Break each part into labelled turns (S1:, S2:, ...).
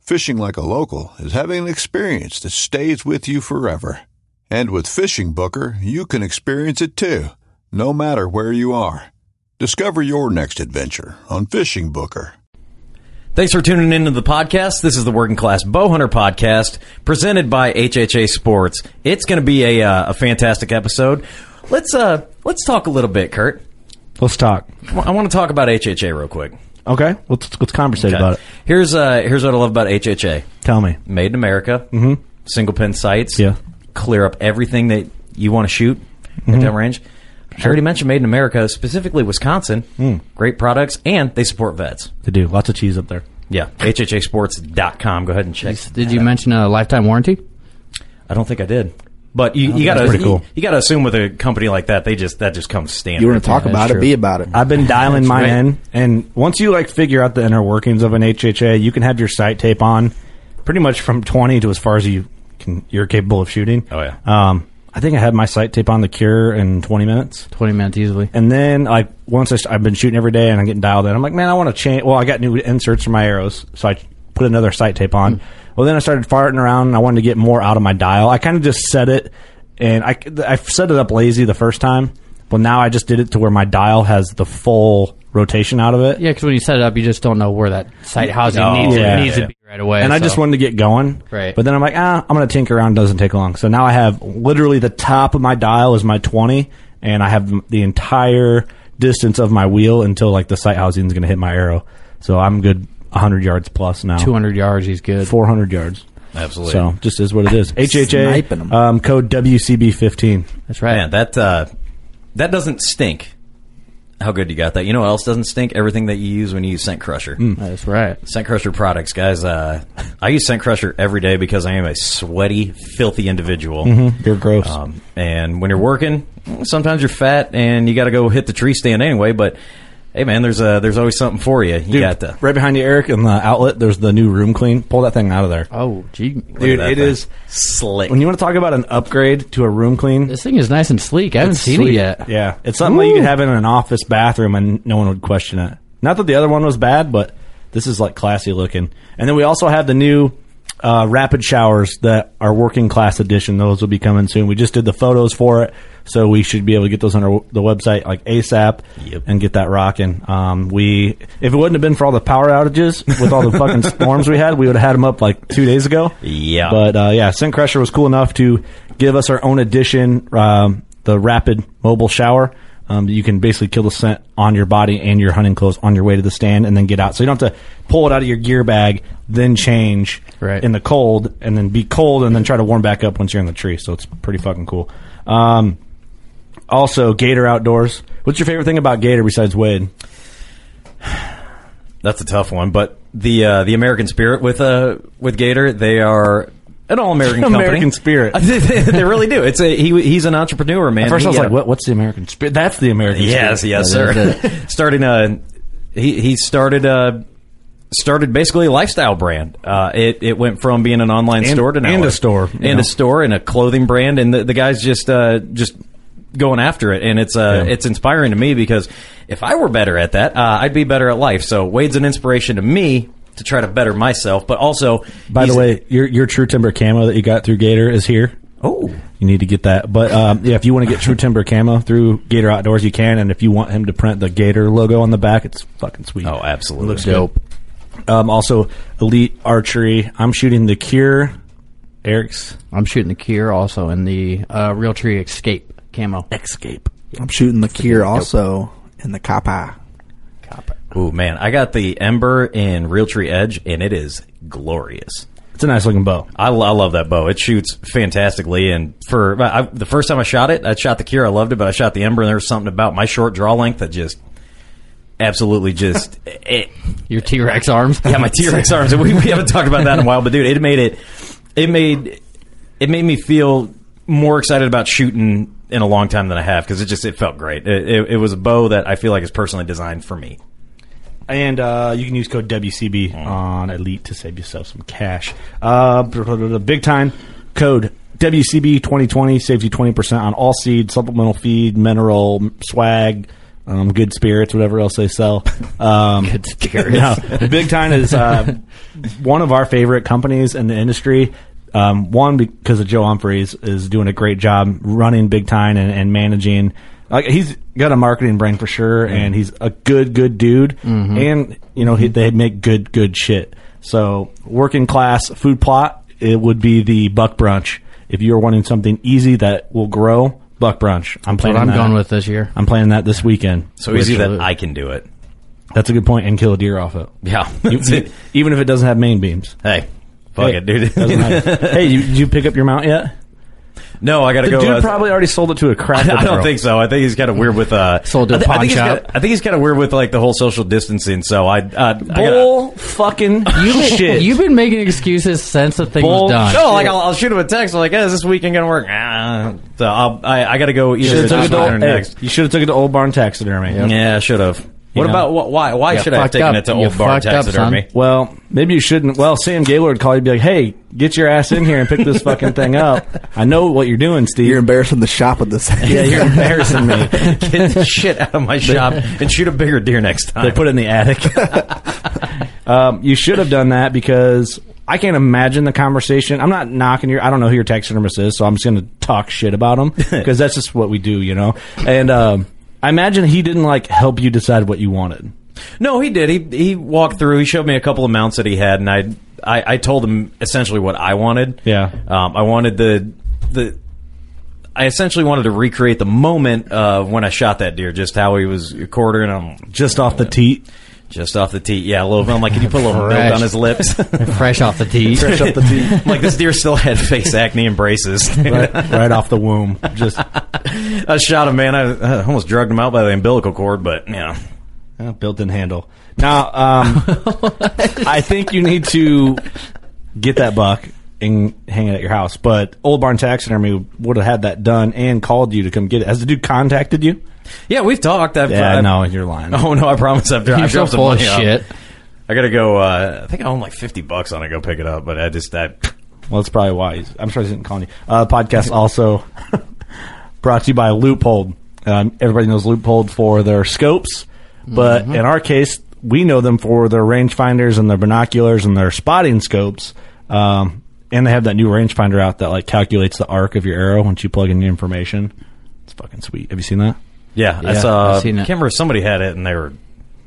S1: Fishing like a local is having an experience that stays with you forever. And with Fishing Booker, you can experience it too, no matter where you are. Discover your next adventure on Fishing Booker.
S2: Thanks for tuning into the podcast. This is the Working Class Bowhunter podcast presented by HHA Sports. It's going to be a, uh, a fantastic episode. Let's uh, let's talk a little bit, Kurt.
S3: Let's talk.
S2: I want to talk about HHA real quick.
S3: Okay, let's let's conversate
S2: Okay.
S3: about it.
S2: Here's uh, here's what I love about HHA.
S3: Tell me.
S2: Made in America. Mm-hmm. Single pin sights.
S3: Yeah.
S2: Clear up everything that you want to shoot
S3: Mm-hmm.
S2: at that range. I already mentioned Made in America, specifically Wisconsin.
S3: Mm.
S2: Great products, and they support vets.
S3: They do lots of cheese up there.
S2: Yeah, hhasports.com. Go ahead and check.
S4: Did you mention a lifetime warranty?
S2: I don't think I did, but you, you
S5: that's
S2: gotta you,
S5: pretty cool.
S2: you gotta assume with a company like that, they just that just comes standard.
S5: You want to talk
S4: that's
S5: about
S4: true.
S5: it, be about it.
S3: I've been dialing mine
S2: right.
S3: in, and once you like figure out the inner workings of an HHA, you can have your sight tape on, pretty much from twenty to as far as you can. You're capable of shooting.
S2: Oh, yeah.
S3: Um, I think I had my sight tape on the cure in twenty minutes.
S4: 20 minutes easily.
S3: And then, like, once I st- I've been shooting every day and I'm getting dialed in, I'm like, man, I want to change. Well, I got new inserts for my arrows, so I put another sight tape on. Well, then I started farting around and I wanted to get more out of my dial. I kind of just set it, and I, I set it up lazy the first time, but now I just did it to where my dial has the full rotation out of it.
S4: Yeah, because when you set it up, you just don't know where that site housing
S2: No,
S4: needs,
S3: yeah.
S4: it needs to be right away.
S3: And I just
S4: so-
S3: wanted to get going.
S4: Right.
S3: But then I'm like, ah, I'm going to tinker around. Doesn't take long. So now I have literally the top of my dial is my 20, and I have m- the entire distance of my wheel until like the sight housing is going to hit my arrow. So I'm good 100 yards plus now.
S4: 200 yards. He's good.
S3: 400 yards.
S2: Absolutely.
S3: So just is what it is.
S5: Sniping 'em.
S3: HHA um, code WCB15.
S4: That's right.
S2: Man, that uh, that doesn't stink. How good you got that? You know what else doesn't stink? Everything that you use when you use Scent Crusher.
S4: That's right.
S2: Scent Crusher products, guys. Uh, I use Scent Crusher every day because I am a sweaty, filthy individual.
S3: You're gross.
S2: Um, and when you're working, sometimes you're fat and you got to go hit the tree stand anyway. But hey, man, there's uh, there's always something for you. You
S3: Dude,
S2: got the
S3: right behind you, Eric, in the outlet, there's the new room clean. Pull that thing out of there.
S4: Oh, gee.
S3: Dude,
S2: that
S3: it
S2: thing.
S3: is.
S2: slick.
S3: When you want to talk about an upgrade to a room clean,
S4: This thing is nice and sleek. I haven't seen
S3: Sweet.
S4: it yet.
S3: Yeah, it's something like you could have in an office bathroom and no one would question it. Not that the other one was bad, but this is like classy looking. And then we also have the new uh, rapid showers that are working class edition. Those will be coming soon. We just did the photos for it, so we should be able to get those on our, the website like ASAP
S2: Yep.
S3: and get that rocking. Um, we if it wouldn't have been for all the power outages with all the fucking storms we had, we would have had them up like two days ago.
S2: Yeah.
S3: But uh, yeah, Scent Crusher was cool enough to give us our own edition, um, the rapid mobile shower. Um, you can basically kill the scent on your body and your hunting clothes on your way to the stand and then get out. So you don't have to pull it out of your gear bag, then change
S4: Right.
S3: in the cold, and then be cold, and then try to warm back up once you're in the tree. So it's pretty fucking cool. Um, also, Gator Outdoors. What's your favorite thing about Gator besides Wade?
S2: That's a tough one, but the uh, the American Spirit with uh, with Gator, they are an all American company.
S3: American Spirit.
S2: they, they really do. It's a he, he's an entrepreneur, man.
S3: At first,
S2: He uh,
S3: I was
S2: had
S3: like,
S2: a-
S3: what, "What's the American spirit?" That's the American.
S2: Yes,
S3: spirit.
S2: yes,
S4: Yeah,
S2: sir. Starting uh, he he started uh, started basically a lifestyle brand. Uh, it it went from being an online
S3: And-
S2: store to now
S3: and a
S2: a-
S3: store, you
S2: and
S3: know.
S2: a store and a clothing brand, and the, the guys just uh, just going after it, and it's uh, it's inspiring to me because if I were better at that, uh, I'd be better at life. So Wade's an inspiration to me to try to better myself, but also
S3: By the
S2: he's-
S3: way, your your True Timber camo that you got through Gator is here.
S2: oh.
S3: You need to get that. But um, yeah, if you want to get True Timber camo through Gator Outdoors, you can. And if you want him to print the Gator logo on the back, it's fucking sweet.
S2: Oh, absolutely.
S3: Looks dope. Um, also, Elite Archery. I'm shooting the Cure. Eric's
S4: I'm shooting the Cure also in the uh, Realtree Escape camo.
S3: Escape.
S5: I'm shooting the Kier also in the Kappa.
S2: Ooh man, I got the Ember in Realtree Edge, and it is glorious.
S3: It's a nice looking bow.
S2: I, lo- I love that bow. It shoots fantastically, and for I, the first time I shot it, I shot the Cure. I loved it, but I shot the Ember, and there was something about my short draw length that just absolutely just it,
S4: Your T Rex arms.
S2: yeah, my T Rex arms. We, we haven't talked about that in a while, but dude, it made it. It made it made me feel more excited about shooting in a long time than I have because it just it felt great. It, it, it was a bow that I feel like is personally designed for me.
S3: And uh, you can use code WCB
S2: Mm.
S3: on Elite to save yourself some cash. Uh, blah, blah, blah, blah, big time code WCB2020 saves you 20% on all seed, supplemental feed, mineral, m- swag, um, good spirits, whatever else they sell. Um,
S4: Good spirits.
S3: no, big time is uh, one of our favorite companies in the industry. Um, one because of Joe Humphreys is doing a great job running Big Time and, and managing. Like he's got a marketing brain for sure, and he's a good good dude. And you know he, they make good good shit. So working class food plot it would be the Buck Brunch. If you're wanting something easy that will grow, Buck Brunch. I'm
S4: That's
S3: planning.
S4: what I'm
S3: that.
S4: going with this year.
S3: I'm planning that this weekend.
S2: So easy that
S4: Absolutely.
S2: I can do it.
S3: That's a good point, and kill a deer off it.
S2: Yeah,
S3: You-
S2: that's it.
S3: even if it doesn't have main beams.
S2: Hey, fuck
S3: Hey,
S2: it, dude.
S3: doesn't matter. hey, you, did you pick up your mount yet?
S2: no, I gotta
S3: The
S2: go.
S3: dude
S2: uh,
S3: probably already sold it to a crack.
S2: I don't think so. I think he's kind of weird with uh.
S4: Sold to a
S2: I thi- I
S4: pawn
S2: think he's
S4: shop.
S2: kinda- I think he's kind of weird with like the whole social distancing. So I, uh, I gotta,
S3: Bull fucking shit.
S4: You've been making excuses since the thing
S3: Bull- Oh,
S4: was done.
S2: no, Oh, like I'll, I'll shoot him a text like, "Hey, is this weekend gonna work?" Ah. So I'll, I, I gotta go either
S3: should
S2: this
S3: have took it to
S2: weekend or
S3: old, hey,
S2: next.
S3: you should have took it to Old Barn Taxidermy.
S2: Yeah, I should have. What
S3: know.
S2: about wh- why? Why
S4: You
S2: should I have
S4: fucked
S2: taken
S4: up.
S2: it to
S4: You
S2: old bar
S4: fucked up,
S2: taxidermy?
S4: son.
S3: Well, maybe you shouldn't. Well, Sam Gaylord called you and be like, hey, get your ass in here and pick this fucking thing up. I know what you're doing, Steve.
S5: You're embarrassing the shop with this.
S3: yeah, you're embarrassing me.
S2: Get the shit out of my shop and shoot a bigger deer next time.
S3: They put it in the attic. um, you should have done that because I can't imagine the conversation. I'm not knocking your. I don't know who your taxidermist is, so I'm just going to talk shit about him because that's just what we do, you know. And um, I imagine he didn't like help you decide what you wanted.
S2: No, he did. He he walked through. He showed me a couple of mounts that he had, and I I, I told him essentially what I wanted.
S3: Yeah.
S2: um, I wanted the the. I essentially wanted to recreate the moment uh, when I shot that deer, just how he was quartering him,
S3: Just off the teat,
S2: just off the tee. Yeah, a little. bit. I'm like, can you put a little milk
S4: Fresh.
S2: on his lips?
S4: Fresh off the tee.
S3: fresh off the teat,
S2: I'm like this deer still had face acne and braces.
S3: right, right off the womb. Just
S2: I shot him, man. I, I almost drugged him out by the umbilical cord, but yeah.
S3: uh, built-in handle. Now, um, I think you need to get that buck and hang it at your house. But Old Barn Taxidermy would have had that done and called you to come get it. Has the dude contacted you?
S2: Yeah, we've talked. I've,
S3: Yeah,
S2: I've-
S3: no, you're lying.
S2: Oh no, I promise. I've,
S4: You're
S2: I've
S4: so
S2: dropped some
S4: full of
S2: money on it.
S4: shit.
S2: I gotta go. Uh, I think I own like fifty bucks on it. Go pick it up, but I just I,
S3: Well, that's probably why. He's, I'm sure he didn't call you. Uh, podcast also brought to you by Loophole. Um, everybody knows Loophole for their scopes, but in our case, we know them for their rangefinders and their binoculars and their spotting scopes. Um, and they have that new rangefinder out that like calculates the arc of your arrow once you plug in your information. It's fucking sweet. Have you seen that?
S2: yeah, I
S4: Yeah,
S2: saw.
S4: I've seen it.
S2: can't remember if somebody had it and they were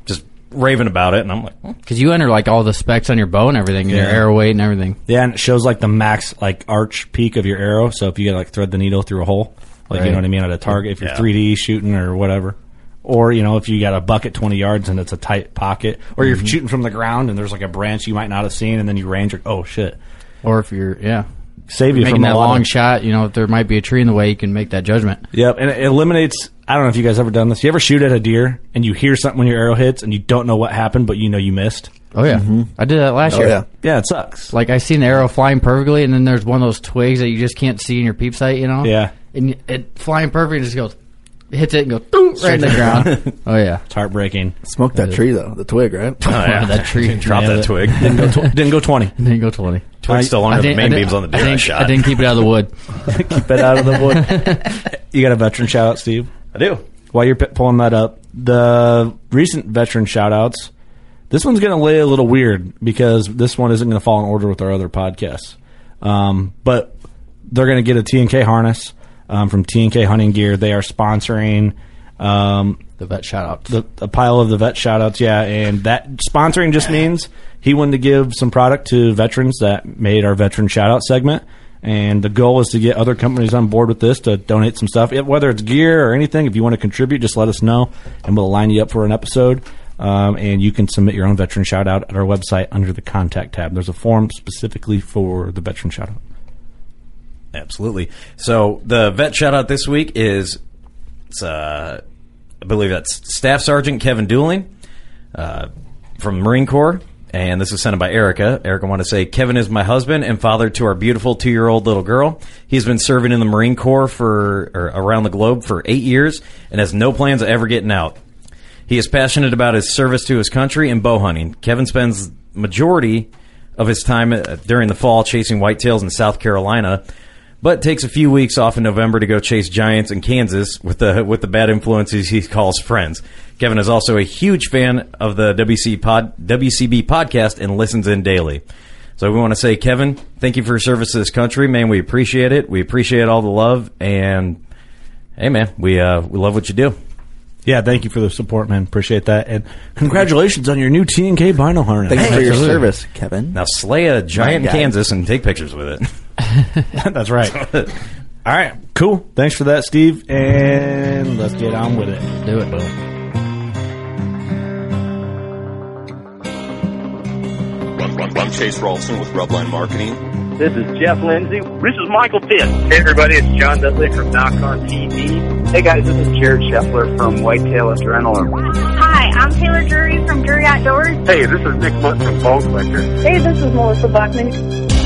S2: just raving about it, and I'm like, hmm.
S4: Because you enter like all the specs on your bow and everything, and your
S3: Yeah.
S4: arrow weight and everything.
S3: Yeah, and it shows like the max like arch peak of your arrow. So if you gotta like thread the needle through a hole, like you
S4: Right.
S3: know what I mean, at a target if you're
S2: Yeah.
S3: 3D shooting or whatever, or you know if you got a bucket 20 yards and it's a tight pocket, or
S4: Mm-hmm.
S3: you're shooting from the ground and there's like a branch you might not have seen, and then you range. Like, oh shit,
S4: Or if you're, yeah,
S3: save you
S4: making
S3: from a
S4: that
S3: lot
S4: long
S3: of-
S4: shot, you know, if there might be a tree in the way, you can make that judgment.
S3: Yep, and it eliminates. I don't know if you guys ever done this. You ever shoot at a deer and you hear something when your arrow hits and you don't know what happened, but you know you missed.
S4: Oh yeah,
S2: Mm-hmm.
S4: I did that last
S5: Oh,
S4: year.
S5: yeah.
S3: Yeah, it sucks.
S4: Like I seen the arrow flying perfectly, and then there's one of those twigs that you just can't see in your peep sight, you know.
S3: Yeah.
S4: and it flying perfect, it just goes. hits it and goes thunk, right in the ground. oh yeah,
S3: It's heartbreaking.
S5: Smoke that tree though, the twig, right?
S4: that tree.
S2: Oh, Drop that
S4: nailed it.
S2: twig.
S3: Didn't go, tw- didn't go 20.
S4: Didn't go twenty.
S2: Twig's still
S4: I
S2: under the
S4: didn't- I
S2: main
S4: didn't-
S2: beams on the
S4: I
S2: deer I,
S4: didn't,
S2: shot.
S4: I didn't keep it out of the wood.
S3: Keep that out of the wood. you got a veteran shout out, Steve?
S2: I do.
S3: While you're p- pulling that up, the recent veteran shout outs, this one's going to lay a little weird because this one isn't going to fall in order with our other podcasts. Um, but they're going to get a TNK harness um, from TNK Hunting Gear. They are sponsoring um,
S4: The vet shout out.
S3: the, a pile of the vet shout outs yeah and that sponsoring just means he wanted to give some product to veterans that made our veteran shout out segment and the goal is to get other companies on board with this to donate some stuff Yeah, whether it's gear or anything if you want to contribute just let us know and we'll line you up for an episode um, and you can submit your own veteran shout out at our website under the contact tab there's a form specifically for the veteran shout out
S2: Absolutely. So the vet shout out this week is, it's, uh, I believe that's Staff Sergeant Kevin Dooling uh, from the Marine Corps. And this is sent in by Erica. Erica wanted to say, Kevin is my husband and father to our beautiful two year old little girl. He's been serving in the Marine Corps for or around the globe for eight years and has no plans of ever getting out. He is passionate about his service to his country and bow hunting. Kevin spends majority of his time uh, during the fall chasing whitetails in South Carolina, but takes a few weeks off in November to go chase giants in Kansas with the with the bad influences he calls friends. Kevin is also a huge fan of the WC pod, WCB podcast and listens in daily. So we want to say, Kevin, thank you for your service to this country, man. We appreciate it. We appreciate all the love, and hey, man, we uh, we love what you do.
S3: yeah thank you for the support man appreciate that and congratulations on your new tnk vinyl harness
S5: Thanks for your service, Kevin.
S2: Now slay a giant in
S5: God.
S2: Kansas and take pictures with it.
S3: That's right. All right, cool. Thanks for that, Steve. And let's get on with it.
S4: Do it. Boom.
S6: I'm Chase Ralston with Rubline Marketing.
S7: This is Jeff Lindsay. This is Michael Pitt. Hey, everybody, it's John Dudley from Knock on TV. Hey, guys, this is Jared Scheffler from Whitetail Adrenaline.
S8: Hi, I'm Taylor Drury from Drury Outdoors.
S7: Hey, this is Nick Mutt from Bow Collector.
S8: Hey, this is Melissa Blackman.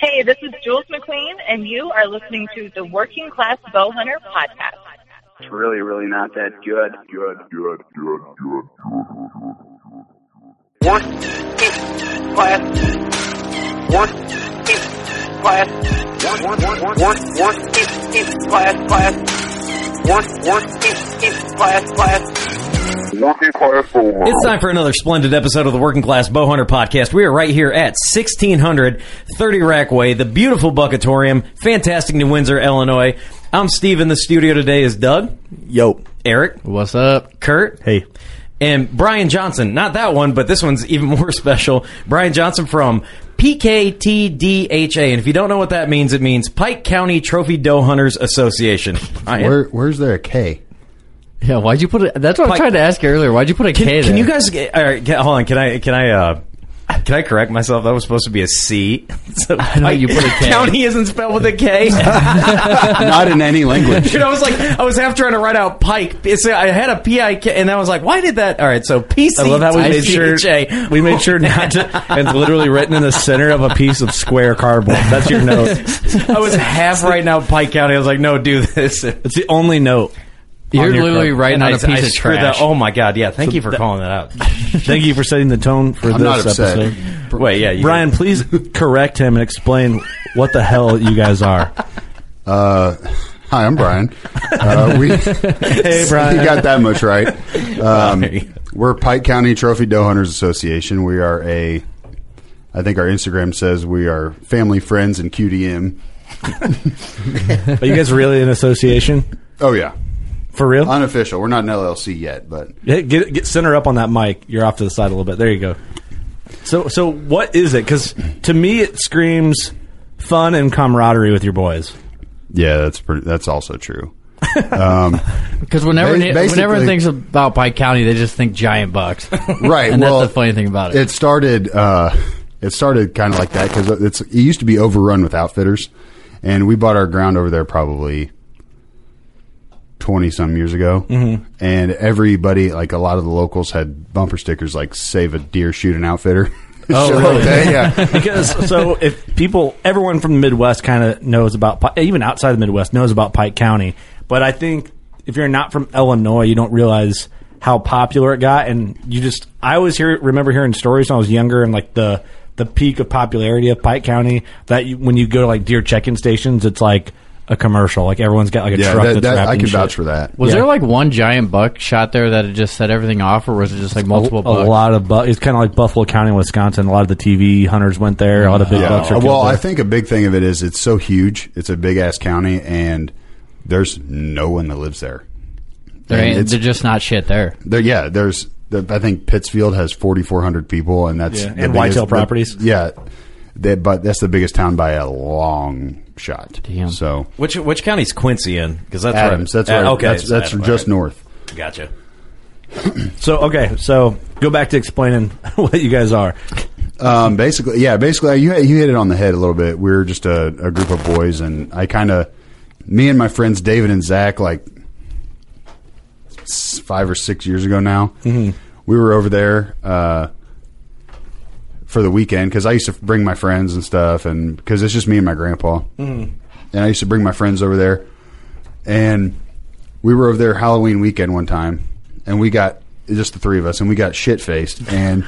S9: Hey, this is Jules McQueen, and you are listening to the Working Class Bowhunter Podcast.
S7: It's really, really not that good. Good, good, good, good, good. Work class. Work class. Work, work, work, work, work, class, class. Work, work, class, class. Working class over.
S2: It's time for another splendid episode of the Working Class Bowhunter Podcast. We are right here at 1630 Rack Way, the beautiful Buckatorium, fantastic New Windsor, Illinois. I'm Steve in the studio today is Doug,
S5: Yo,
S2: Eric,
S4: What's up?
S2: Kurt.
S3: Hey.
S2: And Brian Johnson. Not that one, but this one's even more special. Brian Johnson from PKTDHA. And if you don't know what that means, it means Pike County Trophy Doe Hunters Association. Brian.
S10: Where, where's there a K?
S4: Yeah, why'd you put it? That's what I
S2: Like-
S4: was trying to ask you earlier. Why'd you put a K
S2: Can,
S4: there?
S2: can you guys? get- All right, can, hold on. Can I? Can I? uh Can I correct myself? That was supposed to be a C. So
S4: know, you put a K.
S2: County isn't spelled with a K. Dude,
S10: Not in any language.
S2: I was like, I was half trying to write out Pike. So I had a P I K, and I was like, why did that? All right, so P C.
S3: I love how we made sure we made sure not to. It's literally written in the center of a piece of square cardboard. That's your note.
S2: I was half writing out Pike County. I was like, no, do this.
S3: It's the only note.
S4: You're
S3: on your
S4: literally
S3: coat.
S4: writing
S2: And
S4: on
S2: I-
S4: a piece
S2: I
S4: of
S2: screwed that-
S4: trash.
S2: Oh my god, yeah. Thank you for calling that out.
S3: Thank you for setting the tone for
S10: I'm
S3: this
S10: not upset.
S3: episode.
S2: Wait, yeah, you
S3: Brian, please correct him and explain what the hell you guys are.
S10: Uh, hi, I'm Brian. Uh, we, hey,
S3: Brian.
S10: You got that much right. Um, we're Pike County Trophy Doe Hunters Association. We are a, I think our Instagram says we are family, friends, and QDM.
S3: Are you guys really an association?
S10: Oh, yeah.
S3: For real?
S10: Unofficial. We're not an LLC yet, but
S3: Hey, get, get center up on that mic. You're off to the side a little bit. There you go. So so what is it? Because to me it screams fun and camaraderie with your boys.
S10: yeah, that's pretty, that's also true.
S7: Um,
S4: Because whenever
S7: Ba- basically-
S4: whenever things about Pike County, they just think giant bucks.
S7: right.
S4: and
S7: well,
S4: that's the funny thing about it.
S7: It started. Uh, it started kind of like that because it's it used to be overrun with outfitters, and we bought our ground over there probably twenty some years ago.
S10: Mhm.
S7: And everybody, like a lot of the locals, had bumper stickers like "Save a deer, shoot an outfitter." Shit like that, yeah.
S3: Oh, because so if people, everyone from the Midwest kind of knows about, Pi- even outside the Midwest knows about Pike County. But I think if you're not from Illinois, you don't realize how popular it got, and you just I always hear remember hearing stories when I was younger and like the the peak of popularity of Pike County that you, when you go to like deer check-in stations, it's like a commercial. Like everyone's got like a truck that's wrapped in shit.
S4: Was
S3: Yeah.
S4: there like one giant buck shot there that it just set everything off, or was it just like multiple
S3: a,
S4: bucks?
S3: a lot of bucks. It's kind of like Buffalo County, Wisconsin. A lot of the TV hunters went there. A lot of big
S7: Yeah.
S3: bucks. Are
S7: well,
S3: killed there.
S7: I think a big thing of it is it's so huge. It's a big ass county, and there's no one that lives there.
S4: There
S7: And
S4: ain't-
S7: it's-
S4: they're just not shit there.
S7: There, yeah, there's. the- I think Pittsfield has 4,400 people, and that's
S3: Yeah,
S7: the
S3: and Whitetail
S7: the-
S3: Properties.
S7: yeah, they, but that's the biggest town by a long shot. So
S2: Which which county's Quincy in? Because that's
S7: Adams,
S2: Right.
S7: that's right.
S2: okay.
S7: That's,
S2: it's
S7: that's
S2: Adams,
S7: just
S2: all
S7: north.
S2: right. Gotcha.
S3: So okay, so go back to explaining what you guys are.
S7: Um, basically, yeah, basically, you you hit it on the head a little bit. We were just a, a group of boys, and I kind of, me and my friends David and Zach, like s- five or six years ago now,
S10: Mhm.
S7: we were over there uh, for the weekend because I used to bring my friends and stuff, and because it's just me and my grandpa,
S10: Mhm.
S7: and I used to bring my friends over there, and we were over there Halloween weekend one time, and we got just the three of us, and we got shit faced and.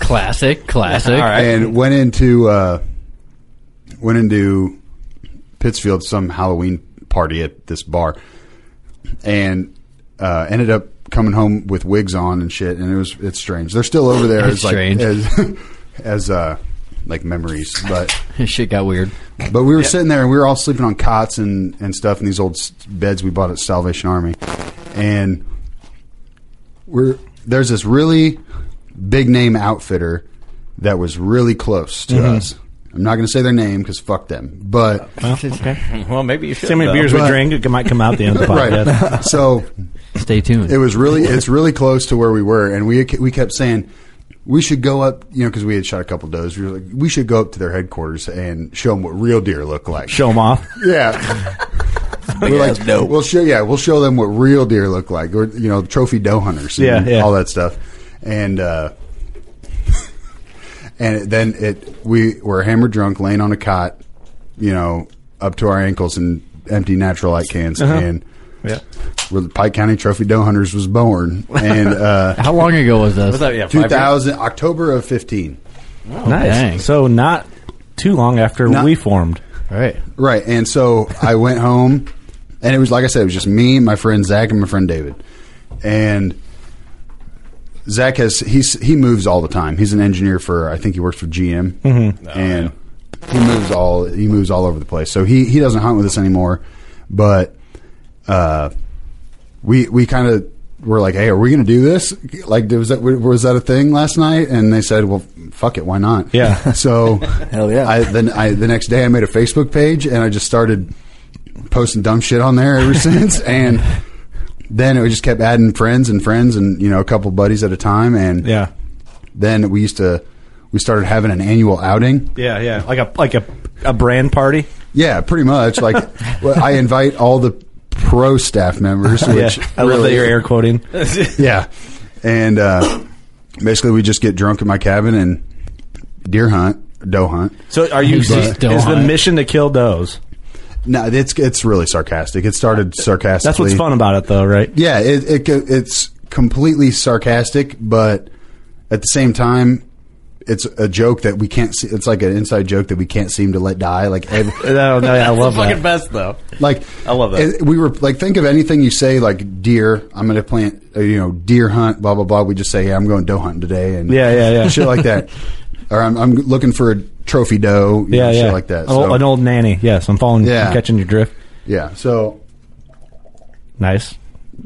S4: Classic, classic.
S7: And went into uh, went into Pittsfield some Halloween party at this bar, and uh, ended up coming home with wigs on and shit. And it was it's strange. They're still over there.
S4: It's
S7: as, like,
S4: strange.
S7: as, as uh, like memories, but
S4: His shit got weird.
S7: but we were sitting there and we were all sleeping on cots and, and stuff in these old s- beds we bought at Salvation Army. And we're there's this really big name outfitter that was really close to
S3: Mhm.
S7: us. I'm not going to say their name because fuck them. But
S3: okay.
S2: Well, maybe you should.
S3: See how many
S2: though.
S3: beers we
S7: But-
S3: drink? It might come out the end of the podcast.
S7: right. so
S4: stay tuned.
S7: It was really it's really close to where we were, and we we kept saying we should go up, you know, because we had shot a couple does. We were like, we should go up to their headquarters and show them what real deer look like.
S3: Show them off.
S7: Yeah. We're like, We'll show, yeah, we'll show them what real deer look like, or you know, trophy doe hunters, and
S3: Yeah, yeah.
S7: all that stuff, and uh, and then it we were hammered drunk, laying on a cot, you know, up to our ankles in empty natural light cans,
S4: Uh-huh.
S7: and
S3: Yeah.
S7: where the Pike County Trophy Doe Hunters was born, and uh,
S4: how long ago was this?
S3: Was that, yeah, five
S7: Two
S3: years?
S7: thousand October of fifteen.
S3: nice. So not too long after
S7: Not-
S3: we formed.
S4: Right.
S7: Right. And so I went home, and it was like I said, it was just me, my friend Zach, and my friend David. And Zach has he's he moves all the time. He's an engineer for I think he works for GM,
S3: Mhm.
S7: and he moves all he moves all over the place. So he he doesn't hunt with us anymore, but uh, we we kind of were like, hey, are we going to do this? Like, was that was that a thing last night? And they said, well, fuck it, why not?
S3: Yeah.
S7: So hell yeah. I, then I the next day I made a Facebook page and I just started posting dumb shit on there ever since and. Then it just kept adding friends and friends and you know a couple buddies at a time and
S3: yeah.
S7: Then we used to we started having an annual outing
S3: Yeah, yeah. Like a like a a brand party.
S7: yeah, pretty much. Like well, I invite all the pro staff members. Which
S3: yeah. I love that you're air quoting.
S7: yeah, and uh, basically we just get drunk in my cabin and deer hunt, doe hunt.
S3: So are you? Is,
S7: But-
S3: the mission to kill does?
S7: No, it's it's really sarcastic. It started sarcastically.
S3: That's what's fun about it, though, right?
S7: Yeah, it, it co- it's completely sarcastic, but at the same time, it's a joke that we can't. See, it's like an inside joke that we can't seem to let die. Like every,
S3: no, oh, no, I love
S2: fucking
S7: that.
S2: best though.
S7: Like
S2: I love that.
S7: it- we were like, think of anything you say, like deer. I'm going to plant, uh, you know, deer hunt, blah blah blah. We just say, yeah, I'm going doe hunting today, and
S3: Yeah, yeah, yeah.
S7: shit like that. Or I'm, I'm looking for a trophy doe, you
S3: Yeah,
S7: know,
S3: yeah.
S7: shit like that.
S3: An old-
S7: So,
S3: an old nanny. Yes, I'm following.
S7: Yeah.
S3: I'm catching your drift.
S7: yeah. So
S3: Nice,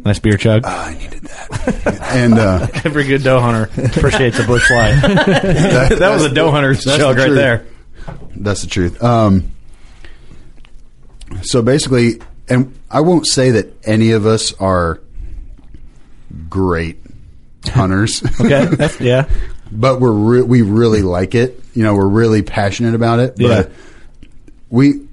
S3: nice beer chug.
S7: and uh,
S3: Every good doe hunter appreciates a bush life.
S7: That-
S3: that, was a
S7: that's-
S3: doe hunter's
S7: that's
S3: chug
S7: the
S3: right
S7: truth.
S3: there.
S7: That's the truth. Um, so basically,
S10: and I won't say that any of us are great hunters.
S3: Okay, that's- yeah.
S10: but we're re- we really like it. You know, we're really passionate about it.
S3: Yeah.
S10: But we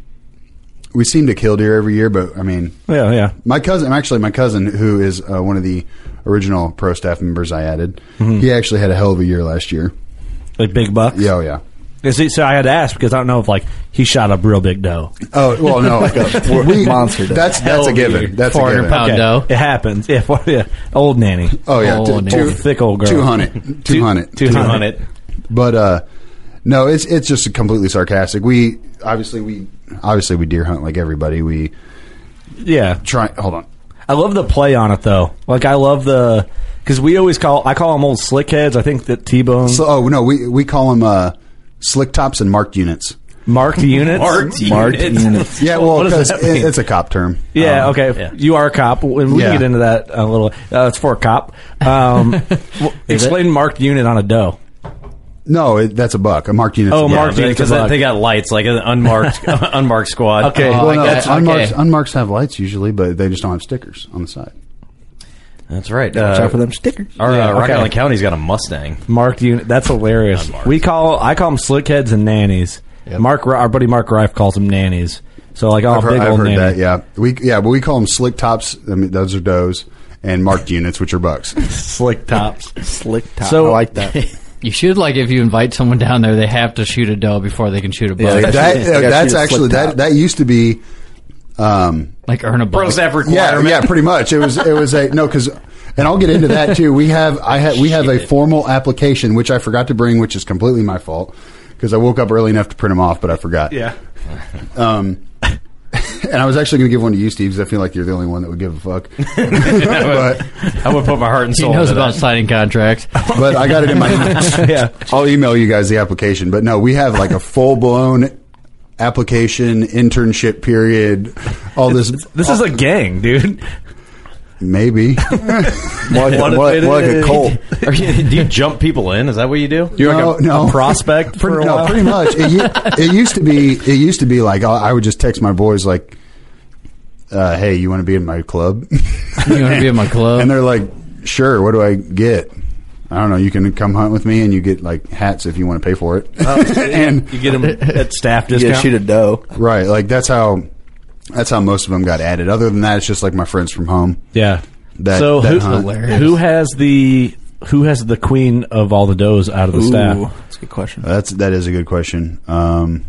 S10: we seem to kill deer every year, but I mean,
S3: Yeah, yeah.
S10: my cousin, actually, my cousin, who is uh, one of the original pro staff members I added, he actually had a hell of a year last year.
S3: Like big bucks.
S10: Yeah, oh, yeah.
S3: Is he- so I had to ask because I don't know if like he shot a real big doe.
S10: Oh well, no, we, monster. That's that's a given. That's a given.
S3: Okay. It happens. Yeah, for, yeah. Old nanny.
S10: Oh yeah,
S3: old,
S10: t-
S3: nanny.
S10: two-
S3: Old thick old girl.
S10: Two hundred, two hundred,
S3: Two hundred.
S10: But uh, no, it's it's just completely sarcastic. We obviously we obviously we deer hunt like everybody. We
S3: Yeah.
S10: Try. Hold on.
S3: I love the play on it though. Like I love the because we always call I call them old slick heads. I think that T Bone
S10: so oh no, we we call them uh, slick tops and marked units.
S3: marked units.
S10: Marked units. Yeah, well,
S3: What does
S10: 'cause
S3: that
S10: it-
S3: mean?
S10: it's a cop term.
S3: Yeah,
S10: Um,
S3: okay. You are a cop, and we
S10: Yeah.
S3: can get into that a little. Uh, it's for a cop. Um, w- explain marked unit on a doe.
S10: No, it, that's a buck. A marked unit.
S2: Oh, marked because they got lights like an unmarked unmarked squad.
S10: well, no, unmarks, unmarks have lights usually, but they just don't have stickers on the side.
S2: That's right. uh,
S10: Watch out for them stickers.
S2: Our
S10: Yeah,
S2: uh, Rock
S10: okay.
S2: Island County's got a Mustang.
S3: Marked unit. That's hilarious. We call I call them slick heads and nannies. Mark, our buddy Mark Rife calls them nannies. So like, oh,
S10: I've heard,
S3: big
S10: I've
S3: old
S10: heard
S3: nanny.
S10: that. Yeah, we yeah, but we call them slick tops. I mean, those are does and marked units, which are bucks.
S3: slick tops.
S4: Slick
S5: top. I like that.
S4: you should like if you invite someone down there, they have to shoot a doe before they can shoot a buck.
S10: that, that's actually that that used to be um,
S4: like earn a buck.
S10: Yeah, yeah, pretty much. It was it was a no because, and I'll get into that too. We have I have we have a formal application which I forgot to bring, which is completely my fault because I woke up early enough to print them off, but I forgot.
S3: Yeah.
S10: Um, and I was actually going to give one to you, Steve, because I feel like you're the only one that would give a fuck. but
S2: I would put my heart and
S4: He
S2: soul.
S4: knows
S2: into
S4: about
S2: that.
S4: signing contracts.
S10: but I got it in my. yeah, I'll email you guys the application. But no, we have like a full blown application internship period. All this.
S3: This is a gang, dude.
S10: Maybe.
S5: Like,
S3: What if
S5: like,
S3: it
S5: like a
S3: is?
S5: cult.
S2: Are you, do you jump people in? Is that what you do?
S3: You're
S10: no,
S3: like a,
S10: no.
S3: a prospect for a
S10: no,
S3: while.
S10: pretty much. It, u- it used to be. It used to be like I I would just text my boys like, uh, "Hey, you want to be in my club?"
S4: You want to be in my
S10: and
S4: club?
S10: they're like, "Sure. What do I get?" I don't know. You can come hunt with me, and you get like hats if you want to pay for it. and
S3: You get them at staff
S5: You
S3: discount.
S5: shoot a doe.
S10: right, like that's how that's how most of them got added. Other than that, it's just like my friends from home.
S3: yeah.
S10: That,
S3: so
S10: that
S3: who,
S10: hunt.
S3: who has the who has the queen of all the does out of the
S5: Ooh,
S3: staff?
S5: that's a good question.
S10: That's that is a good question. Um,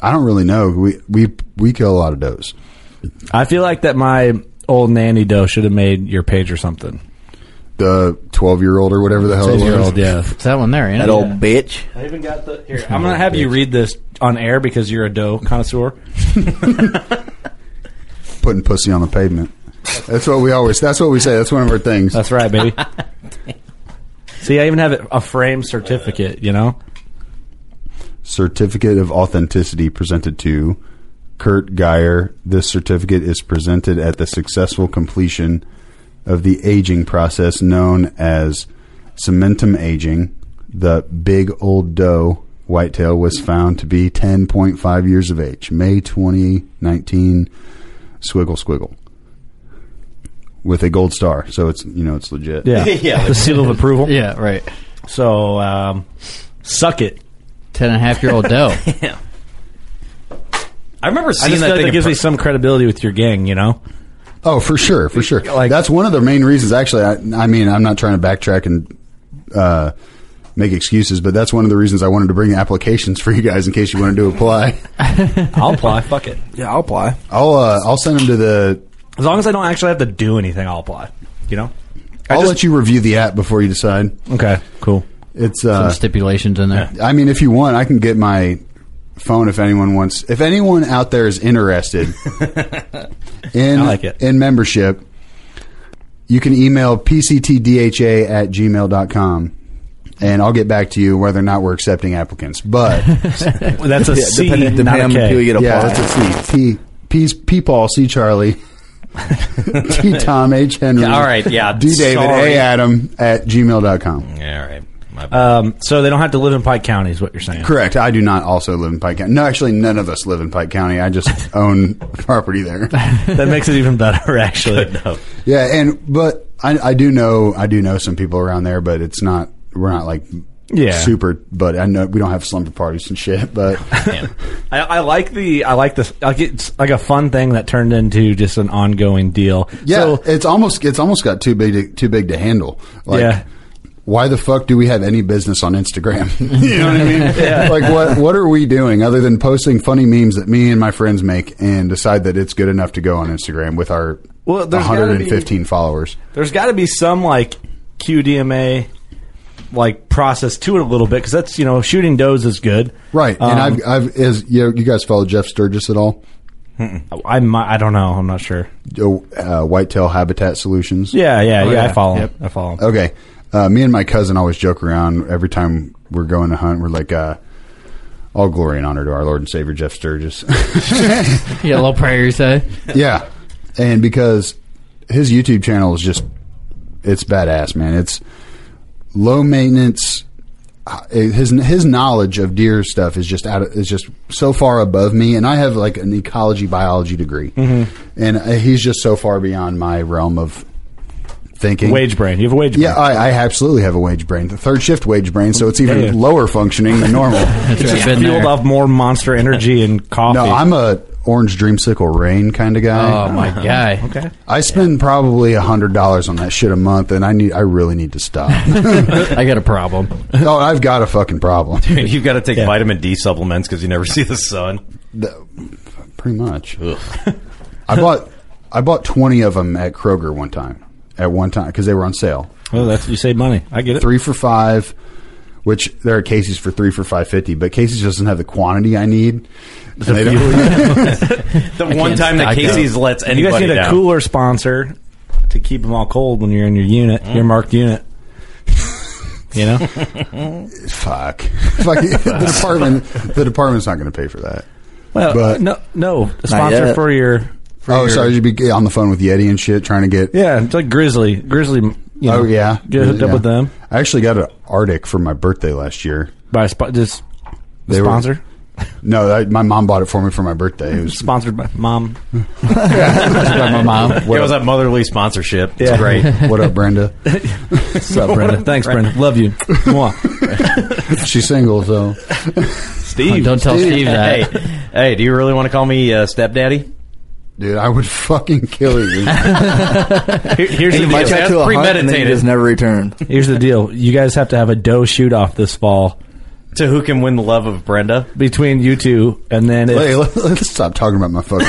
S10: I don't really know. We we we kill a lot of does.
S3: I feel like that my old nanny doe should have made your page or something.
S10: the 12 year old or whatever the hell it was.
S3: Twelve-year-old, yeah.
S4: It's that one there, ain't
S5: That
S4: it?
S5: old bitch.
S3: I even got the here. I'm gonna have you read this on air because you're a doe connoisseur.
S10: Putting pussy on the pavement. That's what we always, that's what we say. That's one of our things.
S3: That's right, baby. See, I even have it- a frame certificate. You know,
S10: Certificate of authenticity presented to Kurt Geyer. This certificate is presented at the successful completion of the aging process known as cementum aging. The big old doe whitetail was found to be 10.5 years of age, May 2019. Squiggle, squiggle. With a gold star, so it's you know it's legit.
S3: yeah,
S2: Yeah.
S3: the seal of approval.
S4: Yeah, right.
S3: So, um, suck it.
S4: Ten and a half year old doe.
S2: I remember
S3: I
S2: seeing
S3: just
S2: that
S3: that,
S2: thing.
S3: that
S2: in
S3: gives
S2: per-
S3: me some credibility with your gang. You know,
S10: Oh, for sure, for sure.
S3: Like-
S10: That's one of the main reasons. Actually, I, I mean, I'm not trying to backtrack and uh, make excuses, but that's one of the reasons I wanted to bring applications for you guys in case you wanted to apply.
S3: I'll apply. Fuck it.
S5: Yeah, I'll apply.
S10: I'll uh, I'll send them to the.
S3: As long as I don't actually have to do anything, I'll apply. You know.
S10: I'll let you review the app before you decide.
S3: Okay. Cool.
S10: It's
S4: Some
S10: uh,
S4: stipulations in there.
S10: I mean, if you want, I can get my phone if anyone wants. If anyone out there is interested in
S3: I like it.
S10: in membership, you can email pctdha at gmail.com and I'll get back to you whether or not we're accepting applicants. But
S3: Well, that's a C, not
S5: Depending, depending
S3: a
S5: on
S3: K.
S5: who you get applied.
S10: yeah, that's a C. T. P's, P. Paul, C. Charlie, T. Tom, H. Henry.
S2: Yeah, all right, yeah,
S10: D. David,
S2: sorry.
S10: A. Adam at gmail.com.
S2: Yeah, all right.
S3: Um, so they don't have to live in Pike County, is what you're saying.
S10: Correct. I do not also live in Pike County. No, actually, none of us live in Pike County. I just own property there.
S3: that makes it even better, actually. no.
S10: Yeah, and but I, I do know I do know some people around there, but it's not we're not like
S3: Yeah.
S10: super. But I know we don't have slumber parties and shit. But
S3: I, I like the I like the like it's like a fun thing that turned into just an ongoing deal.
S10: yeah, it's almost it's almost got too big to, too big to handle. Like,
S3: Yeah.
S10: Why the fuck do we have any business on Instagram? you know what I mean?
S3: Yeah.
S10: Like what what are we doing other than posting funny memes that me and my friends make and decide that it's good enough to go on Instagram with our
S3: Well, there's gotta be-
S10: 115 followers?
S3: There's got to be some like QDMA like process to it a little bit because that's you know shooting does is good,
S10: Right.
S3: Um,
S10: and I've, I've is you, you guys follow Jeff Sturgis at all?
S3: Mm-mm. I might, I don't know. I'm not sure.
S10: Oh, Uh, Whitetail Habitat Solutions.
S3: Yeah, yeah, yeah, I follow him. I follow him.
S10: Okay. Oh, Uh, me and my cousin always joke around every time we're going to hunt. We're like, uh, all glory and honor to our Lord and Savior Jeff Sturgis.
S4: yeah, a little prayer you say.
S10: yeah, and because his YouTube channel is just it's badass, man. It's low maintenance. Uh, His his knowledge of deer stuff is just out of, is just so far above me, and I have like an ecology biology degree,
S3: Mhm.
S10: and uh, he's just so far beyond my realm of thinking.
S3: Wage brain. You have a wage.
S10: Yeah, I, I absolutely have a wage brain. The third shift wage brain, so it's even
S3: Yeah.
S10: lower functioning than normal.
S3: It's just fueled off more monster energy and coffee.
S10: No, I'm a orange dreamsicle rain kind of guy.
S3: Oh, my guy. Okay.
S10: I spend probably a hundred dollars on that shit a month, and I need I really need to stop. I
S4: got a problem.
S10: Oh, I've got a fucking problem.
S2: You've got to take vitamin D supplements because you never see the sun.
S10: Pretty much. I bought I bought twenty of them at Kroger one time. At one time because they were on sale.
S3: Well, that's you save money. I get it.
S10: Three for five, which there are Casey's for three for five fifty, but Casey's doesn't have the quantity I need. And they don't-
S2: The one time that Casey's lets
S3: you guys
S2: anybody
S3: need a
S2: down.
S3: cooler sponsor to keep them all cold when you're in your unit,
S10: Mm.
S3: your marked unit. You know,
S10: fuck, fuck the department. The department's not going to pay for that.
S3: Well,
S10: But-
S3: no, no a
S10: Not
S3: sponsor
S10: yet.
S3: for your. For
S10: oh,
S3: your,
S10: sorry, you'd be on the phone with Yeti and shit, trying to get.
S3: Yeah, it's like Grizzly. Grizzly. You know,
S10: oh yeah,
S3: get hooked
S10: Yeah.
S3: up with them
S10: I actually got an Arctic for my birthday last year.
S3: by a spo- just the
S10: They were-
S3: sponsor.
S10: No, I, my mom bought it for me for my birthday. It was
S3: Sponsored by mom.
S10: my mom.
S2: It was a motherly sponsorship. It's
S3: Yeah.
S2: great.
S10: What up, Brenda?
S3: What's up, Brenda? Thanks, Brenda. Love you. Mwah.
S10: She's single, so
S2: Steve,
S4: Don't tell Steve that.
S2: Hey, hey, do you really want to call me uh, stepdaddy?
S10: dude, I would fucking kill you.
S2: Here- here's the
S5: He
S2: deal.
S5: invites you out
S2: That's
S5: to a hunt and then he
S2: premeditated.
S5: just never returned.
S3: Here's the deal: you guys have to have a doe shoot off this fall
S2: to who can win the love of Brenda?
S3: between you two, and then if,
S10: Hey, let, let's stop talking about my fucking. mom.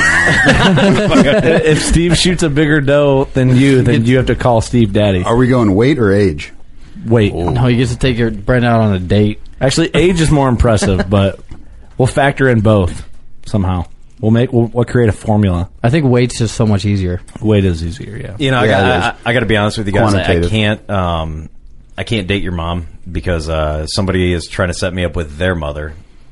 S3: if Steve shoots a bigger doe than you, then you have to call Steve Daddy.
S10: Are we going weight or age?
S3: Wait,
S4: No, you get to take your Brent out on a date.
S3: actually, age is more impressive, but we'll factor in both somehow. We'll make we'll, we'll create a formula.
S4: I think weight's just so much easier.
S3: Weight is easier, yeah.
S2: You know, I
S10: Yeah,
S2: got,
S10: it
S2: I, I got to be honest with you guys. I, I
S10: Quantitative.
S2: can't. Um, I can't date your mom because uh, somebody is trying to set me up with their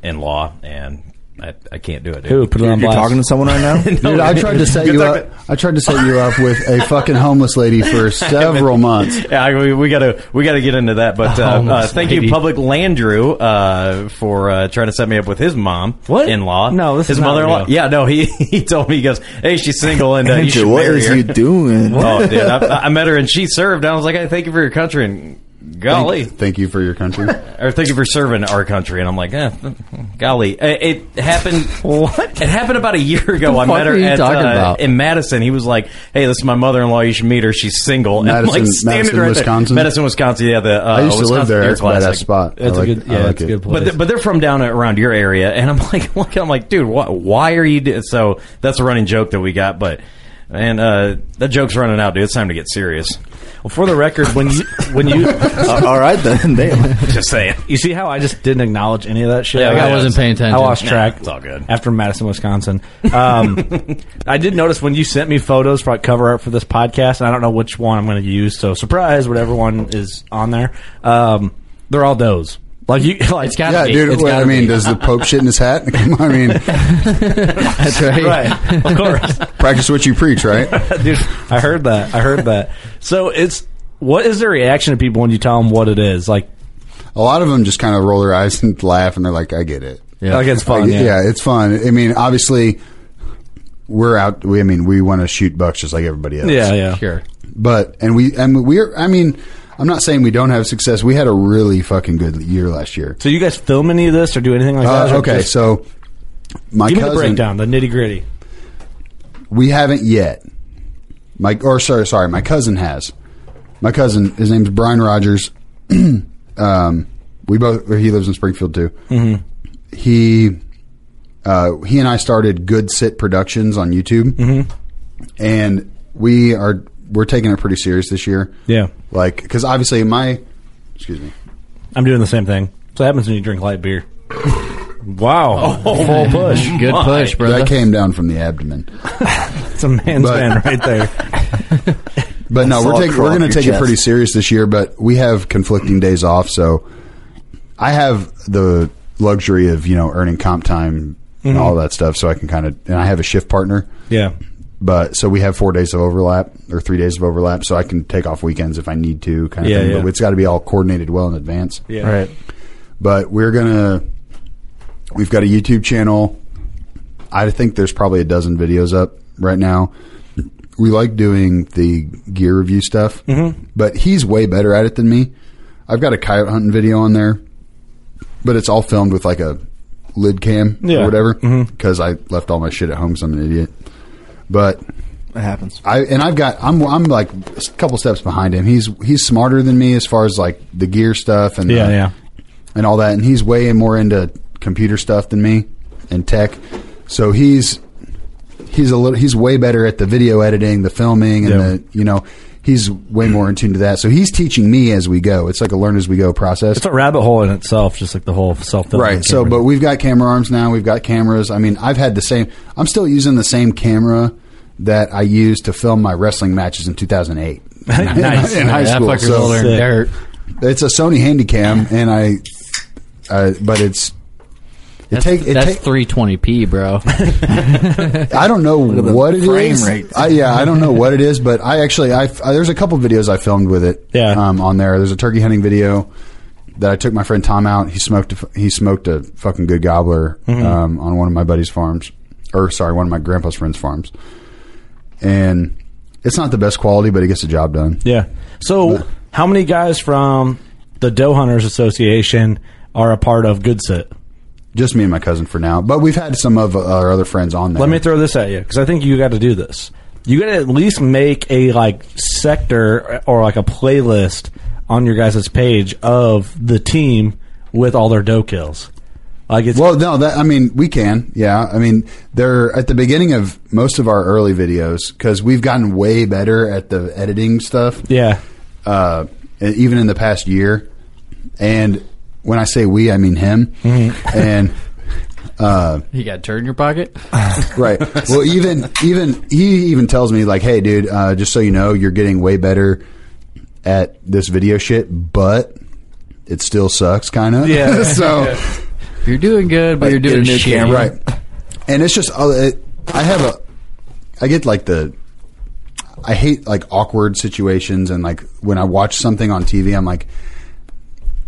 S2: mother-in-law, and I, I can't do it. Dude.
S3: Who put it
S5: You're,
S3: on
S5: you're
S3: blast?
S5: talking to someone right now?
S10: Dude, I tried to set
S2: Good
S10: you
S2: luck
S10: up. I tried to set you up with a fucking homeless lady for several months.
S2: Yeah, I, we, we gotta we gotta get into that. But uh,
S4: Oh,
S2: uh,
S4: Miss
S2: thank
S4: Lady.
S2: you, Public Landrew, uh, for uh, trying to set me up with his mom,
S3: What?
S2: in-law?
S3: No, this
S2: his
S3: is not
S2: mother-in-law.
S3: real.
S2: Yeah, no, he he told me he goes, "Hey, she's single, and uh, you
S5: Andrew,
S2: should
S5: what
S2: marry
S5: is
S2: her."
S5: you doing?
S2: oh, dude, I, I met her and she served. And I was like, "Hey, thank you for your country." And golly,
S10: Thank, thank you for your country.
S2: or thank you for serving our country. And I'm like, eh, golly, Uh, it, it happened. what? It happened about a year ago. I
S4: fuck
S2: met her
S4: are you
S2: at,
S4: talking
S2: uh,
S4: about?
S2: in Madison. He was like, "Hey, this is my mother-in-law. You should meet her. She's single." And I'm like
S10: Madison-
S2: standing
S10: Madison,
S2: right
S10: Wisconsin?
S2: there. Madison, Wisconsin. Yeah, the uh,
S10: I used to live
S2: Wisconsin
S10: there.
S2: Deer
S10: That's a badass
S2: Classic.
S10: spot.
S3: That's
S10: I like,
S3: a good,
S10: I
S3: yeah,
S10: like
S3: that's
S10: it.
S3: a good place.
S2: But, th- but they're from down around your area, and I'm like, look, I'm like, dude, why, why are you? Do-? So that's a running joke that we got, but and uh, that joke's running out, dude. It's time to get serious.
S3: well, for the record, when you when you
S5: Uh, all right then. Damn.
S2: Just saying.
S3: you see how I just didn't acknowledge any of that shit.
S2: Yeah,
S3: Like,
S2: yeah,
S3: I
S2: yeah.
S3: wasn't
S4: paying attention.
S3: I lost
S2: Nah,
S3: track.
S2: it's all good.
S3: After Madison, Wisconsin, um, I did notice when you sent me photos for like, cover art for this podcast. And I don't know which one I'm going to use. So surprise, whatever one is on there. Um, they're all those. Like you, like
S4: It's gotta
S10: Yeah,
S4: be.
S10: dude.
S4: It's
S10: Well, I
S4: gotta
S10: mean,
S4: be.
S10: does the Pope shit in his hat? I mean,
S4: That's right.
S3: right, of course.
S10: practice what you preach, right?
S3: Dude, I heard that. I heard that. So it's what is the reaction of people when you tell them what it is? Like
S10: a lot of them just kind of roll their eyes and laugh, and they're like, "I get it."
S3: Yeah. Like, it's fun,
S10: Like,
S3: yeah.
S10: it's fun. I mean, obviously, we're out. We, I mean, we want to shoot bucks just like everybody else.
S3: Yeah, yeah.
S4: Sure.
S10: But and we and we're. I mean, I'm not saying we don't have success. We had a really fucking good year last year.
S3: So you guys film any of this or do anything like
S10: Uh,
S3: that? or
S10: okay,
S3: just-
S10: so my
S3: give me
S10: cousin,
S3: the breakdown, the nitty gritty.
S10: We haven't yet. My or sorry, sorry, my cousin has. My cousin, his name's Brian Rogers. um, we both or he lives in Springfield too.
S3: Mhm.
S10: He uh, he and I started Good Sit Productions on YouTube, and we are we're taking it pretty serious this year.
S3: Yeah,
S10: Like because obviously my excuse me.
S3: I'm doing the same thing. So it happens when you drink light beer. wow,
S10: Oh,
S3: full push,
S4: Good push, brother.
S10: That came down from the abdomen.
S3: It's a man's
S10: But-
S3: man right there.
S10: But no, we're
S5: Salt
S10: taking
S5: crawl
S10: we're going
S5: up your
S10: to take it
S5: chest.
S10: pretty serious this year. But we have conflicting days off, so I have the luxury of you know earning comp time and all that stuff, so I can kind of and I have a shift partner.
S3: Yeah,
S10: But so we have four days of overlap or three days of overlap, so I can take off weekends if I need to, kind of
S3: Yeah,
S10: thing.
S3: yeah.
S10: But it's got to be all coordinated well in advance.
S3: yeah.
S5: Right.
S10: But we're gonna we've got a YouTube channel. I think there's probably a dozen videos up right now. We like doing the gear review stuff, mm-hmm. but he's way better at it than me. I've got a coyote hunting video on there, but it's all filmed with like a lid cam
S3: Yeah. Mm-hmm.
S10: or whatever because I left all my shit at home because I'm an idiot. But
S5: It happens.
S10: I and I've got I'm I'm like a couple steps behind him. He's he's smarter than me as far as like the gear stuff and
S3: Yeah,
S10: the-
S3: yeah.
S10: and all that. And he's way more into computer stuff than me and tech. So he's he's a little he's way better at the video editing, the filming, and
S3: Yeah.
S10: the you know he's way more in tune to that. So he's teaching me as we go. It's like a learn as we go process.
S3: It's a rabbit hole in itself, just like the whole self
S10: Right. So, but we've got camera arms now. We've got cameras. I mean, I've had the same. I'm still using the same camera that I used to film my wrestling matches in 2008
S3: Nice.
S10: in high
S4: that
S10: school.
S4: fucker's older
S10: So
S4: than dirt.
S10: it's a Sony Handycam, and I, uh, but it's. It
S4: That's,
S10: take, it
S4: that's
S10: take,
S4: 320p, bro.
S10: I don't know
S5: at the
S10: what it is.
S5: frame rate.
S10: I, yeah, I don't know what it is, but I actually, I, I- there's a couple videos I filmed with it.
S3: Yeah.
S10: Um, on there, there's a turkey hunting video that I took my friend Tom out. He smoked, a, f- he smoked a fucking good gobbler um, on one of my buddy's farms, or sorry, one of my grandpa's friend's farms, and it's not the best quality, but it gets the job done.
S3: yeah. So how many guys from the Doe Hunters Association are a part of Good Sit?
S10: Just me and my cousin for now, but we've had some of our other friends on there.
S3: Let me throw this at you because I think you got to do this. You got to at least make a like sector or like a playlist on your guys' page of the team with all their doe kills. Like it's
S10: Well, no, that I mean, we can. Yeah, I mean, they're at the beginning of most of our early videos because we've gotten way better at the editing stuff.
S3: yeah,
S10: uh, even in the past year. And when I say we, I mean him.
S3: Mm-hmm.
S10: And
S4: you got a turd in your pocket?
S10: right. Well, even even he even tells me like, "Hey, dude, uh, just so you know, you're getting way better at this video shit, but it still sucks, kind of."
S3: Yeah.
S10: so.
S4: You're doing good, but you're
S5: get a
S4: doing
S5: new
S4: shitty.
S5: camera.
S10: right and it's just uh, it, i have a i get like the i hate like awkward situations and like when i watch something on tv i'm like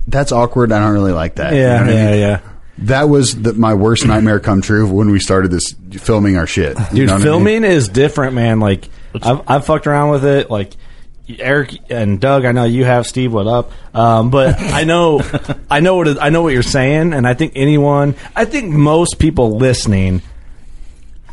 S10: that's awkward i don't really like that You know
S3: yeah,
S10: what I
S3: yeah,
S10: mean?
S3: yeah.
S10: that was the, my worst nightmare come true when we started this filming our shit
S3: Dude,
S10: You know what I mean?
S3: filming is different, man. Like I've, I've fucked around with it. Like Eric and Doug, I know you have Steve. What up? Um, but I know, I know what it- I know what you're saying, and I think anyone, I think most people listening.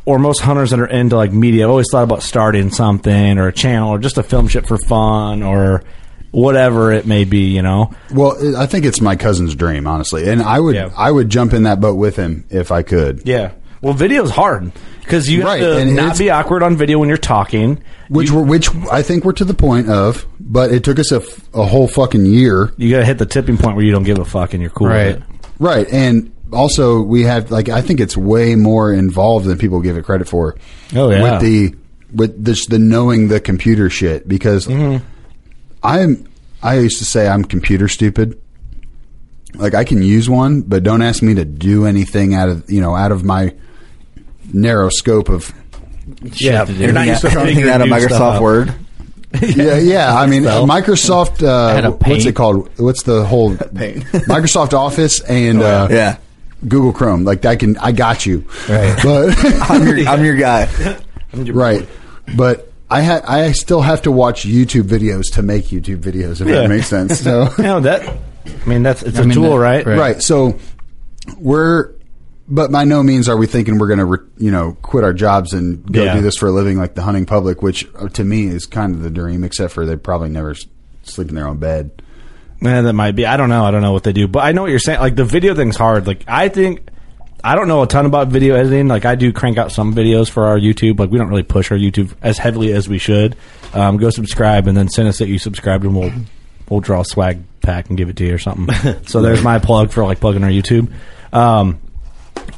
S3: Or most hunters that are into like media have always thought about starting something or a channel or just a film shit for fun or whatever it may be, you know.
S10: well i think it's my cousin's dream honestly and i would
S3: Yeah.
S10: i would jump in that boat with him if i could
S3: Yeah. Well, video's hard because you have
S10: Right,
S3: to
S10: and
S3: not
S10: it's-
S3: be awkward on video when you're talking.
S10: which were which i think we're to the point of but it took us a, f- a whole fucking year
S3: You gotta hit the tipping point where you don't give a fuck and you're cool.
S4: Right.
S3: With it.
S10: Right. And also, we have, like, I think it's way more involved than people give it credit for.
S3: Oh, yeah.
S10: With the, with this, the knowing the computer shit, because
S3: Mm-hmm.
S10: I'm, I used to say I'm computer stupid. Like, I can use one, but don't ask me to do anything out of, you know, out of my narrow scope of
S3: Yeah,
S4: to do.
S3: you're not
S5: Anything
S3: used to
S5: out- anything
S3: figuring
S5: out of
S3: new stuff
S5: Microsoft
S3: out.
S5: Word.
S10: yeah, yeah. I mean,
S5: Spell.
S10: Microsoft.
S5: I had a
S10: Uh, what's
S5: paint.
S10: it called? What's the whole Microsoft Office and uh,
S5: Oh, Yeah.
S10: Google Chrome? Like I can, I got you. Right, but
S5: I'm your, I'm your guy.
S10: right, but. I had I still have to watch YouTube videos to make YouTube videos if
S3: Yeah.
S10: that makes sense. So
S3: you know, that. I mean, that's it's a
S10: a
S3: tool, right?
S10: right? So we're, but by no means are we thinking we're going to, re- you know, quit our jobs and go
S3: Yeah.
S10: do this for a living like the hunting public, which uh, to me is kind of the dream, except for they probably never s- sleep in their own bed.
S3: Yeah, Eh, that might be. I don't know. I don't know what they do, but I know what you're saying. Like the video thing's hard. Like I think I don't know a ton about video editing. Like I do crank out some videos for our YouTube. Like we don't really push our YouTube as heavily as we should. Um, go subscribe and then send us that you subscribed, and we'll we'll draw a swag pack and give it to you or something. so there's my plug for like plugging our YouTube. Um,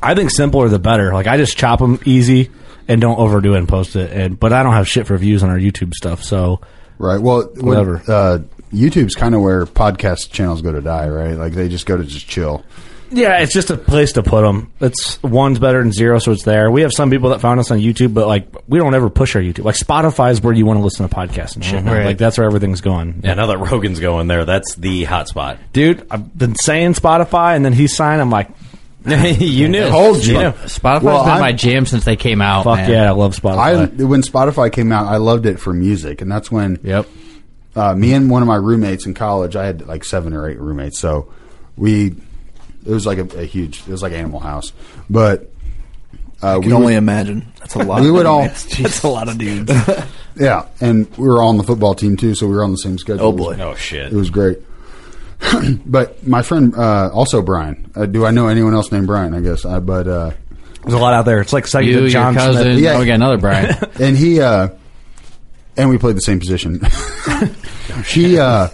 S3: I think simpler the better. Like I just chop them easy and don't overdo it and post it. And but I don't have shit for views on our YouTube stuff. So
S10: Right. Well, when,
S3: Whatever.
S10: uh, YouTube's kind of where podcast channels go to die, right? Like they just go to just chill.
S3: Yeah, it's just a place to put them. It's one's better than zero, so it's there. We have some people that found us on YouTube, but like we don't ever push our YouTube. Like Spotify is where you want to listen to podcasts and shit. now.
S2: Right.
S3: Like that's where everything's going.
S2: Yeah, now that Rogan's going there, that's the hot spot.
S3: Dude, I've been saying Spotify, and then he signed. I'm like,
S2: you knew.
S3: know.
S4: Spotify's
S10: Well,
S4: been
S10: I'm-
S4: my jam since they came out.
S3: Fuck
S4: man.
S3: yeah, I love Spotify.
S10: I when Spotify came out, I loved it for music, and that's when. Yep. Uh, me and one of my roommates in college, I had like seven or eight roommates, so we it was like a, a huge it was like Animal House, but uh,
S5: can only imagine. That's a lot.
S10: We
S5: of
S10: would all-
S5: dudes. That's a lot of dudes.
S10: yeah, and we were all on the football team too, so we were on the same schedule.
S5: Oh, boy.
S10: It was-
S2: Oh, shit.
S10: it was great. but my friend, uh, also Brian. Uh, do I know anyone else named Brian? I guess, I, but uh,
S3: There's a lot out there. It's like second
S4: You,
S3: to John
S4: your cousin.
S3: Smith.
S10: Yeah.
S4: Oh, we got another Brian.
S10: and he uh and we played the same position he uh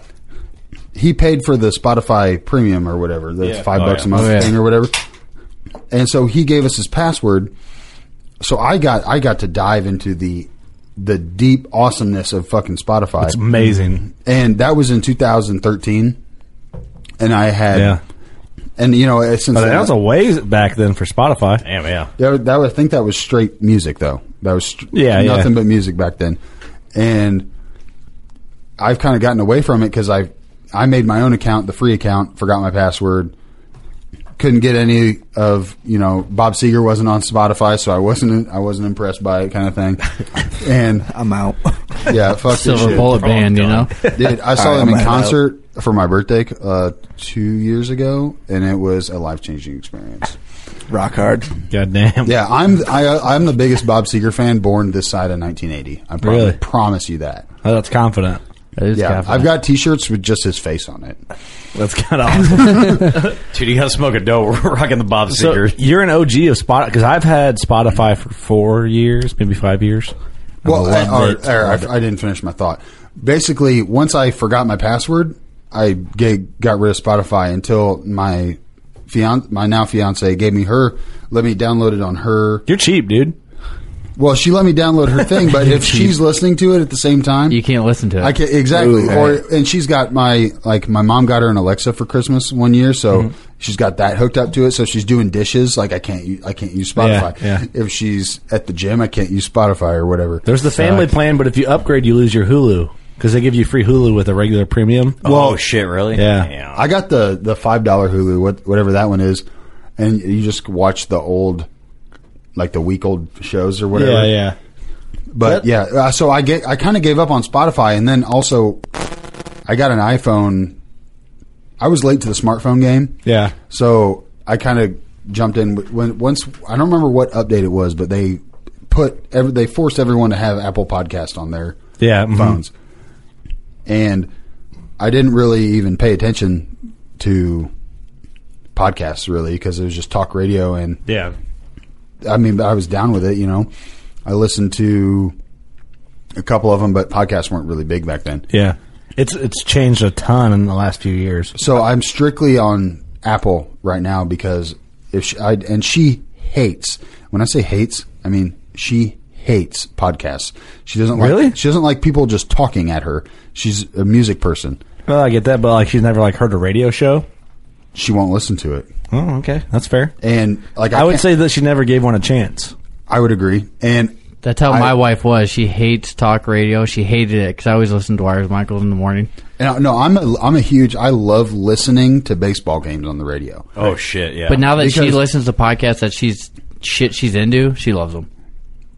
S10: he paid for the spotify premium or whatever that's
S3: Yeah.
S10: five
S3: Oh,
S10: bucks
S3: yeah.
S10: a month
S4: Oh, yeah.
S10: thing or whatever and so he gave us his password so i got i got to dive into the the deep awesomeness of fucking spotify
S3: It's amazing.
S10: and that was in 2013 and i had
S3: Yeah,
S10: and you know since
S3: But that was a ways back then for Spotify.
S2: Damn, yeah.
S10: that, was- that was, I think that was straight music though. That was str-
S3: Yeah, yeah.
S10: nothing but music back then, and I've kind of gotten away from it because I I made my own account, the free account, forgot my password, couldn't get any of you know Bob Seger wasn't on Spotify, so I wasn't I wasn't impressed by it kind of thing, and
S5: I'm out.
S10: yeah, fuck this
S4: Silver
S10: shit.
S3: Oh,
S4: Bullet Band, you know?
S10: Dude, I
S5: All
S10: saw
S5: right,
S10: them
S5: I'm
S10: in
S5: out.
S10: concert for my birthday uh, two years ago, and it was a life changing experience.
S5: Rock hard.
S3: God damn.
S10: Yeah, I'm I, I'm the biggest Bob Seger fan born this side of 1980. I probably
S3: Really?
S10: promise you that.
S3: Oh, that's confident.
S4: That is
S10: yeah,
S4: confident.
S10: I've got T-shirts with just his face on it.
S3: That's kind of awesome.
S2: Dude, you got to smoke a dough. We're rocking the Bob
S3: So
S2: Seger.
S3: you're an OG of Spotify because I've had Spotify for four years, maybe five years.
S10: Well, I,
S3: love
S10: or,
S3: it.
S10: or I, I didn't finish my thought. Basically, once I forgot my password, I ga- got rid of Spotify until my fian- my now fiance gave me her. Let me download it on her.
S3: You're cheap, dude.
S10: Well, she let me download her thing, but if she's listening to it at the same time,
S4: you can't listen to it.
S10: I can exactly.
S4: Ooh.
S10: or and she's got my like my mom got her an Alexa for Christmas one year, so
S3: Mm-hmm.
S10: she's got that hooked up to it. So she's doing dishes. Like I can't u- I can't use Spotify.
S3: Yeah, yeah.
S10: If she's at the gym, I can't use Spotify or whatever.
S3: There's the family plan, but if you upgrade, you lose your Hulu because they give you free Hulu with a regular premium.
S2: oh, shit, really?
S3: Yeah.
S2: Damn.
S10: I got the the five dollar Hulu, what, whatever that one is, and you just watch the old, like the week old shows or whatever.
S3: yeah, yeah.
S10: But yeah, uh, so I get I kind of gave up on Spotify, and then also I got an iPhone. I was late to the smartphone game.
S3: Yeah.
S10: So I kind of jumped in w- when once I don't remember what update it was, but they put every, they forced everyone to have Apple Podcast on their
S3: Yeah, mhm.
S10: phones, and I didn't really even pay attention to podcasts really because it was just talk radio and
S3: Yeah.
S10: I mean, I was down with it. You know, I listened to a couple of them, but podcasts weren't really big back then.
S3: Yeah. It's it's changed a ton in the last few years.
S10: So I'm strictly on Apple right now because if she, I, and she hates when I say hates, I mean she hates podcasts. She doesn't like,
S3: Really?
S10: She doesn't like people just talking at her. She's a music person.
S3: Well, I get that, but like she's never like heard a radio show.
S10: She won't listen to it.
S3: Oh, okay, that's fair.
S10: And like I,
S3: I would
S10: can't-
S3: say that she never gave one a chance.
S10: I would agree. And
S4: That's how
S10: I-
S4: my wife was. She hates talk radio. She hated it because I always listened to Wires Michaels in the morning.
S10: And I, no, I'm a, I'm a huge. I love listening to baseball games on the radio.
S2: Oh shit! Yeah.
S4: But now that she
S10: Because-
S4: listens to podcasts that she's shit she's into, she loves them.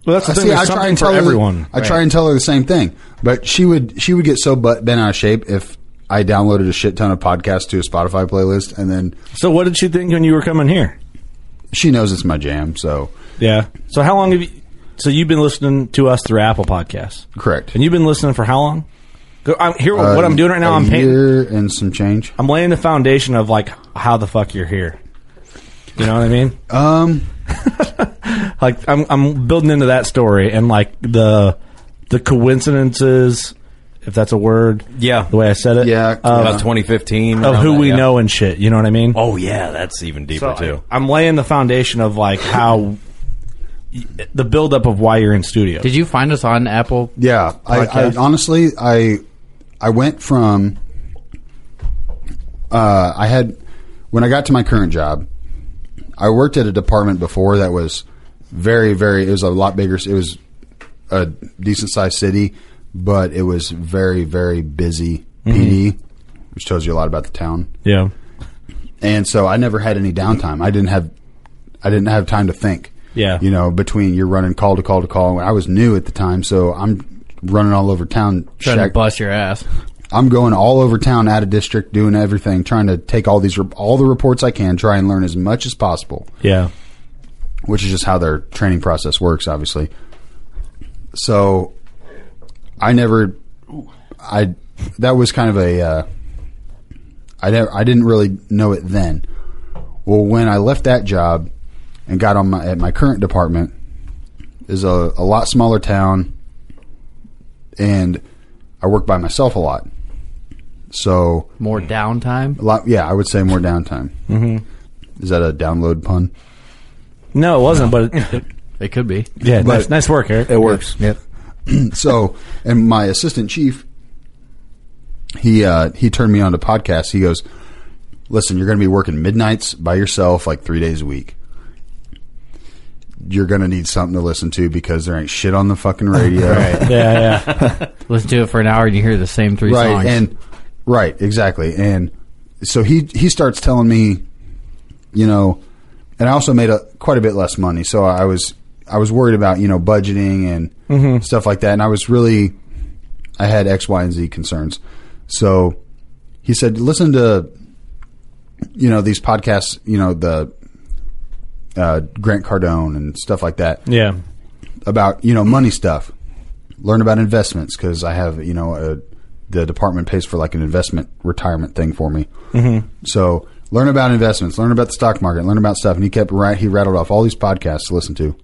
S3: Well, that's the
S10: I
S3: thing.
S10: see,
S3: There's
S10: I try
S3: something
S10: and tell
S3: for
S10: her,
S3: everyone.
S10: I try and tell her the same thing, but she would she would get so butt bent out of shape if I downloaded a shit ton of podcasts to a Spotify playlist, and then
S3: So, what did she think when you were coming here?
S10: she knows it's my jam. So
S3: Yeah. So, how long have you? So, you've been listening to us through Apple Podcasts,
S10: correct. Uh,
S3: and you've been listening for how long? Go- I'm here. what I'm doing right now,
S10: Um, A
S3: I'm painting.
S10: year and some change.
S3: I'm laying the foundation of like how the fuck you're here. You know what I mean?
S10: Um,
S3: like I'm I'm building into that story and like the the coincidences, if that's a word.
S2: Yeah.
S3: The way I said it.
S10: Yeah, Um,
S3: Of,
S2: About 2015
S3: of
S2: around
S3: who
S2: that,
S3: we
S2: yeah.
S3: know and shit. You know what I mean?
S2: Oh yeah, that's even deeper
S3: So,
S2: too.
S3: I- I'm laying the foundation of like how the buildup of why you're in studio.
S4: Did you find us on Apple?
S10: Yeah, I, I
S3: Podcast?
S10: honestly, I I went from uh, I had when I got to my current job, I worked at a department before that was very, very. It was a lot bigger. It was a decent sized city, but it was very, very busy PD, which tells you a lot about the town.
S3: yeah.
S10: And so I never had any downtime. I didn't have I didn't have time to think.
S3: Yeah.
S10: You know, between you're running call to call to call. I was new at the time, so I'm running all over town.
S4: Trying to
S10: Check-
S4: bust your ass.
S10: I'm going all over town, out of district, doing everything, trying to take all these rep- all the reports I can, try and learn as much as possible,
S3: Yeah.
S10: which is just how their training process works, obviously. So, I never, I that was kind of a, uh, I never, I didn't really know it then. Well, when I left that job and got on my at my current department is a, a lot smaller town, and I work by myself a lot. So
S4: More downtime.
S10: a lot, yeah, I would say more downtime. Mm-hmm. Is that a download pun?
S3: No, it wasn't, but it,
S4: It could be.
S3: yeah, nice,
S10: But-
S3: nice work, Eric.
S5: It works.
S10: Yep. so, and my assistant chief, he uh, he turned me on to podcasts. He goes, "Listen, you're going to be working midnights by yourself, like three days a week. You're going to need something to listen to because there ain't shit on the fucking radio, right?
S3: Yeah, yeah.
S4: Listen to it for an hour and you hear the same three songs.
S10: And right, exactly. And so he he starts telling me, you know, and I also made a quite a bit less money, so I was I was worried about you know budgeting and
S4: Mm-hmm.
S10: stuff like that, and I was really I had X, Y, and Z concerns. So he said, listen to you know these podcasts, you know the uh, Grant Cardone and stuff like that
S3: Yeah.
S10: about you know money stuff. Learn about investments because I have you know a, the department pays for like an investment retirement thing for me. Mm-hmm. So learn about investments, learn about the stock market, learn about stuff. And he kept right. He rattled off all these podcasts to listen to,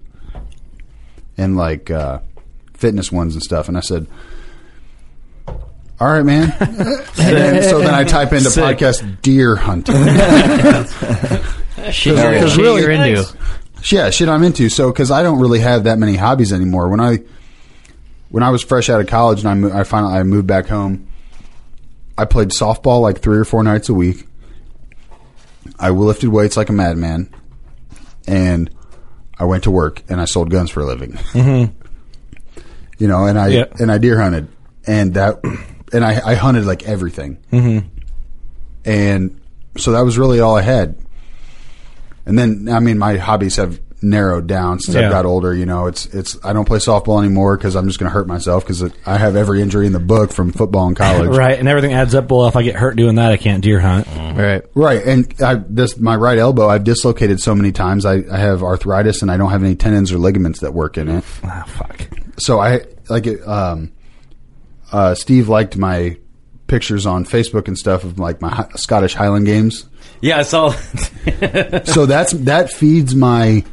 S10: and like uh, fitness ones and stuff. And I said. All right, man. and then, so then I type into
S3: Sick.
S10: podcast deer hunting.
S4: shit, you're,
S10: Because
S4: shit
S10: really-
S4: you're into.
S10: yeah, shit I'm into. So because I don't really have that many hobbies anymore. When I when I was fresh out of college and I mo- I finally I moved back home, I played softball like three or four nights a week. I lifted weights like a madman, and I went to work and I sold guns for a living. You know, and I
S3: Yeah.
S10: and I deer hunted, and that and I, I hunted like everything, and so that was really all I had. And then I mean, my hobbies have narrowed down since
S3: Yeah.
S10: I've got older. You know, it's it's I don't play softball anymore because I'm just going to hurt myself because I have every injury in the book from football in college.
S3: Right, and everything adds up. Well, if I get hurt doing that, I can't deer hunt.
S4: Right.
S10: Right, and I, this my right elbow. I've dislocated so many times. I, I have arthritis, and I don't have any tendons or ligaments that work in it.
S3: Ah, fuck.
S10: So I like it. Um, uh, Steve liked my pictures on Facebook and stuff of like my Hi- Scottish Highland games.
S2: Yeah, I saw.
S10: so that's that feeds my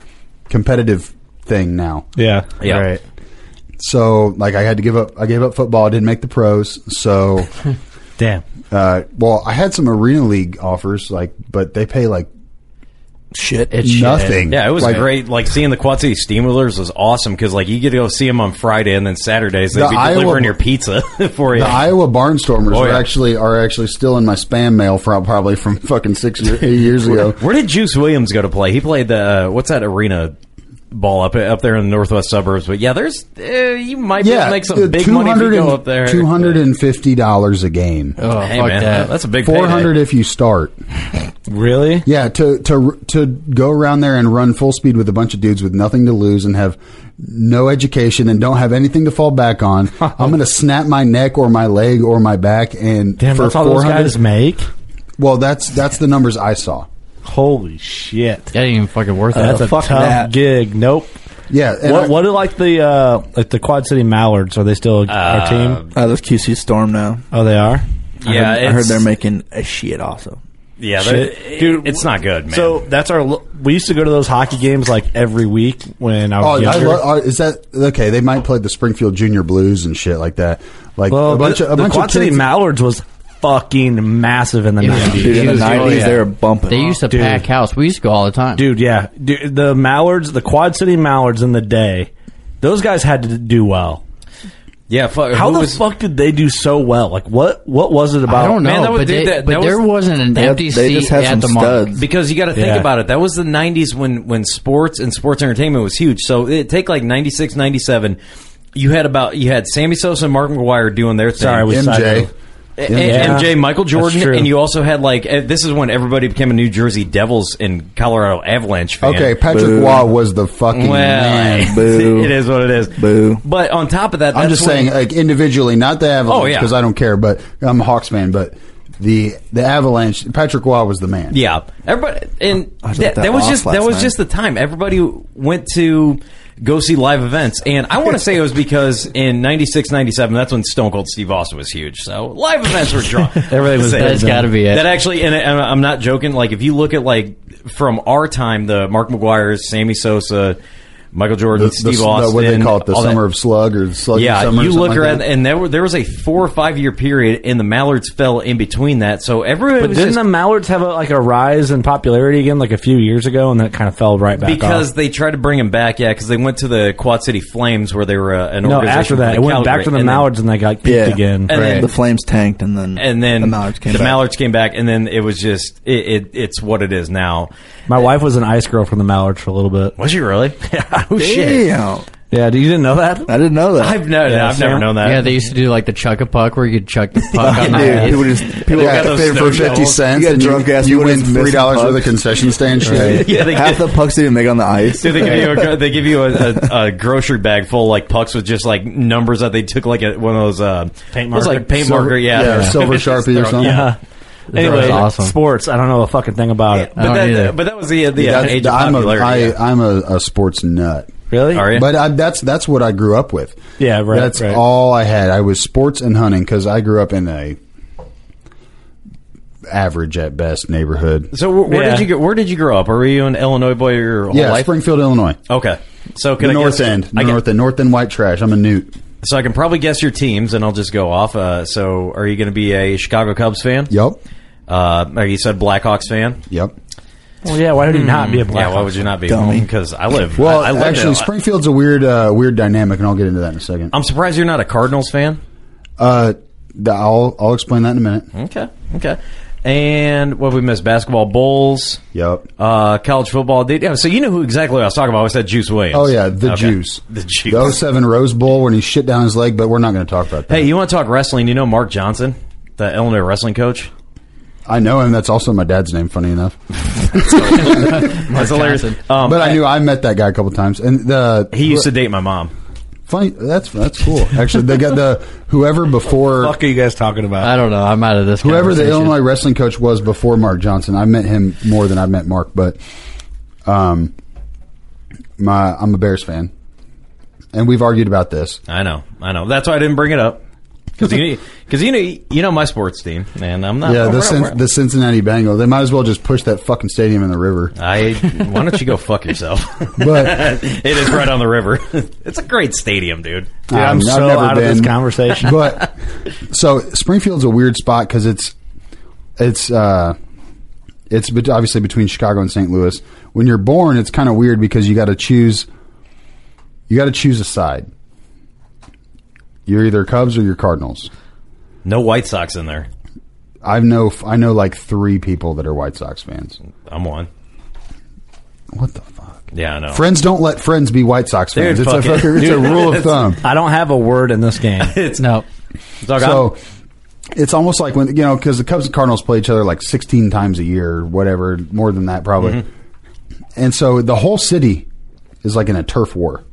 S10: competitive thing now.
S3: Yeah.
S2: Yeah.
S3: Right.
S10: So like I had to give up. I gave up football. I didn't make the pros. So
S3: Damn.
S10: uh, well, I had some arena league offers, like but they pay like
S5: Shit.
S4: It's shit.
S10: nothing.
S2: Yeah, it was
S10: like,
S2: great. Like seeing the Quad City Steamwheelers was awesome because like you get to go see them on Friday and then Saturdays they'd
S10: The
S2: be
S10: Iowa-
S2: delivering your pizza for you.
S10: The Iowa Barnstormers
S2: Oh,
S10: were
S2: yeah.
S10: actually are actually still in my spam mail from probably from fucking six or eight years ago.
S2: Where did Juice Williams go to play? He played the uh, what's that arena? ball up up there in the northwest suburbs. But yeah, there's uh, you might be able to make
S10: uh,
S2: some big money if you
S10: 200
S2: go
S10: and-
S2: up there.
S10: Two hundred and fifty dollars a game.
S2: Oh, Hey, fuck man, that. that's a big payday.
S10: four hundred if you start.
S3: really?
S10: Yeah. To to to go around there and run full speed with a bunch of dudes with nothing to lose and have no education and don't have anything to fall back on. I'm going to snap my neck or my leg or my back and
S3: Damn,
S10: for
S3: that's all those
S10: 400
S3: guys make.
S10: Well, that's that's the numbers I saw.
S3: Holy shit! That
S4: ain't even fucking
S5: Uh,
S4: worth
S3: That's a tough gig. Nope.
S10: Yeah. and
S3: What,
S10: I-
S3: what do like the uh, like the Quad City Mallards? Are they still our team?
S5: Uh, that's QC Storm now.
S3: Oh, they are.
S5: I
S2: Yeah,
S5: heard, I heard
S2: it's-
S5: they're making a shit also.
S2: Yeah,
S3: Shit.
S2: they're- it's not good, man.
S3: So that's our. lo- We used to go to those hockey games like every week when I was
S10: Oh, I
S3: younger.
S10: lo- oh, is that okay? They might play the Springfield Junior Blues and shit like that. Like
S3: well,
S10: a bunch
S3: the,
S10: of a
S3: the
S10: bunch
S3: Quad
S10: of
S3: City
S10: kids-
S3: Mallards was fucking massive in the
S4: It was-
S3: nineties.
S4: Dude, in the It was- 90s, oh, yeah. they were
S5: bumping.
S4: They used to
S3: Dude.
S4: pack house. We used to go all the time.
S3: Dude, yeah. Dude, the Mallards, the Quad City Mallards in the day, those guys had to do well.
S2: yeah, fuck,
S3: How
S2: who
S3: the
S2: was-
S3: fuck did they do so well? Like, what what was it about?
S4: I don't know,
S2: Man, that was-
S4: but,
S2: dude,
S4: they-
S2: that-
S4: but
S2: that
S4: there
S2: was-
S4: was, not an
S5: They had-
S4: empty
S5: they
S4: seat
S5: just had
S4: at
S5: some
S4: the mark.
S5: studs.
S2: Because you got to think
S3: Yeah.
S2: about it. That was the 90s when when sports and sports entertainment was huge. So it take like 96, 97. You had about you had Sammy Sosa and Mark McGuire doing their thing.
S3: Sorry, we
S10: MJ.
S3: sided-
S2: A-
S3: Yeah.
S2: and MJ, Michael
S3: That's
S2: Jordan,
S3: true.
S2: and you also had like eh, this is when everybody became a New Jersey Devils and Colorado Avalanche fan.
S10: Okay, Patrick
S5: Boo.
S10: Waugh was the fucking
S2: well,
S10: man.
S5: boo.
S2: it is what it is.
S5: Boo.
S2: But on top of that,
S10: I'm
S2: that's
S10: just
S2: when-
S10: saying, like individually, not the Avalanche
S2: Oh, yeah.
S10: because I don't care. But I'm a Hawks fan. But the the Avalanche, Patrick Waugh was the man.
S2: Yeah, everybody, and
S5: I was
S2: that,
S5: at that
S2: that was
S5: off
S2: just
S5: last
S2: that was
S5: night.
S2: just the time everybody went to go see live events, and I want to say it was because in 96, 97, that's when Stone Cold Steve Austin was huge. So live events were drawn.
S3: Everything was dead
S4: That's
S3: then.
S4: gotta be it.
S2: That actually, and I- and I'm not joking. Like if you look at like from our time, the Mark McGuire's, Sammy Sosa, Michael
S10: The,
S2: Jordan,
S10: the-
S2: Steve
S10: the-
S2: Austin,
S10: what they call it, the
S2: all that-
S10: summer of slug or slug
S2: yeah,
S10: summer. or
S2: you
S10: something
S2: look
S10: like
S2: around,
S10: that.
S2: and there were, there was a four or five year period, and the Mallards fell in between that. So everybody
S3: But
S2: was
S3: didn't
S2: just-
S3: the Mallards have a, like a rise in popularity again, like a few years ago, and then it kind of fell right back
S2: because
S3: off?
S2: they tried to bring him back, yeah, because they went to the Quad City Flames where they were uh, an
S3: no,
S2: organization.
S3: after that,
S2: for
S3: it went back
S2: Calgary,
S3: to the
S2: and then-
S3: Mallards, and they got kicked
S5: Yeah.
S3: again.
S2: And then-
S5: the Flames tanked, and then
S2: and then
S5: the Mallards came.
S2: the
S5: back.
S2: Mallards came back, and then it was just it, it it's what it is now.
S3: My wife was an ice girl from the Mallards for a little bit.
S2: Was she really?
S3: Oh
S5: Damn,
S3: Yeah, do you didn't know that?
S5: I didn't know that.
S2: I've no,
S3: Yeah,
S2: I've
S3: Sam-
S2: never known that.
S4: Yeah, they used to do like the chuck a puck where you could chuck the puck on the
S5: Dude,
S4: ice.
S5: people just people
S2: got
S10: yeah,
S2: those
S10: paid for
S2: snow
S10: fifty
S2: shovels.
S10: cents.
S5: You got
S10: and
S5: drunk ass
S10: You
S5: people
S10: win
S5: just missing
S10: three dollars worth of
S5: pucks.
S10: concession stand shit.
S2: Yeah, they
S5: half
S2: did.
S5: the pucks they didn't make on the ice.
S2: Dude, they give you a, they give you a, a, a grocery bag full like pucks with just like numbers that they took like a, one of those uh,
S3: Paint
S2: it was
S3: marker.
S2: like paint
S10: Silver-
S2: marker, yeah,
S10: yeah, silver
S2: Just
S10: Sharpie or
S2: throw-
S10: something.
S2: Yeah.
S3: Anyway,
S4: awesome.
S3: sports. I don't know a fucking thing about it.
S4: I
S2: But
S4: don't either.
S2: that, but that was the the uh,
S10: That's-
S2: age of
S10: I'm a,
S2: popularity.
S10: I,
S2: yeah.
S10: I'm a, a sports nut.
S3: Really?
S2: Are you?
S10: But I, that's that's what I grew up with.
S3: Yeah, right,
S10: That's
S3: right.
S10: all I had. I was sports and hunting because I grew up in a average at best neighborhood.
S2: So where, where
S3: Yeah.
S2: did you get, where did you grow up? Are you an Illinois boy your whole
S10: Yeah,
S2: life?
S10: Springfield, Illinois,
S2: Okay, so can
S10: the
S2: I
S10: north
S2: guess,
S10: end, the
S2: I can-
S10: north end, north end white trash. I'm a newt.
S2: So I can probably guess your teams, and I'll just go off. Uh, so are you going to be a Chicago Cubs fan?
S10: Yep,
S2: Uh, or you said Blackhawks fan.
S10: yep.
S3: Well, yeah. Why would you not be a black?
S2: Hmm. yeah, why would you not be?
S5: Dummy.
S2: Because I live.
S10: Well,
S2: I, I live
S10: actually,
S2: in- Um,
S10: Springfield's a weird, uh, weird dynamic, and I'll get into that in a second.
S2: I'm surprised you're not a Cardinals fan.
S10: Uh, th- I'll I'll explain that in a minute.
S2: Okay, okay. And what have we missed? Basketball, Bulls,
S10: Yep.
S2: uh, college football. Did, yeah, so you knew who exactly what I was talking about. I said Juice Williams.
S10: Oh yeah, the
S2: Okay.
S10: juice,
S2: The Juice.
S10: the 07 Rose Bowl when he shit down his leg. But we're not going to talk about that.
S2: Hey, you want to talk wrestling? You know Mark Johnson, the Illinois wrestling coach.
S10: I know him. That's also my dad's name. Funny enough.
S2: That's hilarious. Um,
S10: but I knew I met that guy a couple times, and the
S2: he used to date my mom.
S10: funny. That's that's cool. Actually, they got the whoever before
S3: fuck are you guys talking about?
S4: I don't know. I'm out of this.
S10: whoever the
S4: conversation.
S10: Illinois wrestling coach was before Mark Johnson. I met him more than I met Mark, but um, my I'm a Bears fan, and we've argued about this.
S2: I know, I know. That's why I didn't bring it up because you because you know you know my sports team, and I'm not.
S10: yeah, the
S2: we're-
S10: Cin-
S2: we're-
S10: the Cincinnati Bengals. They might as well just push that fucking stadium in the river.
S2: I why don't you go fuck yourself?
S10: But
S2: it is right on the river. it's a great stadium, dude.
S3: Dude, I'm
S10: Um, I've
S3: so
S10: never
S3: out of this
S10: been.
S3: conversation.
S10: but so Springfield's a weird spot because it's it's uh, it's bet- obviously between Chicago and St. Louis. When you're born, it's kind of weird because you got to choose you got to choose a side. You're either Cubs or you're Cardinals.
S2: No White Sox in there.
S10: I know I know like three people that are White Sox fans.
S2: I'm one.
S10: What the fuck?
S2: Yeah, I know.
S10: Friends don't let friends be White Sox fans.
S2: Dude,
S10: it's a
S2: fuck it.
S10: fucker, it's a
S2: Dude,
S10: rule of
S2: it's-
S10: thumb.
S3: I don't have a word in this game.
S2: it's
S4: no.
S10: so it's almost like when you know because the Cubs and Cardinals play each other like 16 times a year, or whatever, more than that probably.
S11: Mhm.
S10: And so the whole city is like in a turf war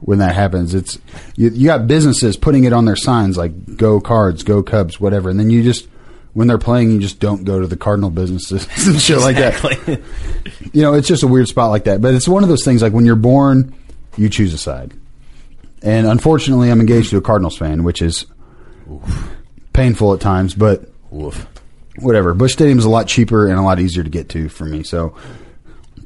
S10: when that happens. It's you, you got businesses putting it on their signs like "Go Cards," "Go Cubs," whatever, and then you just when they're playing, you just don't go to the Cardinal businesses and shit like that
S2: that.
S10: you know, it's just a weird spot like that. But it's one of those things like when you're born, you choose a side. And unfortunately, I'm engaged to a Cardinals fan, which is painful at times, but whatever. Bush Stadium's a lot cheaper and a lot easier to get to for me. So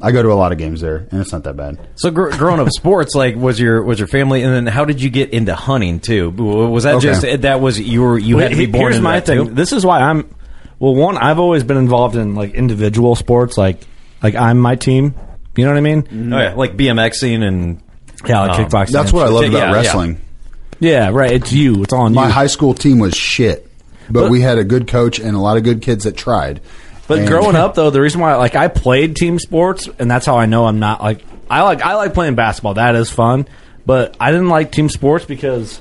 S10: I go to a lot of games there, and it's not that bad.
S2: So gr- growing up sports, like was your was your family, and then how did you get into hunting too? W- Was that
S3: Okay.
S2: just that was you were you had to be
S3: Wait,
S2: born
S3: Here's
S2: into
S3: my
S2: that
S3: thing.
S2: too?
S3: This is why I'm. Well, one, I've always been involved in like individual sports, like like I'm my team. You know what I mean?
S2: Oh yeah, like BMXing and
S3: Yeah, like
S2: um,
S3: kickboxing.
S10: That's
S3: and
S10: what I
S3: shit.
S10: love about wrestling.
S3: Yeah, right. It's you. It's on
S10: My
S3: you.
S10: high school team was shit, but, we had a good coach and a lot of good kids that tried.
S3: But
S10: And-
S3: growing up, though, the reason why like I played team sports, and that's how I know I'm not like I like I like playing basketball. That is fun, but I didn't like team sports because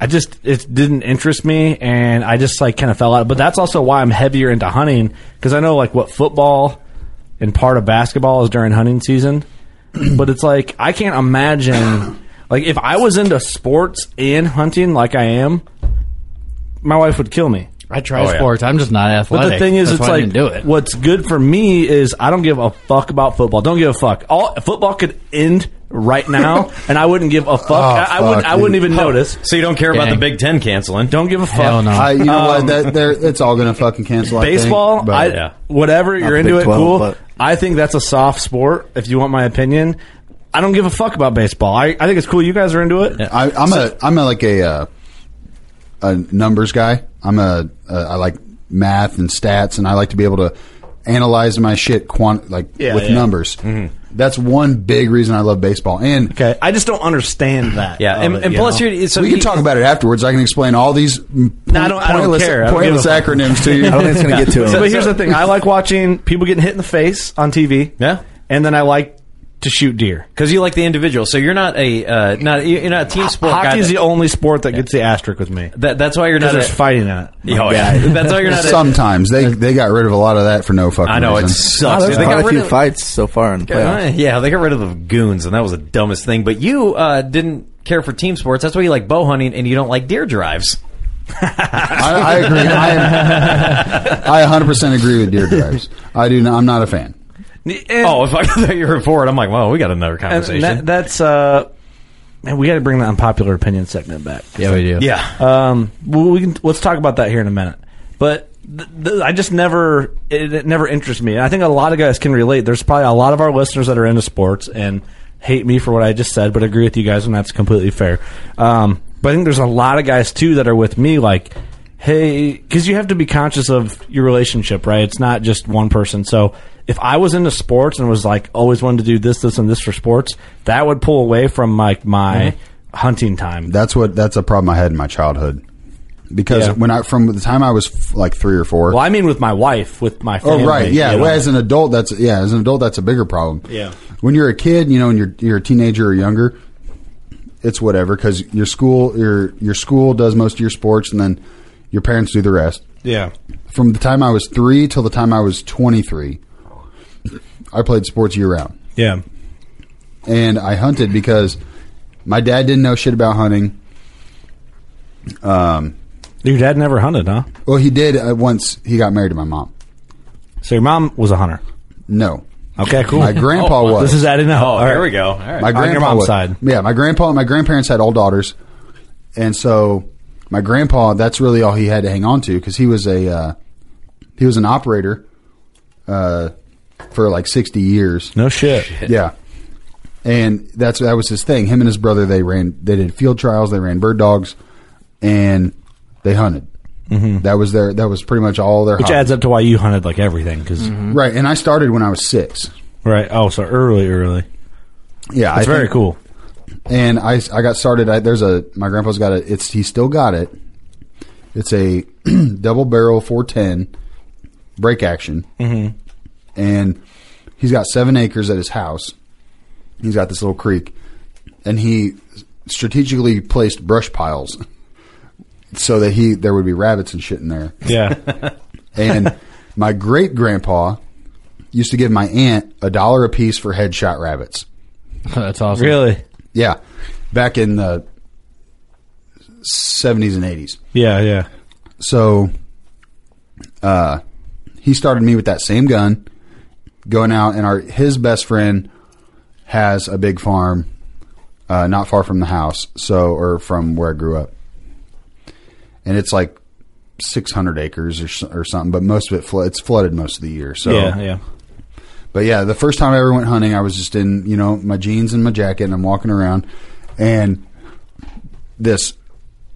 S3: I just it didn't interest me, and I just like kind of fell out. But that's also why I'm heavier into hunting because I know like what football and part of basketball is during hunting season. but it's like I can't imagine like if I was into sports and hunting like I am, my wife would kill me.
S4: I
S2: Oh,
S4: try sports. I'm just not athletic.
S3: But the thing is, it's
S4: That's why I
S3: like
S4: didn't do it.
S3: what's good for me is I don't give a fuck about football. Don't give a fuck. All football could end right now, and I wouldn't give a fuck. I, I wouldn't. I wouldn't even
S2: Huh.
S3: notice.
S2: So you don't care about
S3: Dang.
S2: the Big Ten canceling?
S3: Don't give a fuck.
S10: I, you know
S3: Um,
S10: what? That, there- it's all going to fucking cancel. I think,
S3: baseball,
S10: but-
S3: I, whatever
S10: Not
S3: you're
S10: the
S3: into
S10: Big
S3: it,
S10: 12,
S3: cool.
S10: but-
S3: I think that's a soft sport. If you want my opinion, I don't give a fuck about baseball. I, I think it's cool. You guys are into it.
S10: I, I'm a I'm a, like a uh, a numbers guy. I'm a uh, I like math and stats, and I like to be able to analyze my shit quant like
S3: Yeah,
S10: with
S3: yeah. Mm-hmm.
S10: numbers. That's one big reason I love baseball. And
S3: okay, I just don't understand that.
S2: Yeah, and- and plus you're- so
S10: Um, we
S2: you-
S10: can talk about it afterwards. I can explain all these mm,
S3: No, I don't. I don't
S10: pointless,
S3: care. I don't
S10: pointless
S3: give a fuck.
S10: acronyms to you.
S3: So- But here's the thing: I like watching people getting hit in the face on TV.
S2: Yeah,
S3: and then I like to shoot deer.
S2: Because you like the individual, so you're not a uh, not you're not a team sport. guy
S3: Hockey is
S2: that-
S3: the only sport that gets the asterisk with me.
S2: that, that's why you're not
S3: Because
S2: a,
S3: there's fighting in it.
S2: Oh, yeah. That's why you're not. A,
S10: Sometimes they they got rid of a lot of that for no fucking.
S2: I know, it
S10: reason.
S2: sucks, Wow, dude. They
S5: Oh, Quite
S2: got
S5: a
S2: rid
S5: few
S2: of-
S5: fights so far in the playoffs.
S2: Uh, yeah, they got rid of the goons, and that was the dumbest thing. But you uh, didn't care for team sports. That's why you like bow hunting, and you don't like deer drives.
S10: I, I agree. I, am, I 100% agree with deer drives. I do. Not, I'm not a fan.
S2: oh, if I thought you were for it, I'm like, well, we got another
S3: And
S2: conversation.
S3: that, that's uh, man, we got to bring the unpopular opinion segment back.
S4: Yeah, we do.
S2: Yeah.
S3: Um, well, we can let's talk about that here in a minute. But th- th- I just never it, it never interests me, and I think a lot of guys can relate. There's probably a lot of our listeners that are into sports and hate me for what I just said, but agree with you guys, and that's completely fair. Um, but I think there's a lot of guys too that are with me, like. Hey, because you have to be conscious of your relationship, right? It's not just one person. So if I was into sports and was like always wanted to do this, this, and this for sports, that would pull away from like my hunting time.
S10: That's what. That's a problem I had in my childhood because
S3: Yeah.
S10: when I from the time I was f- like three or four.
S3: Well, I mean with my wife, with my family.
S10: oh right, yeah.
S3: you know.
S10: Well, as an adult, that's yeah. As an adult, that's a bigger problem.
S3: Yeah.
S10: When you're a kid, you know, and you're you're a teenager or younger, it's whatever because your school your your school does most of your sports, and then your parents do the rest.
S3: yeah.
S10: From the time I was three till the time I was twenty three, I played sports year round.
S3: Yeah.
S10: and I hunted because my dad didn't know shit about hunting. Um,
S3: Your dad never hunted, huh?
S10: Well, he did uh, once he got married to my mom.
S3: So your mom was a hunter.
S10: No.
S3: Okay, cool.
S10: My grandpa
S3: Oh,
S10: was.
S3: This is adding up.
S2: Oh,
S3: All
S2: here
S3: right.
S2: we go. All right.
S10: My
S3: On your
S10: grandpa
S3: mom's
S10: was.
S3: side.
S10: Yeah, my grandpa. My grandparents had all daughters, and so my grandpa. That's really all he had to hang on to because he was a uh, he was an operator uh, for like sixty years.
S3: No shit.
S10: Yeah. And that's that was his thing. Him and his brother they ran they did field trials, they ran bird dogs, and they hunted.
S3: Mhm.
S10: That was their that was pretty much all their
S3: Which
S10: hobby.
S3: adds up to why you hunted like everything, because
S10: right. And I started when I was six.
S3: right. Oh, so early, early.
S10: Yeah,
S3: it's
S10: I
S3: very
S10: think-
S3: cool.
S10: And I I got started. I, there's a my grandpa's got a it's he still got it. It's a
S3: Mm-hmm.
S10: double barrel 410 break action.
S3: Mhm.
S10: and he's got seven acres at his house. He's got this little creek, and he strategically placed brush piles so that he there would be rabbits and shit in there.
S3: Yeah.
S10: and my great grandpa used to give my aunt a dollar a piece for headshot rabbits.
S4: That's awesome.
S3: Really?
S10: Yeah, back in the seventies and eighties.
S3: Yeah, yeah.
S10: So, uh, he started me with that same gun, going out, and our his best friend has a big farm, uh, not far from the house, so or from where I grew up, and it's like six hundred acres or, so- or something, but most of it flood, it's flooded most of the year. So
S3: yeah, yeah.
S10: but yeah, the first time I ever went hunting, I was just in, you know, my jeans and my jacket and I'm walking around and this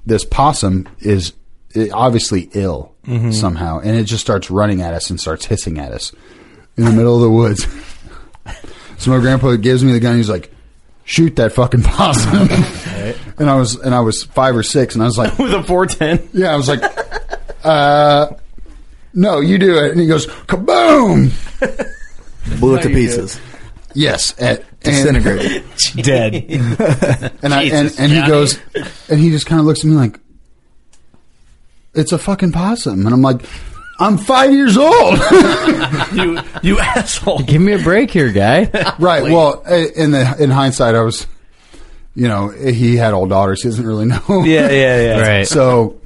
S10: this possum is eh, obviously ill
S3: Mhm.
S10: somehow and it just starts running at us and starts hissing at us in the middle of the woods. so my grandpa gives me the gun, he's like, Shoot that fucking possum. and I was and I was five or six and I was like
S2: With a 410.
S10: Yeah, I was like uh no, you do it. And he goes, kaboom!
S5: Blew it to pieces.
S10: Yes, uh, at,
S5: Disintegrated.
S3: Dead.
S10: and I and,
S2: Jesus,
S10: and he
S2: Johnny.
S10: goes, and he just kind of looks at me like, "It's a fucking possum," and I'm like, "I'm five years old."
S2: you, you asshole.
S4: Give me a break here, guy.
S10: right. Well, i- in the in hindsight, I was, you know, he had old daughters. He doesn't really know.
S3: Yeah, yeah, yeah.
S4: Right.
S10: So,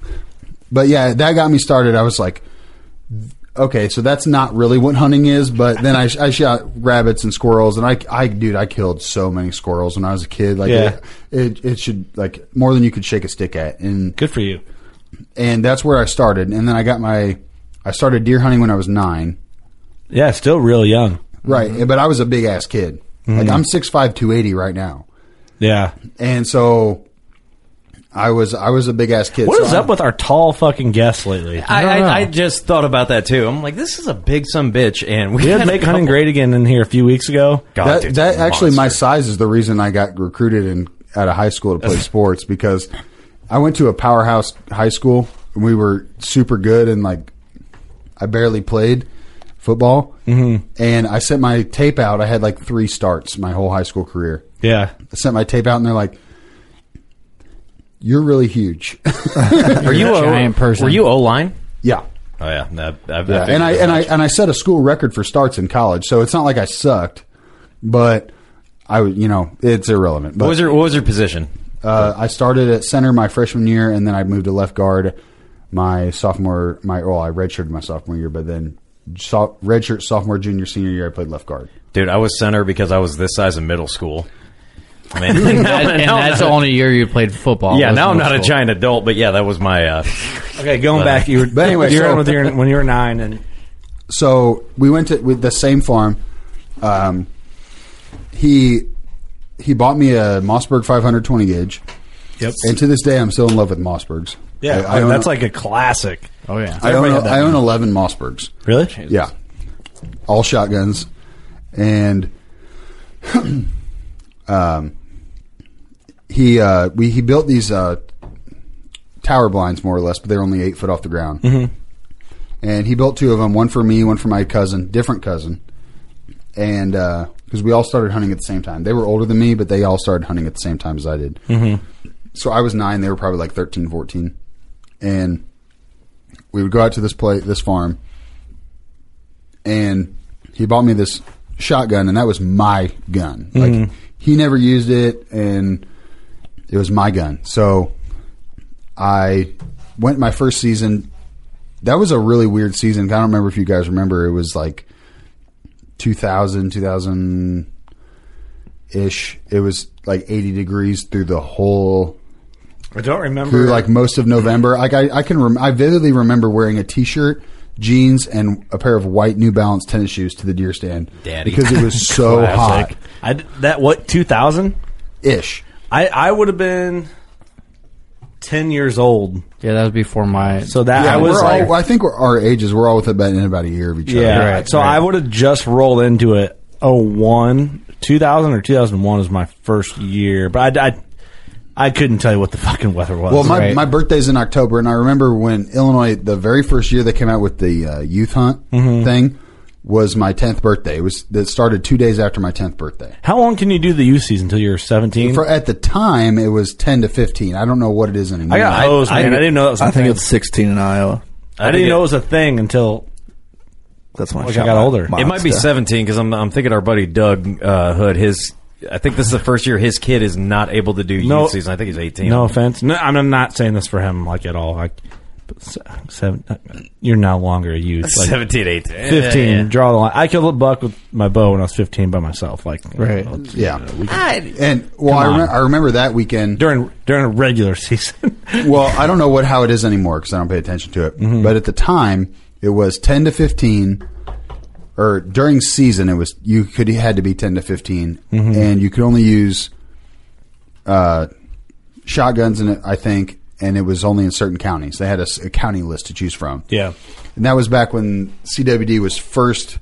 S10: but yeah, that got me started. I was like, okay, so that's not really what hunting is. But then I, I shot rabbits and squirrels, and I, I, dude, I killed so many squirrels when I was a kid. Like,
S3: Yeah.
S10: it, it, it should like more than you could shake a stick at. And
S3: Good for you.
S10: and that's where I started. And then I got my, I started deer hunting when I was nine.
S3: Yeah, still real young.
S10: Right,
S3: Mm-hmm.
S10: but I was a big ass kid. Like I'm six five two eighty right now.
S3: Yeah.
S10: and so I was I was a big ass kid.
S3: What
S10: so
S3: is
S10: I-
S3: up with our tall fucking guests lately?
S2: I,
S4: don't know.
S2: I, I just thought about that too. I'm like, this is a big some bitch, and we
S3: We had
S2: had a
S3: Make Hunting
S2: couple-
S3: Great Again in here a few weeks ago.
S2: God,
S10: that?
S2: dude's
S10: that
S2: a
S10: actually, my
S2: monster.
S10: size is the reason I got recruited in out of high school to play sports because I went to a powerhouse high school and we were super good and like I barely played football. Mm-hmm. And I sent my tape out. I had like three starts my whole high school career.
S3: Yeah.
S10: I sent my tape out and they're like, "You're really huge."
S2: Are you a
S4: Giant person.
S2: Were you O line?
S10: yeah.
S2: Oh yeah, no, I've,
S10: Yeah, and I and I and I set a school record for starts in college, so it's not like I sucked, but I was you know it's irrelevant.
S2: What
S10: But
S2: was your What was your position?
S10: uh, I started at center my freshman year, and then I moved to left guard my sophomore my well I redshirted my sophomore year, but then so, redshirt sophomore junior senior year I played left guard.
S2: Dude, I was center because I was this size in middle school. I mean,
S4: and that- and that's the only year you played football.
S2: yeah.
S4: was
S2: Now I'm
S4: middle
S2: not a
S4: school.
S2: giant adult, but yeah, that was my. Uh,
S3: Okay, going
S2: But-
S3: back, you were.
S10: But anyway,
S3: you were
S10: so-
S3: with your, when you were nine, and
S10: so we went to with the same farm. Um, he he bought me a Mossberg 520 gauge,
S3: yep,
S10: and to this day I'm still in love with Mossbergs.
S3: yeah,
S10: I- I own
S3: that's
S10: a-
S3: like a classic.
S4: Oh yeah.
S10: I
S3: Everybody
S10: own,
S3: had that
S10: I own 11 Mossbergs.
S3: Really?
S10: Yeah. All shotguns. And um, he uh, we he built these uh, tower blinds more or less, but they're only eight foot off the ground. Mm-hmm. And he built two of them, one for me, one for my cousin, different cousin. And because we all started hunting at the same time, they were older than me, but they all started hunting at the same time as I did. Mm-hmm. So I was nine; they were probably like 13, 14. and we would go out to this play, this farm, and he bought me this shotgun, and that was my gun. Like he never used it, and it was my gun. So I went my first season. That was a really weird season. I don't remember if you guys remember. It was like 2000, 2000 ish. It was like 80 degrees through the whole
S3: I don't remember.
S10: through like most of November. Like I, I can, rem- I vividly remember wearing a t-shirt, jeans, and a pair of white New Balance tennis shoes to the deer stand,
S2: Daddy.
S10: because it was so hot,
S3: Classic. I d- that what two thousand?
S10: ish.
S3: I I would have been ten years old.
S4: Yeah, that was before my.
S3: So that I
S10: we're
S3: was
S10: all-
S3: like,
S10: I think we're our ages. We're all within about in about a year of each other.
S3: yeah. so I would have just rolled into it. Oh one, two thousand or two thousand one was my first year, but I, I I couldn't tell you what the fucking weather was.
S10: Well, my,
S4: Right.
S10: my birthday's in
S3: Mm-hmm.
S10: October, and I remember when Illinois, the very first year they came out with the uh, youth hunt thing, was my tenth birthday. It was that started two days after my tenth birthday.
S3: How long can you do the youth season until you're 17?
S10: For at the time, it was ten to fifteen. I don't know what it is anymore.
S3: I got hosed, man. I, didn't know that was. a
S5: I think
S3: thing.
S5: it's 16 in Iowa.
S3: I didn't know it was a thing until
S5: That's when
S3: Like I
S5: shot
S3: got
S5: my-
S3: older.
S5: my
S2: It might be
S5: Mazda.
S2: 17 because I'm, I'm thinking our buddy Doug uh, Hood, his. I think this is the first year his kid is not able to do youth
S3: No.
S2: season. I think he's 18.
S3: No offense. No, I'm not saying this for him like at all. Like se- seven, you're no longer a youth. Like
S2: 17, 18. Yeah,
S3: 15.
S2: yeah.
S3: Draw the line. I killed a buck with my bow when I was 15 by myself. Like
S5: Right.
S3: let's-
S10: Yeah.
S3: we-
S10: And well, I,
S3: Come on.
S10: remem- I remember that weekend.
S3: during during a regular season.
S10: well, I don't know what how it is anymore because I don't pay attention to it.
S3: Mm-hmm.
S10: But at the time, it was ten to fifteen, or during season, it was you could you had to be ten to 15
S3: Mm-hmm.
S10: and you could only use uh, shotguns in it, I think, and it was only in certain counties. They had a, s- a county list to choose from.
S3: yeah.
S10: and that was back when CWD was first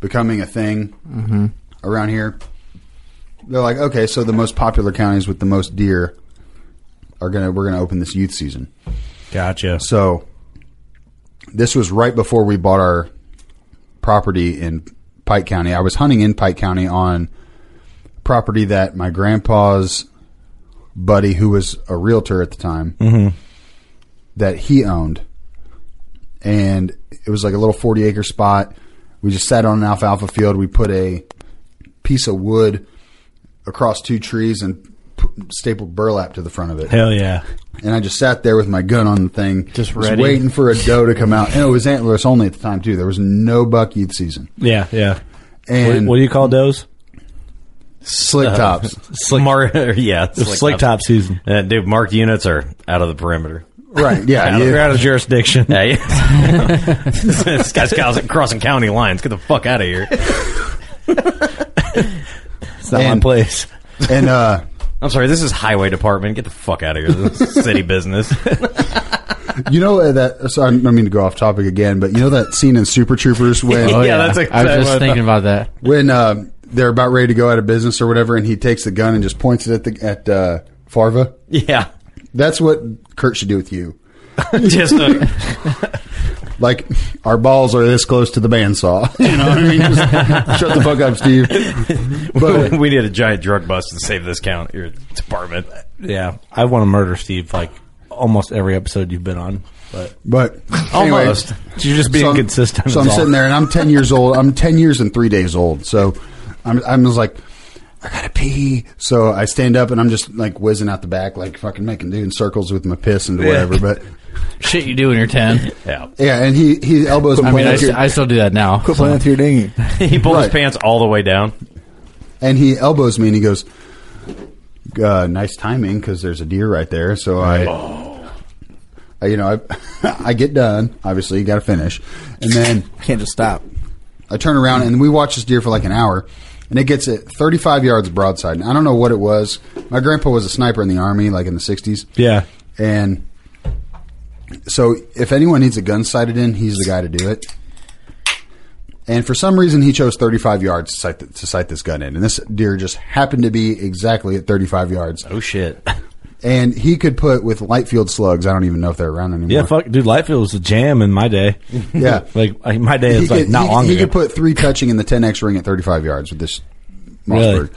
S10: becoming a thing around here. They're like, okay, so the most popular counties with the most deer are gonna we're gonna open this youth season.
S3: Gotcha.
S10: So this was right before we bought our property in Pike County. I was hunting in Pike County on property that my grandpa's buddy, who was a realtor at the time, that he owned, and it was like a little forty acre spot. We just sat on an alfalfa field. We put a piece of wood across two trees and p- stapled burlap to the front of it
S3: Hell yeah.
S10: and I just sat there with my gun on the thing,
S4: Just ready.
S10: waiting for a doe to come out. And it was antlerless only at the time too. There was no buck youth season
S3: Yeah. Yeah. What,
S10: and
S3: what do you uh, call those?
S10: slick tops.
S2: Slick, Mar- yeah,
S3: The slick, top season.
S2: Uh, dude, mark units are out of the perimeter.
S10: right? Yeah,
S3: You're
S10: yeah.
S3: out of jurisdiction.
S2: Yeah, yeah. this guy's crossing- crossing county lines. Get the fuck out of here.
S3: It's not
S10: And-
S3: my place.
S10: and uh,
S2: I'm sorry, this is highway department. Get the fuck out of here. This is city business.
S10: you know uh, that. So I don't mean to go off topic again, but you know that scene in Super Troopers when
S2: Yeah, that's
S4: Oh, I
S2: exactly
S4: was just
S2: what I
S4: thinking about that.
S10: when uh, they're about ready to go out of business or whatever, and he takes the gun and just points it at the at uh, Farva.
S2: yeah.
S10: That's what Kurt should do with you.
S2: Just uh,
S10: Like our balls are this close to the bandsaw. You know what I mean? Just shut the fuck up, Steve. But uh,
S2: we need a giant drug bust to save this count your department.
S3: Yeah. I want to murder Steve like almost every episode you've been on. But
S10: But anyway,
S3: Almost. You're just being
S10: I'm-
S3: consistent,
S10: So I'm
S3: is all.
S10: sitting there, and I'm ten years old. I'm ten years and three days old. So I'm I'm just like, I gotta pee. So I stand up, and I'm just like whizzing out the back, like fucking making doing circles with my piss and whatever. But
S4: Shit you do when you're 10.
S2: Yeah.
S10: yeah, and he he elbows
S4: I
S10: my
S4: mean, I,
S10: windshield,
S4: st- I still do that now.
S5: Quit
S4: so-
S5: playing with your dinghy.
S2: He pulled his
S10: Right.
S2: pants all the way down.
S10: and he elbows me, and he goes, uh, "Nice timing, because there's a deer right there." So I. I- You know, I, I get done. Obviously, you got to finish, and then
S5: Can't just stop.
S10: I turn around and we watch this deer for like an hour, and it gets at 35 yards broadside. And I don't know what it was. My grandpa was a sniper in the army, like in the 60s,
S3: yeah.
S10: and so if anyone needs a gun sighted in, he's the guy to do it. And for some reason, he chose 35 yards to sight, th- to sight this gun in, and this deer just happened to be exactly at 35 yards.
S2: Oh shit.
S10: And he could put with light field slugs. I don't even know if they're around anymore.
S3: Yeah, fuck, dude. Lightfield was a jam in my day.
S10: Yeah.
S3: like I- my day
S10: he
S3: is like
S10: could,
S3: not
S10: he,
S3: long
S10: he
S3: ago.
S10: could put three touching in the 10x ring at 35 yards with this Mossberg.
S3: Really?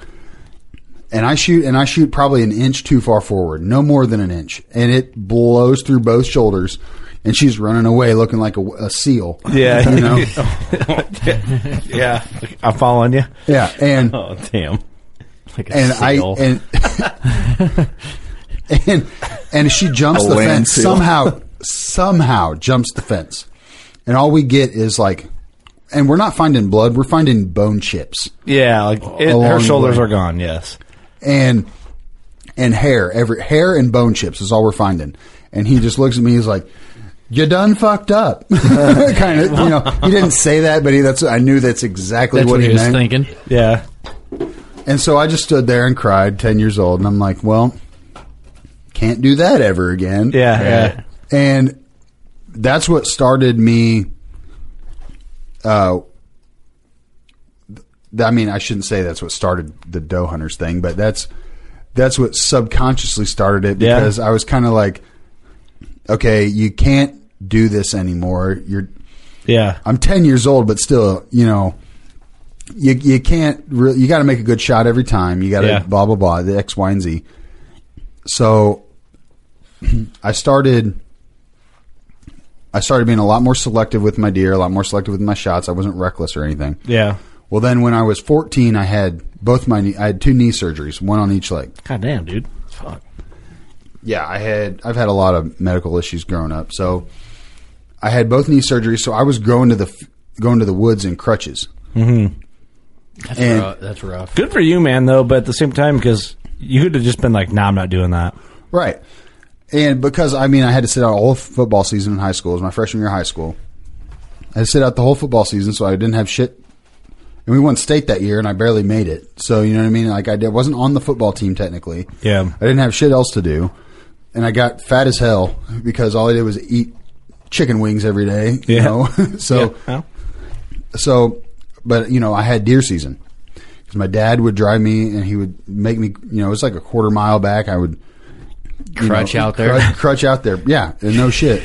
S10: And I shoot, and I shoot probably an inch too far forward, no more than an inch, and it blows through both shoulders, and she's running away looking like a, a seal.
S3: Yeah.
S10: you know,
S3: yeah, I'm following you.
S10: yeah, and
S2: Oh damn. Like a
S10: and I
S2: seal.
S10: and and and she jumps
S5: A
S10: the
S5: land
S10: fence
S5: seal.
S10: somehow somehow jumps the fence and all we get is like and we're not finding blood we're finding bone chips
S3: Yeah, like it,
S10: Along
S3: her
S10: the
S3: shoulders
S10: way.
S3: are gone. Yes,
S10: and and hair every hair and bone chips is all we're finding and he just looks at me he's like you done fucked up kind of you know he didn't say that but he, that's I knew that's exactly
S4: That's
S10: what,
S4: what he was
S10: meant
S4: thinking.
S3: yeah.
S10: And so I just stood there and cried, 10 years old. And I'm like, well, can't do that ever again.
S3: Yeah, yeah.
S10: And that's what started me. Uh, th- I mean, I shouldn't say that's what started the doe hunters thing, but that's that's what subconsciously started it
S3: Yeah.
S10: because I was kind of like, okay, you can't do this anymore. You're
S3: Yeah.
S10: I'm 10 years old, but still, you know, you you can't really, you got to make a good shot every time. You got to
S3: Yeah.
S10: blah, blah, blah, the X, Y, and Z. So I started, I started being a lot more selective with my deer, a lot more selective with my shots. I wasn't reckless or anything.
S3: Yeah.
S10: Well, then when I was 14, I had both my, knee, I had two knee surgeries, one on each leg.
S3: God damn, dude. Fuck.
S10: Yeah, I had I've had a lot of medical issues growing up. So I had both knee surgeries, so I was going to the f- going to the woods in crutches.
S3: Mm-hmm.
S4: That's,
S10: And-
S4: rough. That's rough.
S3: Good for you, man. Though, but at the same time, because you could have just been like, "Nah, I'm not doing that."
S10: Right. And because I mean I had to sit out all football season in high school, it was my freshman year of high school. I had to sit out the whole football season so I didn't have shit and we won state that year and I barely made it. So you know what I mean? Like I did, wasn't on the football team technically.
S3: Yeah.
S10: I didn't have shit else to do. And I got fat as hell because all I did was eat chicken wings every day. You
S3: Yeah.
S10: know? so
S3: Yeah.
S10: So, but you know, I had deer season because my dad would drive me and he would make me. You know, it's like a quarter mile back. I would you
S4: Crutch
S10: know,
S4: out there.
S10: crutch, crutch out there. Yeah, and no shit.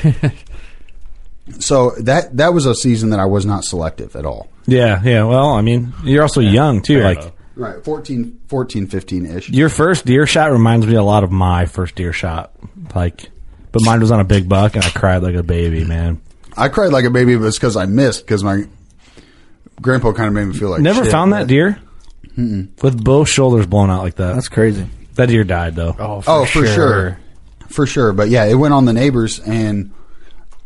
S10: so that that was a season that I was not selective at all.
S3: Yeah, yeah. Well, I mean, you're also young too. Like
S10: Right, 14, 14 15 ish.
S3: your first deer shot reminds me a lot of my first deer shot. Like, but mine was on a big buck, and I cried like a baby, man.
S10: I cried like a baby, but it's because I missed because my grandpa kind of made me feel like
S3: Never
S10: shit.
S3: found that deer with both shoulders blown out like that. That's
S5: crazy.
S3: That deer died though. Oh,
S10: oh, for sure. For sure. But yeah, it went on the neighbors, and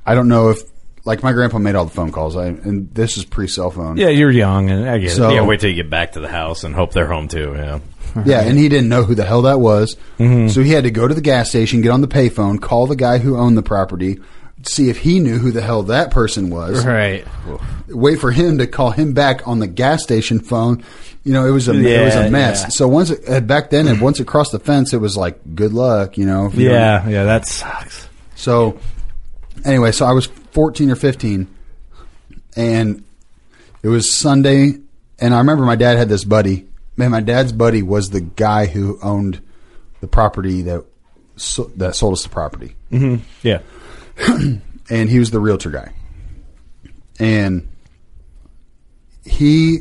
S10: I don't know if, like, my grandpa made all the phone calls, I, and this is pre cell phone.
S3: Yeah, you're young, and I get
S10: So-
S3: it.
S2: yeah, wait till you get back to the house and hope they're home too. Yeah.
S10: Yeah, and he didn't know who the hell that was.
S3: Mm-hmm.
S10: So he had to go to the gas station, get on the payphone, call the guy who owned the property, see if he knew who the hell that person was,
S4: Right.
S10: wait for him to call him back on the gas station phone. You know, it was a it was
S3: Yeah,
S10: a mess.
S3: yeah.
S10: So once it, uh, back then, and once it crossed the fence, it was like good luck. You know, if you don't-
S3: Yeah, yeah, that sucks.
S10: So anyway, so I was 14 or 15 and it was Sunday and I remember my dad had this buddy. Man, my dad's buddy was the guy who owned the property that so, that sold us the property.
S3: hmm Yeah,
S10: And he was the realtor guy. And he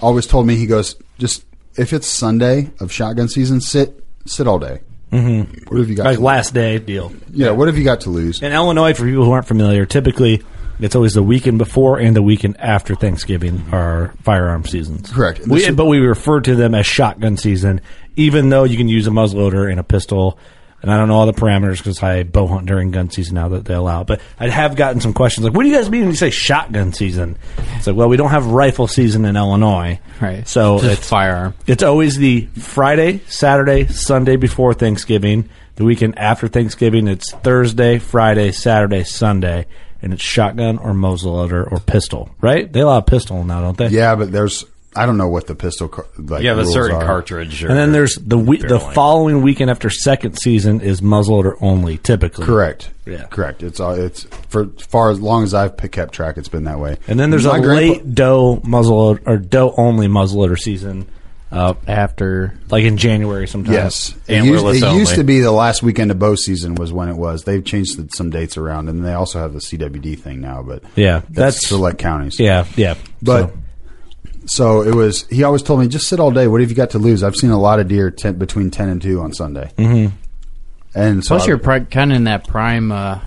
S10: always told me he goes, "Just if it's Sunday of shotgun season, sit sit all day."
S3: Mhm.
S10: What have you got?
S3: like
S10: to-
S3: last day deal.
S10: yeah, what have you got to lose?
S3: In Illinois, for people who aren't familiar, typically it's always the weekend before and the weekend after Thanksgiving are firearm seasons.
S10: Correct.
S3: We,
S10: This-
S3: but we refer to them as shotgun season, even though you can use a muzzleloader and a pistol. And I don't know all the parameters because I bow hunt during gun season now that they allow. But I have gotten some questions like, "What do you guys mean when you say shotgun season?" It's like, well, we don't have rifle season in Illinois,
S4: Right.
S3: So
S4: Just
S3: it's
S4: firearm.
S3: it's always the Friday, Saturday, Sunday before Thanksgiving. The weekend after Thanksgiving, it's Thursday, Friday, Saturday, Sunday, and it's shotgun or muzzleloader or pistol. Right? They allow a pistol now, don't they?
S10: Yeah, but there's I don't know what the pistol car- like
S2: yeah, the
S10: rules
S2: certain
S10: are.
S2: cartridge. Or
S3: And then there's the we- the
S2: barrel length.
S3: following weekend after second season is muzzleloader only, typically.
S10: Correct.
S3: Yeah.
S10: correct. It's all it's for far as long as I've p- kept track. It's been that way.
S3: And then there's
S10: My
S3: a
S10: grandpa-
S3: late doe muzzleloader or doe only muzzleloader season, uh,
S4: After
S3: like in January sometimes.
S10: Yes, it, used,
S2: Antlerless
S10: it
S2: only.
S10: used to be the last weekend of bow season was when it was. They've changed the- some dates around, and they also have the CWD thing now. But
S3: Yeah, that's-
S10: select counties.
S3: Yeah. Yeah.
S10: But
S3: So-
S10: so. it was. He always told me, just sit all day. What have you got to lose? I've seen a lot of deer ten, between ten and two on Sunday. Mm-hmm. And so
S4: plus
S10: I-
S4: you're pri- kind of in that prime uh,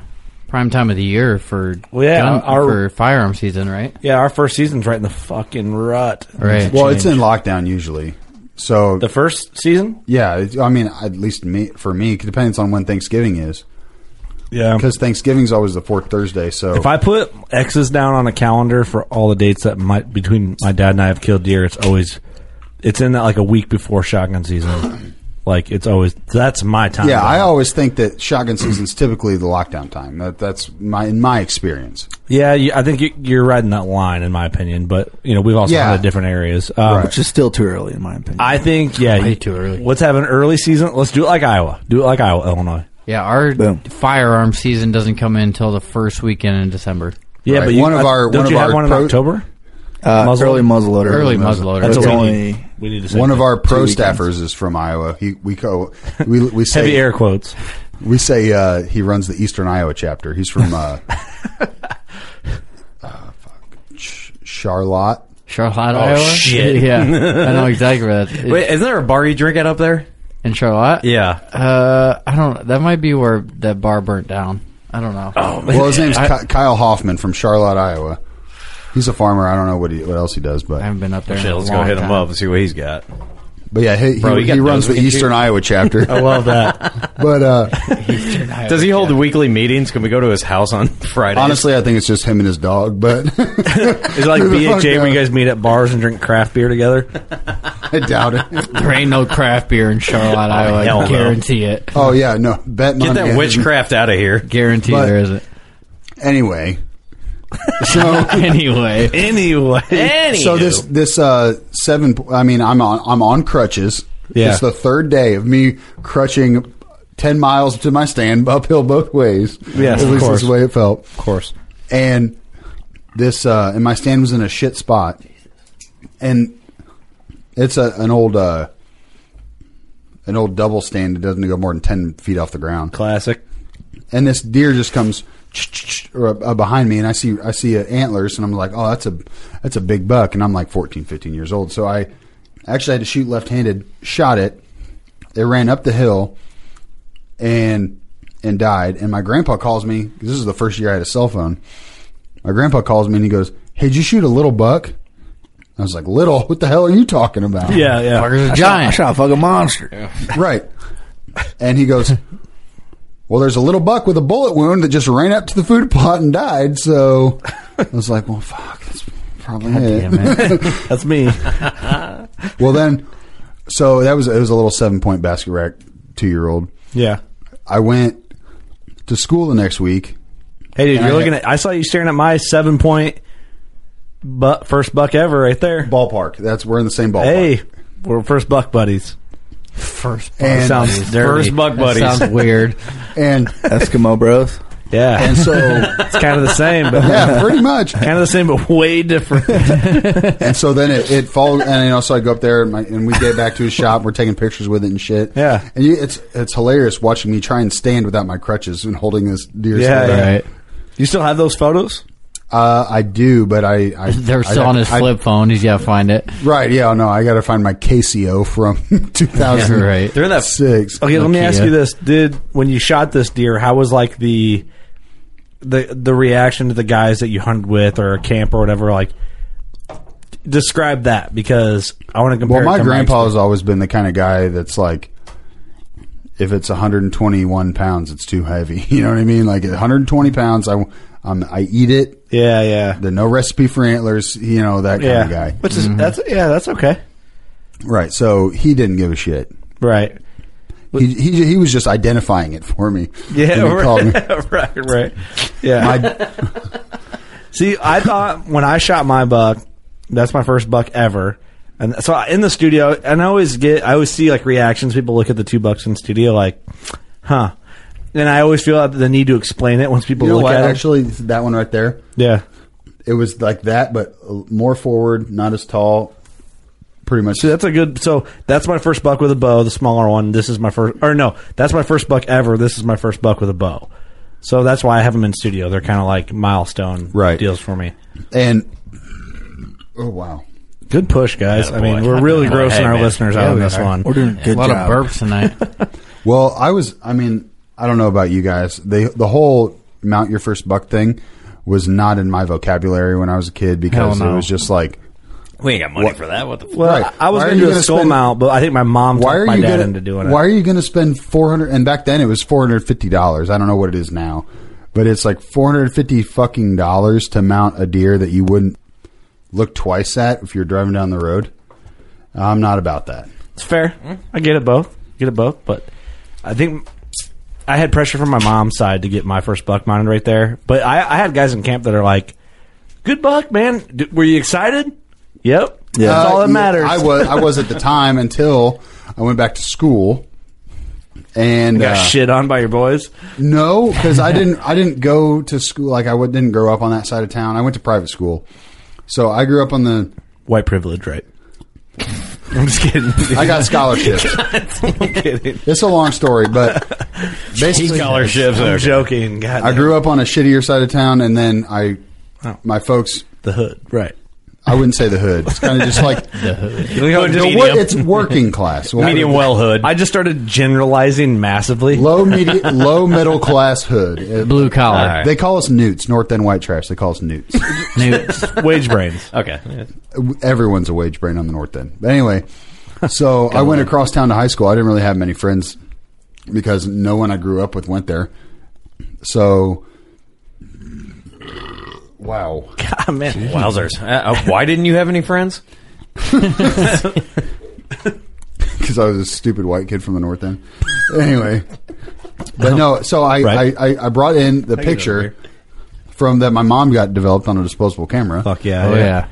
S4: prime time of the year for
S3: Well, yeah,
S4: gun-
S3: our-
S4: for firearm season, right?
S3: yeah, our first season's right in the fucking rut.
S4: Right.
S10: well, it's in lockdown usually. So
S3: The first season?
S10: Yeah, it- I mean, at least me for me, it depends on when Thanksgiving is
S3: Yeah.
S10: because Thanksgiving's always the fourth Thursday. So
S3: If I put X's down on a calendar for all the dates that might between my dad and I have killed deer, it's always it's in that like a week before shotgun season. like it's always that's my time.
S10: yeah, I always think that shotgun season's typically the lockdown time. That that's my in my experience.
S3: yeah. You, I think you, you're riding that line in my opinion, but you know we've also
S10: Yeah.
S3: had different areas. Um,
S5: Which is still too early, in my opinion.
S3: I think yeah,
S4: Way
S3: you-
S4: too early.
S3: Let's have an early season. Let's do it like Iowa. Do it like Iowa, Illinois.
S4: Yeah, our
S5: Boom.
S4: firearm season doesn't come in until the first weekend in December.
S3: Yeah,
S10: Right.
S3: but you,
S10: One of
S3: I-
S10: our-
S3: don't
S10: one of
S3: you have
S10: our
S3: one in
S10: pro-
S3: October?
S5: uh,
S3: muzzle-
S5: early muzzleloader,
S4: Early muzzleloader.
S5: That's
S3: That's what we
S5: only.
S3: need. We need to say
S10: One of
S3: that.
S10: our pro
S5: Two weekends.
S10: staffers is from Iowa. He we co we we say
S3: heavy air quotes.
S10: we say uh, he runs the Eastern Iowa chapter. He's from uh, uh, Charlotte.
S4: Charlotte,
S10: Oh,
S4: Iowa?
S10: shit.
S4: yeah, I know exactly where that.
S2: Wait, isn't there a bar you drink at up there?
S4: In Charlotte?
S2: Yeah.
S4: Uh, I don't. That might be where that bar burnt down. I don't know. Oh,
S10: Well, his name's Ky- Kyle Hoffman from Charlotte, Iowa. He's a farmer. I don't know what he, what else he does, but I haven't
S4: been up
S2: Shit, let's go hit him up and see what he's got.
S10: But yeah, he, he,
S2: Bro, you got
S10: he runs
S2: those Oh,
S10: the
S2: we can
S10: Eastern
S2: shoot?
S10: Iowa chapter.
S2: I love that.
S10: but uh,
S2: Does he hold weekly meetings? Can we go to his house on Friday?
S10: honestly, I think it's just him and his dog. But
S3: Is it like
S10: Who the
S3: BHA
S10: fuck
S3: where you
S10: knows?
S3: guys meet at bars and drink craft beer together?
S10: I doubt it.
S4: There ain't no craft beer in Charlotte, Iowa.
S2: hell no.
S4: I guarantee it.
S10: Oh yeah, no, bet
S2: Get
S10: on
S2: that
S10: it.
S2: witchcraft out of here.
S4: Guarantee
S10: But-
S4: there isn't.
S10: Anyway, so
S4: Anyway,
S3: Anyway.
S10: so this this uh seven. I mean, I'm on I'm on crutches.
S3: Yeah.
S10: it's the third day of me crutching ten miles to my stand uphill both ways.
S3: Yes,
S10: at
S3: of
S10: least
S3: course.
S10: that's the way it felt.
S3: Of course.
S10: and this uh and my stand was in a shit spot and it's a an old uh an old double stand that doesn't go more than 10 feet off the ground
S3: Classic.
S10: and this deer just comes or, uh, behind me and i see i see uh, antlers and i'm like oh that's a that's a big buck and i'm like 14 15 years old so i actually had to shoot left-handed shot it it ran up the hill and and died and my grandpa calls me 'cause this is the first year i had a cell phone my grandpa calls me and he goes hey did you shoot a little buck i was like little what the hell are you talking about
S3: Yeah, yeah.
S4: Fucker's a
S5: I
S4: giant.
S5: shot a fucking monster.
S10: right and he goes well there's a little buck with a bullet wound that just ran up to the food plot and died so i was like well fuck that's probably it.
S3: That's me.
S10: well then so that was it was a little seven point basket rack two year old
S3: Yeah.
S10: i went to school the next week
S3: Hey, dude,
S10: And
S3: you're
S10: I
S3: looking
S10: had-
S3: at. I saw you staring at my seven point, but first buck ever right there.
S10: ballpark. That's we're in the same ballpark.
S3: Hey, we're first buck buddies.
S4: First, buck
S10: and
S3: Sounds dirty.
S2: First buck
S4: That
S2: buddies.
S4: sounds weird.
S10: and
S5: Eskimo Bros.
S3: Yeah,
S10: and so
S3: it's kind of the same, but
S10: yeah, pretty much.
S3: kind of the same, but way different.
S10: And so then it, it followed, and you know, so I go up there, and, my, and we get back to his shop. We're taking pictures with it and shit.
S3: Yeah.
S10: and you, it's it's hilarious watching me try and stand without my crutches and holding this deer's
S3: Yeah,
S10: head. up.
S4: Right.
S3: You still have those photos?
S10: Uh, I do, but I, I
S4: They're still
S10: I-
S4: on his
S10: I-
S4: flip phone. He's got to find it.
S10: Right? Yeah, no, I got to find my KCO from two thousand
S4: Yeah, right.
S2: They're in that.
S10: six.
S3: Okay, let me ask
S4: Nokia.
S3: you this: Did when you shot this deer, how was like the the the reaction to the guys that you hunted with or a camp or whatever? Like, describe that because I want to compare.
S10: Well,
S3: it
S10: my
S3: to
S10: grandpa has always been the kind of guy that's like, if it's 121 pounds, it's too heavy. You know what I mean? Like at 120 pounds, I um, I eat it.
S3: Yeah, yeah,
S10: There's no recipe for antlers. You know that kind
S3: yeah.
S10: of guy,
S3: Which is that's yeah, that's okay.
S10: right? So he didn't give a shit.
S3: Right.
S10: He, he, he was just identifying it for me.
S3: Yeah,
S10: when he called me.
S3: right, right, right. Yeah.
S10: My,
S3: See, I thought when I shot my buck, that's my first buck ever. And so in the studio, and I always get, I always see like reactions. People look at the two bucks in the studio like, huh. And I always feel the need to explain it once people
S10: you know
S3: look
S10: what?
S3: at it.
S10: Actually, that one right there.
S3: yeah.
S10: It was like that, but more forward, not as tall. Pretty much.
S3: So that's a good. So that's my first buck with a bow, the smaller one. This is my first, or no, that's my first buck ever. This is my first buck with a bow. So that's why I have them in studio. They're kind of like milestone
S10: Right.
S3: deals for me.
S10: And oh wow.
S3: Good push, guys. I mean,
S2: boy.
S3: we're really
S2: Atta boy.
S3: grossing
S2: Hey,
S3: our
S2: man.
S3: listeners out on this one.
S5: We're doing a
S4: A
S5: good
S4: lot
S5: job.
S4: of burps tonight.
S10: Well, I was. I mean, I don't know about you guys. They the whole mount your first buck thing was not in my vocabulary when I was a kid because
S4: Hell no.
S10: it was just like,
S2: We ain't got money for that. What the fuck?
S3: Well,
S10: Right.
S3: I was
S10: Why are
S3: going to
S10: you
S3: do a
S10: gonna
S3: skull
S10: spend-
S3: mount, but I think my mom
S10: why
S3: talked
S10: are
S3: my
S10: you
S3: dad
S10: gonna,
S3: into doing it.
S10: Why are you going to spend four hundred? And back then it was four hundred fifty dollars. I don't know what it is now, but it's like four hundred fifty fucking dollars to mount a deer that you wouldn't look twice at if you're driving down the road. I'm not about that.
S3: It's fair. I get it both. Get it both, but I think I had pressure from my mom's side to get my first buck mounted right there. But I, I had guys in camp that are like, "Good buck, man. D- were you excited?" Yep. Yeah. That's
S10: Uh,
S3: all that
S10: yeah,
S3: matters.
S10: I was I was at the time until I went back to school. And
S3: got
S10: uh,
S3: shit on by your boys.
S10: No, because I didn't. I didn't go to school. Like I would- didn't grow up on that side of town. I went to private school, so I grew up on the.
S3: White privilege, right? I'm just kidding.
S10: I got scholarships.
S3: I'm kidding.
S10: it's a long story, but basically,
S2: Scholarships.
S3: I'm
S2: are-
S3: joking. God,
S10: I grew up on a shittier side of town, and then I,
S3: Oh.
S10: my folks,
S3: the hood, right?
S10: I wouldn't say the hood. It's kind of just like the hood. it's working class.
S3: Medium well hood. I just started generalizing massively.
S10: Low medi- low middle class hood. Uh,
S4: Blue collar.
S10: They call us newts, North End White Trash. They call us newts.
S3: Wage brains.
S2: Okay.
S10: Everyone's a wage brain on the North End. But anyway, so I went across town to high school. I didn't really have many friends because no one I grew up with went there. So, wow.
S3: God, man.
S2: Wowzers. Uh, uh, why didn't you have any friends?
S10: because I was a stupid white kid from the north end. anyway, but no, so I,
S3: Right.
S10: I, I, I brought in the picture from that my mom got developed on a disposable camera,
S3: Fuck yeah.
S4: Oh yeah.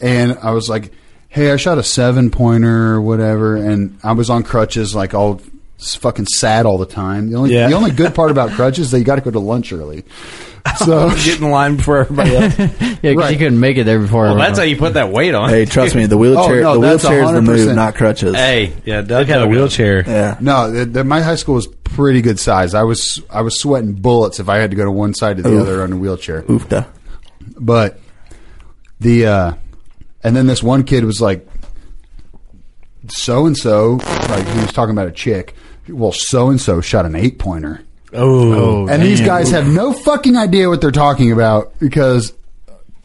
S10: and I was like, "Hey, I shot a seven pointer or whatever," and I was on crutches, like all s- fucking sad all the time. The only
S3: Yeah.
S10: the only good part about crutches is that you got to go to lunch early. So
S3: Get in line before everybody else.
S4: Yeah, because
S10: Right.
S4: you couldn't make it there before.
S2: Well,
S4: everyone
S2: that's how
S4: else.
S2: you put that weight on.
S5: Hey, trust me, the wheelchair,
S10: Oh, no,
S5: the
S10: that's
S5: wheelchair is the
S10: 100%.
S5: move, not crutches.
S2: Hey, yeah, Doug
S3: had a
S2: Hogan.
S3: wheelchair.
S5: Yeah.
S10: No, the, the, my high school was pretty good size. I was I was sweating bullets if I had to go to one side to the
S5: Oof.
S10: other on a wheelchair.
S5: Oofda.
S10: But the uh and then this one kid was like so and so like he was talking about a chick. Well, so and so shot an eight pointer.
S3: Oh,
S10: And these guys have no fucking idea what they're talking about because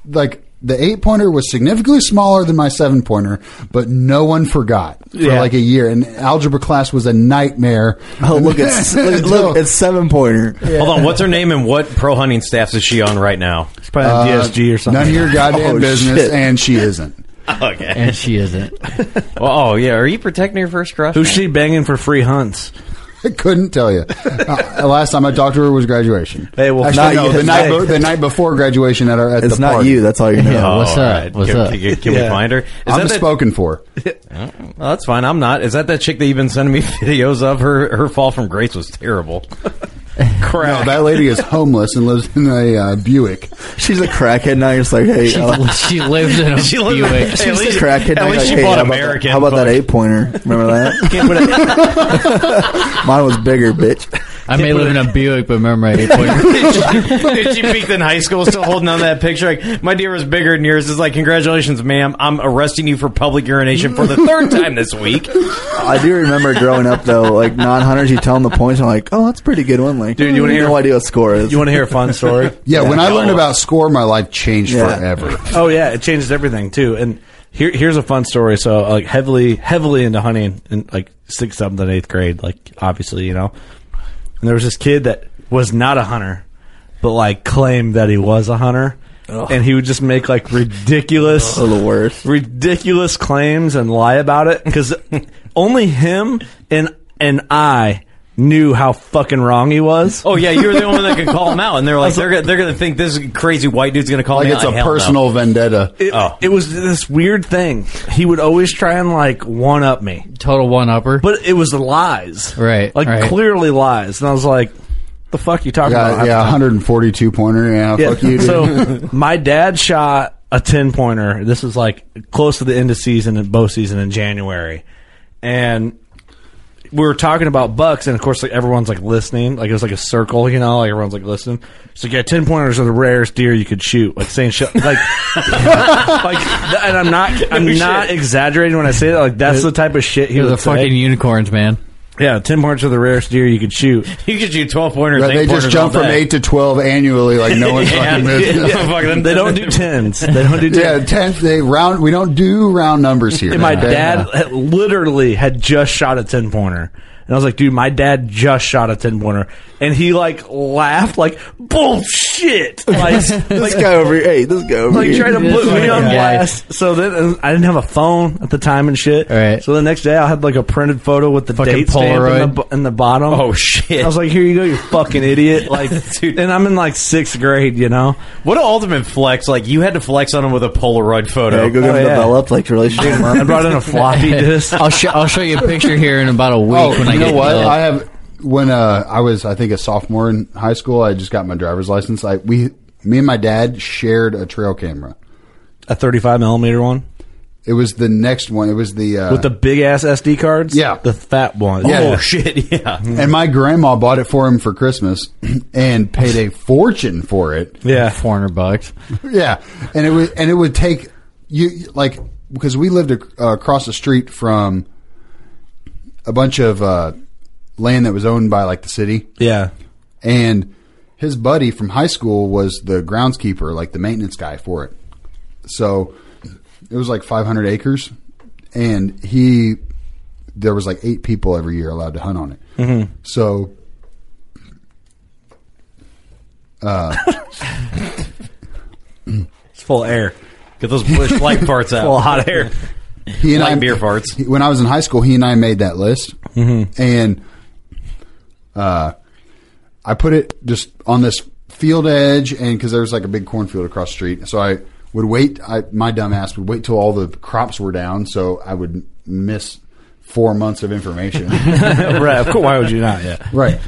S10: like the eight pointer was significantly smaller than my seven pointer, but no one forgot for
S3: Yeah.
S10: like a year. And algebra class was a nightmare.
S5: Oh, look, it's, look, look, it's seven pointer.
S2: Hold on, what's her name and what pro hunting staffs is she on right now?
S3: it's probably on DSG or something.
S10: None of your goddamn
S5: Oh,
S10: business,
S5: shit.
S10: and she isn't.
S2: Okay.
S4: and she isn't.
S2: Oh, yeah. Are you protecting your first crush?
S3: Who's she banging for free hunts?
S10: I couldn't tell you. Uh, last time I talked to her was graduation.
S3: Hey, well,
S5: not
S10: Actually, no,
S5: you.
S10: the night be- the night before graduation at our at
S5: It's
S10: the
S5: not
S10: party.
S5: you. That's all you know.
S4: Yeah,
S10: Uh,
S4: what's
S2: Oh, all
S4: up?
S2: right.
S4: What's
S2: can,
S4: up?
S2: Can, can we
S3: Yeah.
S2: find her? Is
S10: I'm
S2: that that-
S10: spoken for.
S2: Well, that's fine. I'm not. Is that that chick that you've been sending me videos of? Her her fall from grace was terrible.
S10: No,
S2: Crap.
S10: that lady is homeless and lives in a uh, Buick.
S5: She's a crackhead now. You're just like, hey,
S4: She,
S5: uh,
S4: she lives in a
S2: She lived-
S4: Buick.
S2: Hey, at
S5: she's
S2: least-
S5: a crackhead.
S2: at
S5: now.
S2: least
S5: You're
S2: she
S5: like, hey,
S2: bought
S5: how about that-
S2: American,
S5: How about that
S2: but-
S5: eight pointer? Remember that? Mine was bigger, bitch.
S4: I may live in a Buick, but remember at eight point.
S2: Did she- Did she peaked in high school still holding on to that picture? Like, my dear was bigger than yours. It's like, congratulations, ma'am. I'm arresting you for public urination for the third time this week.
S5: I do remember growing up though, like non hunters, you tell them the points, and I'm like, oh, that's a pretty good one. Like, dude,
S3: you wanna hear-
S5: no idea what score is?
S3: You want to hear a fun story?
S10: Yeah, when I learned about score, my life changed
S5: Yeah.
S10: forever.
S3: oh yeah, it changes everything too. And here, here's a fun story. So like heavily, heavily into hunting in like sixth, seventh, and eighth grade. Like obviously, you know. And there was this kid that was not a hunter, but like claimed that he was a hunter, and he would just make like ridiculous.
S5: oh, the worst.
S3: ridiculous claims and lie about it because only him and and I knew how fucking wrong he was.
S2: Oh yeah, you were the only one that could call him out, and they're like, they're gonna, they're gonna think this crazy white dude's gonna call
S10: Like
S2: me
S10: it's
S2: out.
S10: a
S2: Hell no.
S10: personal vendetta.
S3: It, it was this weird thing. He would always try and like one up me,
S4: Total one upper.
S3: but it was lies,
S4: Right,
S3: Like
S4: right.
S3: clearly lies. And I was like, "The fuck you talking
S10: Yeah,
S3: about?"
S10: yeah, 142 pointer. Yeah, fuck you. Dude.
S3: So my dad shot a ten pointer. This is like close to the end of season and bow season in January, and we were talking about bucks, and of course, like everyone's like listening. Like it was like a circle, you know, like everyone's like listening. So yeah, ten pointers are the rarest deer you could shoot. Like saying shit, like, like, th- and I'm not, I'm not exaggerating when I say that. Like that's the type of shit he
S4: They're
S3: was
S4: the fucking unicorns, man.
S3: yeah, ten pointers are the rarest deer you could shoot.
S2: You could shoot twelve pointers.
S10: Right, they just jump from eight to twelve annually, like no one's fucking business. Yeah.
S3: They don't do tens. They don't do tens.
S10: tenth. They round. We don't do round numbers here.
S3: And my
S10: okay?
S3: dad had- literally had just shot a 10 pointer. And I was like, dude, my dad just shot a 10 pointer. And he like laughed like, bullshit. Like,
S5: This guy over here. Hey, this guy over
S3: like
S5: here.
S3: trying to
S4: This
S3: put me on
S4: fucking guy.
S3: blast. So then and I didn't have a phone at the time and shit.
S4: Right.
S3: So the next day I had like a printed photo with the
S4: Fucking
S3: date stamp in the,
S4: Polaroid.
S3: bo- in the bottom.
S2: Oh shit!
S3: I was like, here you go, you fucking idiot. Like,
S2: Dude.
S3: and I'm in like sixth grade, you know?
S2: what an ultimate flex! Like you had to flex on him with a Polaroid photo.
S5: Hey, go get
S3: Oh,
S5: him
S3: yeah.
S5: developed like relationship.
S3: I brought in a floppy disk.
S4: I'll show I'll show you a picture here in about a week
S10: Oh,
S4: when I
S10: you know
S4: get
S10: what?
S4: home.
S10: I have when uh, I was, I think, a sophomore in high school. I just got my driver's license. I we, me and my dad shared a trail camera.
S3: A 35 millimeter one
S10: It was the next one. It was the uh,
S3: with the big ass SD cards.
S10: Yeah.
S3: The fat one.
S10: Yeah.
S2: Oh shit! Yeah.
S10: and my grandma bought it for him for Christmas and paid a fortune for it.
S3: Yeah.
S4: four hundred bucks.
S10: Yeah, and it would and it would take you like because we lived ac- uh, across the street from a bunch of uh, land that was owned by like the city.
S3: Yeah.
S10: And his buddy from high school was the groundskeeper, like the maintenance guy for it. So it was like 500 acres, and he there was like eight people every year allowed to hunt on it.
S3: Mhm.
S10: So. Uh,
S3: It's full of air.
S2: Get those bush light parts out.
S3: Full of hot air.
S10: he and
S2: Light
S10: I
S2: beer farts. Mm-hmm.
S10: he- when I was in high school, he and I made that list, and uh, I put it just on this field edge, and because there was like a big cornfield across the street, so I would wait. I, my dumb ass would wait till all the crops were down, so I would miss four months of information.
S3: right. Of course. Why would you not? Yeah.
S10: right.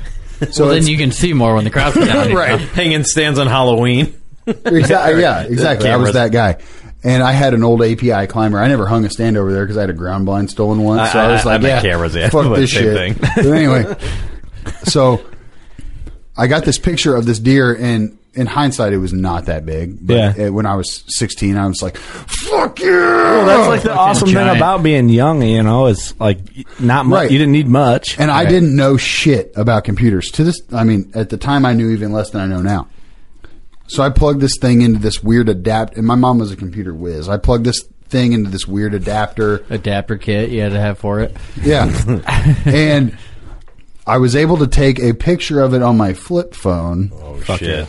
S10: So
S4: well, then
S10: it's-
S4: you can see more when the crowd's down.
S10: Right.
S2: Hanging stands on Halloween.
S10: exactly. Yeah, exactly. I was
S2: Cameras.
S10: that guy. And I had an old API climber. I never hung a stand over there because I had a ground blind stolen once. So
S2: I-
S10: I, was
S2: I- I
S10: like,
S2: meant
S10: yeah,
S2: cameras, yeah.
S10: fuck
S2: But
S10: this
S2: same
S10: shit.
S2: thing.
S10: But anyway, so I got this picture of this deer, and in hindsight, it was not that big. But
S3: Yeah.
S10: it- when I was 16, I was like, fuck you.
S3: Well, Oh,
S10: Well,
S3: that's like the awesome
S4: giant.
S3: thing about being young. You know, it's like not much.
S10: Right.
S3: You didn't need much,
S10: And I
S3: Right.
S10: didn't know shit about computers. To this, I mean, at the time, I knew even less than I know now. So I plugged this thing into this weird adapt. And my mom was a computer whiz. I plugged this thing into this weird adapter.
S4: Adapter kit you had to have for it.
S10: Yeah, and I was able to take a picture of it on my flip phone,
S2: Oh, shit.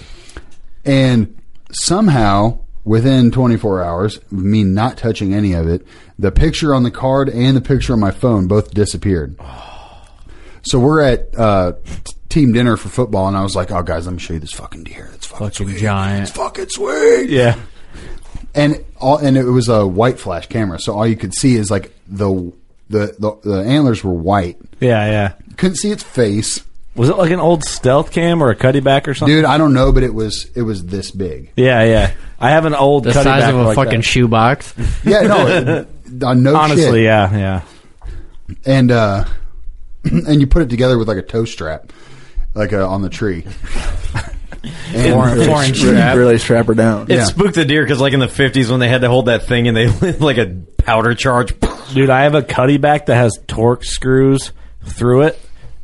S10: and somehow within 24 hours, of me not touching any of it, the picture on the card and the picture on my phone both disappeared. So we're at uh, t- team dinner for football, and I was like, "Oh, guys, let me show you this fucking deer. It's fucking,
S4: Fucking
S10: sweet.
S4: giant."
S10: It's fucking sweet."
S3: Yeah.
S10: and all and it was a white flash camera, so all you could see is like the the the, the antlers were white.
S3: Yeah. Yeah.
S10: Couldn't see its face.
S3: Was it like an old stealth cam or a cutty back or something?
S10: Dude, I don't know, but it was it was this big.
S3: Yeah. Yeah. I have an old
S4: The
S3: cutty
S4: size
S3: back
S4: of a
S3: like
S4: fucking
S3: that.
S4: shoebox.
S10: Yeah, no, it- uh, no shit.
S3: Honestly, yeah, yeah.
S10: And uh, and you put it together with like a toe strap, like uh, on the tree. And- uh,
S4: Foreign, foreign strap.
S5: Really strap her down.
S2: It
S10: Yeah.
S2: spooked the deer because, like in the fifties, when they had to hold that thing and they like a powder charge.
S3: Dude, I have a cutty back that has torque screws through it,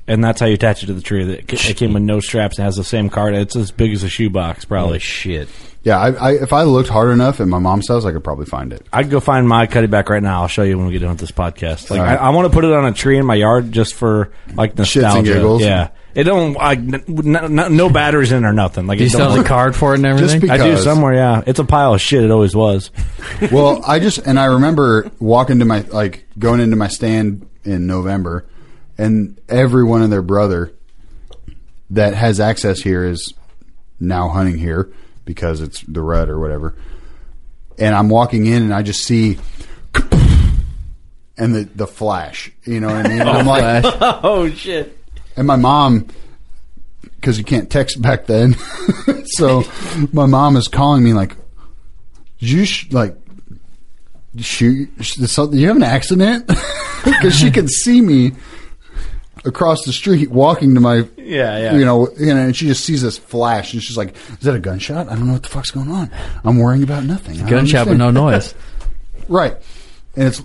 S3: and that's how you attach it to the tree. It ca- it came with no straps. It has the same card. It's as big as a shoebox, probably.
S2: Holy shit!
S10: Yeah, I, I, if I looked hard enough at my mom's house, I could probably find it.
S3: I'd go find my cutty back right now. I'll show you when we get done with this podcast. Like,
S10: All right.
S3: I, I want to put it on a tree in my yard just for like
S10: and
S3: nostalgia.
S10: giggles.
S3: Yeah, it don't like n- n- n- no batteries in or nothing. Like
S4: Do you
S3: it
S4: still
S3: don't
S4: have the card for it and everything?
S10: be-
S3: I do
S10: Because-
S3: somewhere. Yeah, it's a pile of shit. It always was.
S10: well, I just and I remember walking to my like going into my stand in November, and everyone and their brother that has access here is now hunting here because it's the rut or whatever. And I'm walking in and I just see and the the flash, you know what I mean? And I'm like,
S2: Oh shit!
S10: and my mom, because you can't text back then, so my mom is calling me like, "Did you sh- like shoot? Did something- you have an accident?" Because she can see me across the street walking to my
S3: Yeah, yeah.
S10: you know you know and she just sees this flash and she's like is that a gunshot i don't know what the fuck's going on i'm worrying about nothing I don't
S4: Gunshot, but no
S10: understand."
S4: noise.
S10: Right. And it's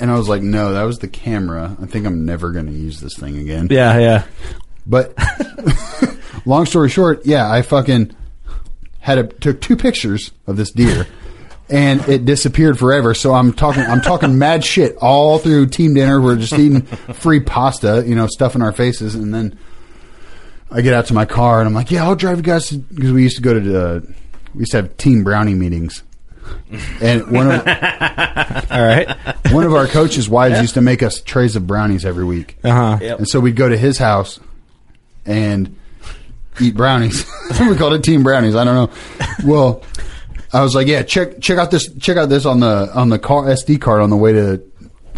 S10: and I was like, no, that was the camera. I think I'm never going to use this thing again.
S3: Yeah, yeah.
S10: But long story short, yeah, I fucking had a took two pictures of this deer and it disappeared forever. So I'm talking I'm talking mad shit all through team dinner. We're just eating free pasta, you know, stuff in our faces and then I get out to my car and I'm like, yeah, I'll drive you guys because we used to go to uh, we used to have team brownie meetings. And one of
S3: All right.
S10: one of our coaches' wives used to make us trays of brownies every week.
S3: Uh huh.
S10: And so we'd go to his house and eat brownies. we called it team brownies. I don't know. Well, I was like, yeah, check check out this check out this on the on the car SD card on the way to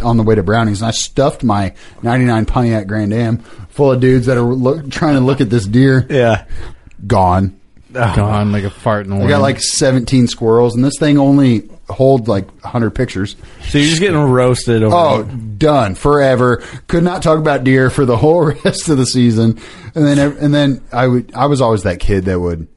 S10: on the way to brownies. And I stuffed my '99 Pontiac Grand Am full of dudes that are look, trying to look at this deer.
S3: Yeah.
S10: Gone.
S4: Gone like a fart in the
S10: I
S4: wind.
S10: got like 17 squirrels, and this thing only hold like 100 pictures.
S3: So you're just getting roasted over.
S10: Oh, done forever. Could not talk about deer for the whole rest of the season, and then and then I would I was always that kid that would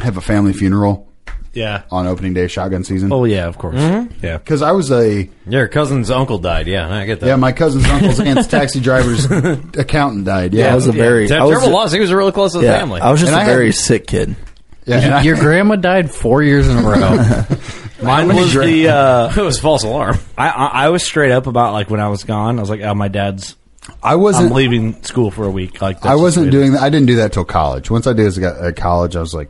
S10: have a family funeral
S3: Yeah.
S10: on opening day shotgun season.
S3: Oh yeah, of course. Yeah.
S10: Because I was a
S2: Mm-hmm. Your cousin's uncle died. Yeah, I get that.
S10: yeah, my cousin's uncle's aunt's taxi driver's accountant died. Yeah,
S5: Yeah, I was a very-
S2: Ter-
S5: I was
S2: terrible
S5: ju-
S2: loss. He was really close to the
S5: yeah,
S2: family.
S5: I was just
S10: And
S5: a
S10: I had-
S5: very sick kid.
S10: Yeah, and I-
S4: Your grandma died four years in a row.
S3: Mine was the. Uh,
S2: it was false alarm.
S3: I, I I was straight up about like when I was gone. I was like, oh, my dad's.
S10: I
S3: I'm
S10: wasn't.
S3: leaving school for a week. Like that's
S10: I
S3: just
S10: wasn't
S3: weird.
S10: doing that. I didn't do that till college. Once I did this at college, I was like,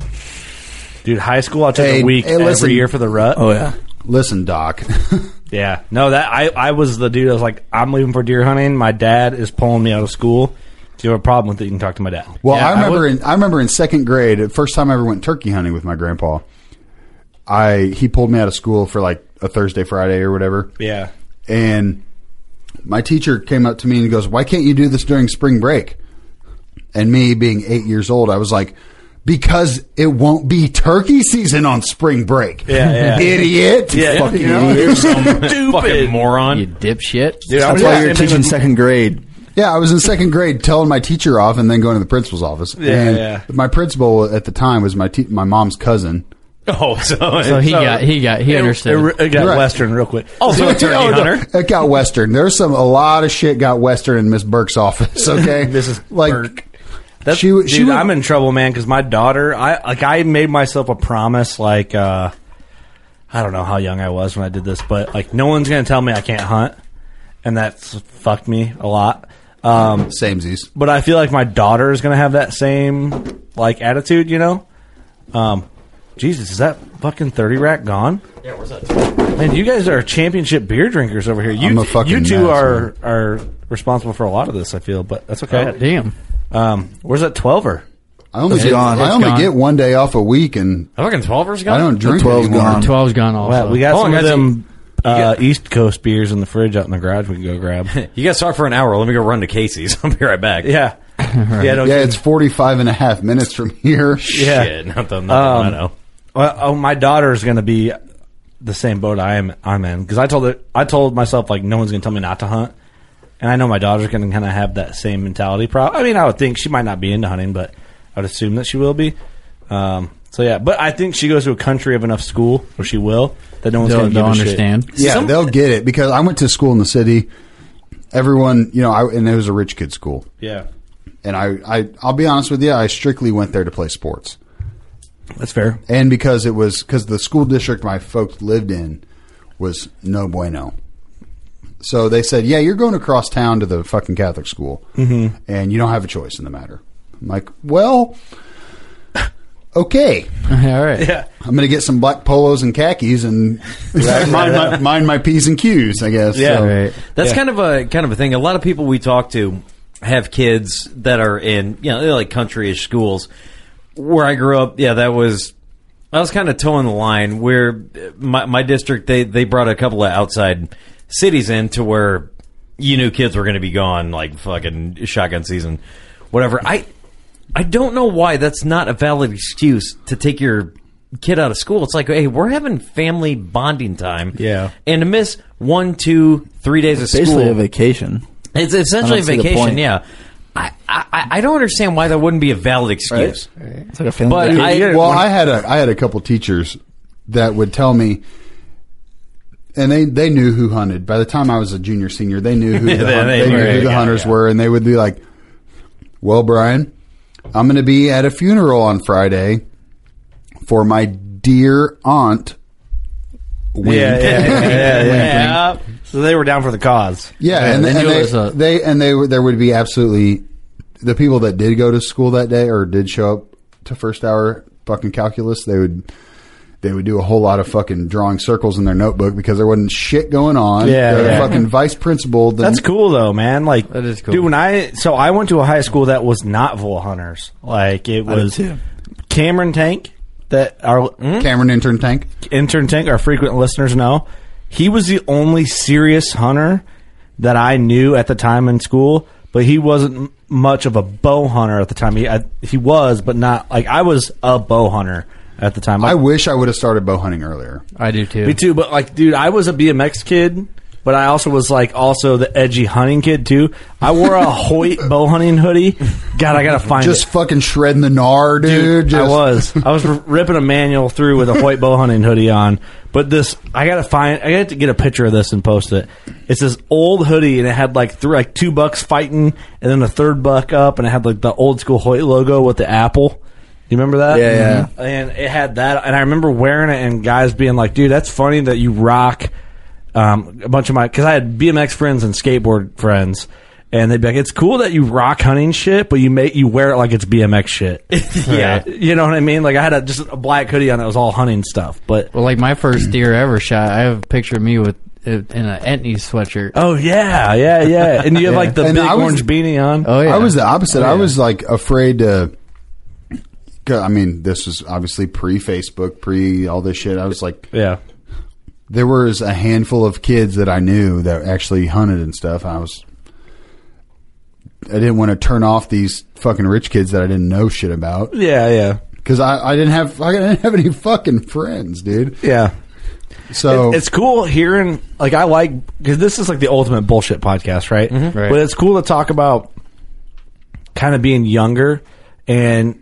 S3: Dude, high school. I took
S10: Hey,
S3: a week
S10: hey, listen.
S3: every year for the rut.
S5: Oh yeah,
S10: "Listen, Doc,
S3: Yeah. No, that I, I was the dude. I was like, I'm leaving for deer hunting. My dad is pulling me out of school. If you have a problem with it, you can talk to my dad.
S10: Well,
S3: Yeah,
S10: I remember
S3: would-
S10: in I remember in second grade, the first time I ever went turkey hunting with my grandpa. I he pulled me out of school for like a Thursday, Friday, or whatever,
S3: yeah.
S10: and my teacher came up to me and goes, "Why can't you do this during spring break?" And me being eight years old, I was like, "Because it won't be turkey season on spring break."
S3: Yeah, yeah.
S10: idiot, fucking idiot.
S2: Fucking moron.
S4: you dipshit.
S3: Dude, I
S5: that's
S3: was
S5: why
S3: yeah,
S5: you're
S3: same thing
S5: teaching
S3: with-
S5: second grade.
S10: Yeah, I was in second grade telling my teacher off and then going to the principal's office. and
S3: yeah.
S10: My principal at the time was my te- my mom's cousin.
S2: Oh, so,
S4: So he got, he got, he understood.
S3: It, it got
S10: Right.
S3: Western real quick.
S2: also a turkey
S10: Oh, no.
S2: hunter.
S10: It got Western. There's some a lot of shit got Western in Miss Burke's office. Okay,
S3: This is
S10: like
S3: Burke. That's,
S10: She
S3: she,
S10: w- she
S3: dude,
S10: would-
S3: I'm in trouble, man, because my daughter, I like, I made myself a promise, like, uh, I don't know how young I was when I did this, but like, no one's gonna tell me I can't hunt, and that's fucked me a lot. Um,
S10: samesies.
S3: but I feel like my daughter is going to have that same like attitude, you know. Um, Jesus, is that fucking thirty rack gone? Yeah, where's that? Man, you guys are championship beer drinkers over here. You,
S10: I'm a fucking
S3: you two
S10: mess,
S3: are are responsible for a lot of this. I feel, but that's okay.
S4: God damn.
S3: Um, where's that twelver?
S10: I only
S5: It's
S10: get,
S5: gone.
S10: I
S5: It's
S10: only
S4: gone.
S10: get one day off a week, and
S2: Fucking 12
S10: I don't drink
S5: 12 's
S10: anymore.
S5: gone.
S4: 12's gone also.
S3: Well, we got
S2: Oh,
S3: some
S2: I
S3: of
S2: got
S3: them uh, East Coast beers in the fridge out in the garage. We can go grab.
S2: You guys talk for an hour. Let me go run to Casey's. I'll be right back.
S3: yeah, yeah, no,
S10: Yeah, it's 45 and a half minutes from here.
S3: yeah.
S2: Shit, not the,
S3: Um,
S2: not the I know.
S3: Well, oh, my daughter's going to be the same boat I am. I'm in because I told her, I told myself like no one's going to tell me not to hunt, and I know my daughter's going to kind of have that same mentality. Probably. I mean, I would think she might not be into hunting, but I would assume that she will be. Um, so yeah, but I think she goes to a country of enough school where she will that no one's
S4: They'll,
S3: going to
S4: they'll understand.
S10: Yeah, they'll get it because I went to school in the city. Everyone, you know, I, and it was a rich kid school,
S3: Yeah,
S10: and I, I, I'll be honest with you, I strictly went there to play sports.
S3: that's fair.
S10: and because it was because the school district my folks lived in was no bueno. So they said, "Yeah, you're going across town to the fucking Catholic school, and you don't have a choice in the matter." I'm like, "Well, okay,
S4: All right.
S3: Yeah,
S10: I'm going to get some black polos and khakis and mind, my, mind my p's and q's, I guess."
S3: Yeah.
S10: So-
S4: Right.
S2: That's kind of a kind of a thing. A lot of people we talk to have kids that are in you know they're like countryish schools. Where I grew up, yeah, that was I was kind of toeing the line. Where my my district, they they brought a couple of outside cities in to where you knew kids were going to be gone, like fucking shotgun season, whatever. I I don't know why that's not a valid excuse to take your kid out of school. It's like, hey, we're having family bonding time.
S3: Yeah.
S2: And to miss one, two, three days of
S5: Basically
S2: school.
S5: a vacation.
S2: It's essentially
S5: I
S2: a
S5: don't see the
S2: vacation,
S5: point.
S2: yeah. I, I, I don't understand why that wouldn't be a valid excuse.
S5: It's like a family.
S2: But
S5: vacation.
S2: I,
S10: well, I had a I had a couple teachers that would tell me, and they they knew who hunted. By the time I was a junior senior, they knew who the,
S2: They-
S10: hun-
S2: they
S10: they knew
S2: were-
S10: who the
S2: yeah,
S10: hunters were, and they would be like, "Well, Brian, I'm going to be at a funeral on Friday for my dear aunt." Wink.
S3: yeah, yeah, yeah. yeah,
S2: Yeah.
S3: yeah. So they were down for the cause.
S10: Yeah, and,
S4: they
S10: and
S4: knew it
S10: they,
S4: was
S3: uh,
S4: a-
S10: they and they were- there would be absolutely the people that did go to school that day or did show up to first hour fucking calculus. They would they would do a whole lot of fucking drawing circles in their notebook because there wasn't shit going on.
S3: Yeah,
S10: Their
S3: yeah.
S10: fucking vice principal. The,
S3: That's cool though, man. Like
S4: That is cool.
S3: Dude, when I so I went to a high school that was not Vol Hunters. Like it
S5: did
S3: was
S5: too.
S3: Cameron Tank that our
S4: Hmm?
S10: Cameron intern tank.
S3: intern Tank, our frequent listeners know. He was the only serious hunter that I knew at the time in school, but he wasn't m- much of a bow hunter at the time. He I, he was, but not like I was a bow hunter at the time.
S10: I wish I would have started bow hunting earlier.
S4: I do too.
S3: Me too, but like, dude, I was a BMX kid, but I also was like also the edgy hunting kid too. I wore a Hoyt bow hunting hoodie. God, I gotta find
S10: just
S3: it.
S10: fucking shredding the gnar, dude.
S3: I
S10: just-
S3: was I was ripping a manual through with a Hoyt bow hunting hoodie on. But this I gotta find. I got to get a picture of this and post it. It's this old hoodie and it had like three like two bucks fighting and then a third buck up and it had like the old school Hoyt logo with the apple. You remember that?
S5: Yeah, yeah.
S3: Mhm. And it had that, and I remember wearing it, and guys being like, "Dude, that's funny that you rock." Um, a bunch of my because I had BMX friends and skateboard friends, and they'd be like, "It's cool that you rock hunting shit, but you make you wear it like it's BMX shit."
S4: Yeah.
S3: you know what I mean. Like I had a, just a black hoodie on that was all hunting stuff, but
S4: Well, like my first deer ever shot, I have a picture of me with uh, in an Etney sweatshirt.
S3: oh yeah, yeah, yeah. And you have like the
S10: And
S3: big
S10: I was-
S3: orange beanie on.
S4: Oh yeah,
S10: I was the opposite.
S3: Oh, yeah.
S10: I was like afraid to. 'cause, I mean, this was obviously pre Facebook, pre all this shit. I was like,
S3: yeah.
S10: there was a handful of kids that I knew that actually hunted and stuff. I was, I didn't want to turn off these fucking rich kids that I didn't know shit about
S3: Yeah, yeah,
S10: because I, I didn't have I didn't have any fucking friends, dude.
S3: yeah.
S10: So
S3: It- it's cool hearing like I like because this is like the ultimate bullshit podcast, right?
S4: Right.
S3: But it's cool to talk about kind of being younger and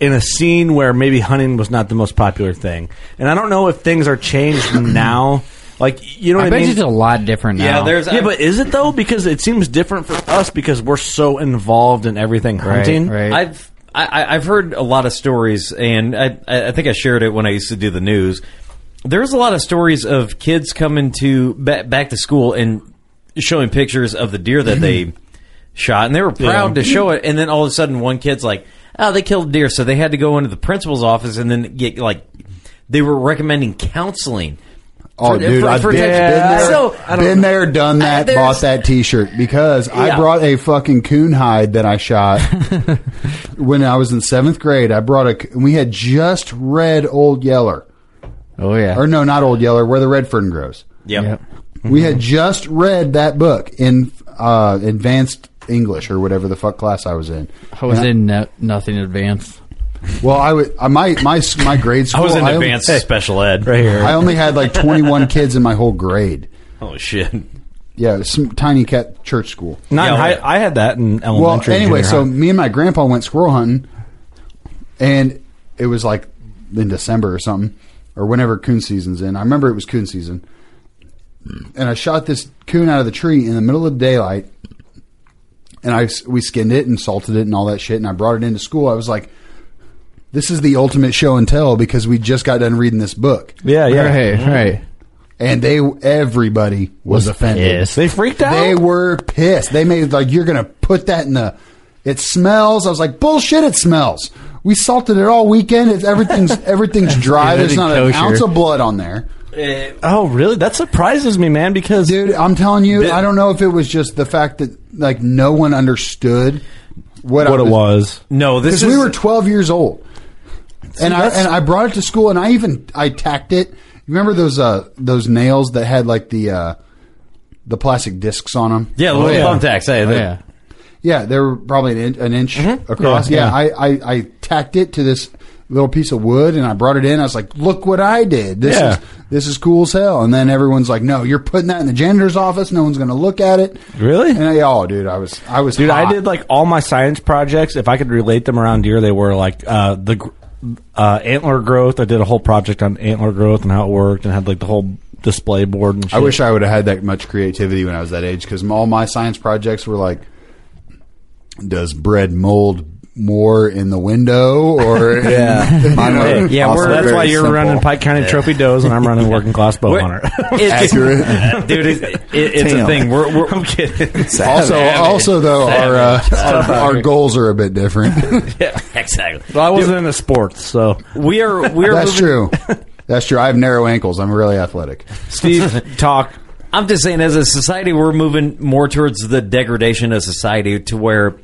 S3: in a scene where maybe hunting was not the most popular thing. And I don't know if things are changed now. Like you know
S4: I
S3: what I
S4: bet
S3: mean?
S4: it's a lot different now.
S2: Yeah, there's-
S3: yeah, but is it though? Because it seems different for us because we're so involved in everything hunting.
S4: right.
S2: I've I, I- I've heard a lot of stories, and I I I think I shared it when I used to do the news. There's a lot of stories of kids coming to ba- back to school and showing pictures of the deer that they shot, and they were proud to show it. And then all of a sudden, one kid's like, "Oh, they killed deer," so they had to go into the principal's office and then get like they were recommending counseling.
S10: Oh,
S2: for-
S10: dude,
S2: for-
S10: I've
S2: for
S10: been,
S2: text-
S10: been there,
S2: So-
S10: been there, done
S2: I-
S10: that,
S2: there's-
S10: bought that T-shirt because I
S2: Yeah.
S10: brought a fucking coon hide that I shot when I was in seventh grade. I brought a, c- we had just red Old Yeller,
S4: oh yeah,
S10: or no, not Old Yeller, where the red fern grows.
S2: Yep.
S4: Yep.
S10: We
S2: Mm-hmm.
S10: had just read that book in uh, advanced English or whatever the fuck class I was in.
S4: I was
S10: And
S4: in no, nothing advanced.
S10: Well, I would, I, my my s- my grade school.
S2: I was in
S10: only-
S2: advanced special ed.
S3: Right here.
S10: I only had like twenty one kids in my whole grade.
S2: Oh shit.
S10: Yeah, some tiny cat church school.
S3: Not in
S2: Yeah,
S3: high,
S2: right.
S3: I had that in
S10: Well,
S3: elementary.
S10: anyway,
S3: junior
S10: so
S3: high.
S10: me and my grandpa went squirrel hunting, and it was like in December or something, or whenever coon season's in. I remember it was coon season, and I shot this coon out of the tree in the middle of daylight, and I s- we skinned it and salted it and all that shit, and I brought it into school. I was like. This is the ultimate show and tell because we just got done reading this book,
S3: yeah, yeah.
S4: Right, right.
S10: and they everybody was offended.
S3: They freaked out.
S10: They were pissed. They made like you're gonna put that in the. It smells. I was like, bullshit. It smells. We salted it all weekend. It's everything's everything's dry. There's not an
S4: Everything
S10: ounce
S4: kosher.
S10: of blood on there,
S2: Uh,
S3: oh, really? That surprises me, man. Because
S10: dude. I'm telling you,
S3: Bit-
S10: I don't know if it was just the fact that like no one understood what, I
S3: what it was.
S2: No, this
S10: because
S2: is
S10: we were 12 years old, and I
S3: that's-
S10: and I brought it to school, and I even I tacked it. You remember those uh those nails that had like the uh the plastic discs on them?
S2: yeah, little thumbtacks. Hey,
S4: Oh,
S2: the-
S4: yeah,
S10: Yeah, they were probably an inch, an inch across.
S3: Mm-hmm. Yeah,
S10: Yeah, I, I, I tacked it to this little piece of wood and I brought it in. I was like, look what I did. This
S3: Yeah.
S10: is this is cool as hell. And then everyone's like, no, you're putting that in the janitor's office. No one's going to look at it.
S3: Really?
S10: And I, oh, dude, I was I was
S3: Dude, I
S10: hot.
S3: did like all my science projects. If I could relate them around deer, they were like uh, the gr- uh, antler growth. I did a whole project on antler growth and how it worked, and had like the whole display board and. Shit.
S10: I wish I would have had that much creativity when I was that age because all my science projects were like, does bread mold more in the window or yeah,
S3: Hey, yeah, we're, that's why you're running Pike County Trophy Does, and I'm running working class bow
S2: We're-
S3: hunter.
S2: It's, uh,
S10: Accurate.
S2: dude. It's, it, it's a
S5: Damn.
S2: thing. We're, we're I'm kidding.
S10: Also, also though, our, uh, our our goals are a bit different.
S2: yeah, exactly.
S3: Well, I wasn't into sports, so
S2: We are. We are.
S10: That's
S2: moving-
S10: true. That's true. I have narrow ankles. I'm really athletic.
S3: Steve talk.
S2: I'm just saying, as a society, we're moving more towards the degradation of society to where.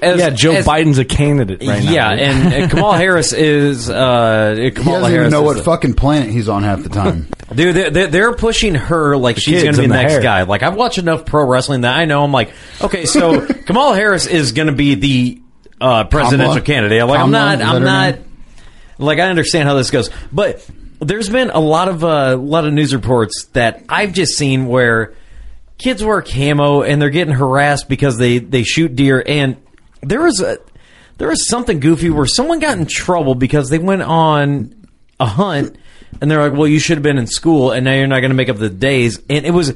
S2: as-
S3: Yeah, Joe
S2: as-
S3: Biden's a candidate right now.
S2: yeah, and, and Kamala Harris is. Uh,
S10: He
S2: Kamala
S10: doesn't
S2: Harris
S10: even know
S2: is
S10: what
S2: the-
S10: fucking planet he's on half the time.
S2: Dude, they're, they're, they're pushing her like she's
S3: kids
S2: going to be
S3: and
S2: the
S3: the
S2: next
S3: hair.
S2: guy. Like, I've watched enough pro wrestling that I know I'm like, okay, so Kamala Harris is going to be the uh, presidential
S10: Kamala?
S2: candidate. Like, I'm
S10: Kamala,
S2: not,
S10: is that
S2: I'm
S10: her
S2: not,
S10: name?
S2: like, I understand how this goes. But there's been a lot of uh, a lot of news reports that I've just seen where kids wear camo and they're getting harassed because they they shoot deer and there was a there was something goofy where someone got in trouble because they went on a hunt and they're like, "Well, you should have been in school and now you're not going to make up the days." And it was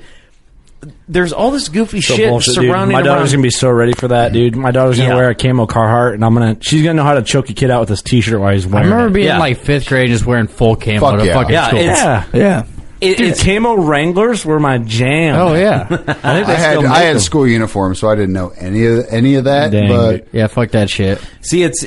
S2: there's all this goofy
S3: So
S2: shit
S3: bullshit, dude.
S2: surrounding
S3: My daughter's gonna
S2: around-
S3: be so ready for that, dude. My daughter's gonna
S2: Yeah.
S3: wear a camo Carhartt, and I'm gonna. She's gonna know how to choke a kid out with this T-shirt while he's
S4: I
S3: wearing.
S4: remember
S3: it.
S4: being like fifth grade and just wearing full camo
S3: Fuck
S4: to
S3: yeah.
S4: fucking
S3: Yeah,
S4: school.
S3: it's- Yeah.
S5: yeah.
S3: dude, camo Wranglers were my jam.
S4: Oh, yeah.
S3: I, think
S10: I had I had school uniform, so I didn't know any of any of that.
S4: Dang,
S10: but
S4: yeah, fuck that shit.
S2: See, it's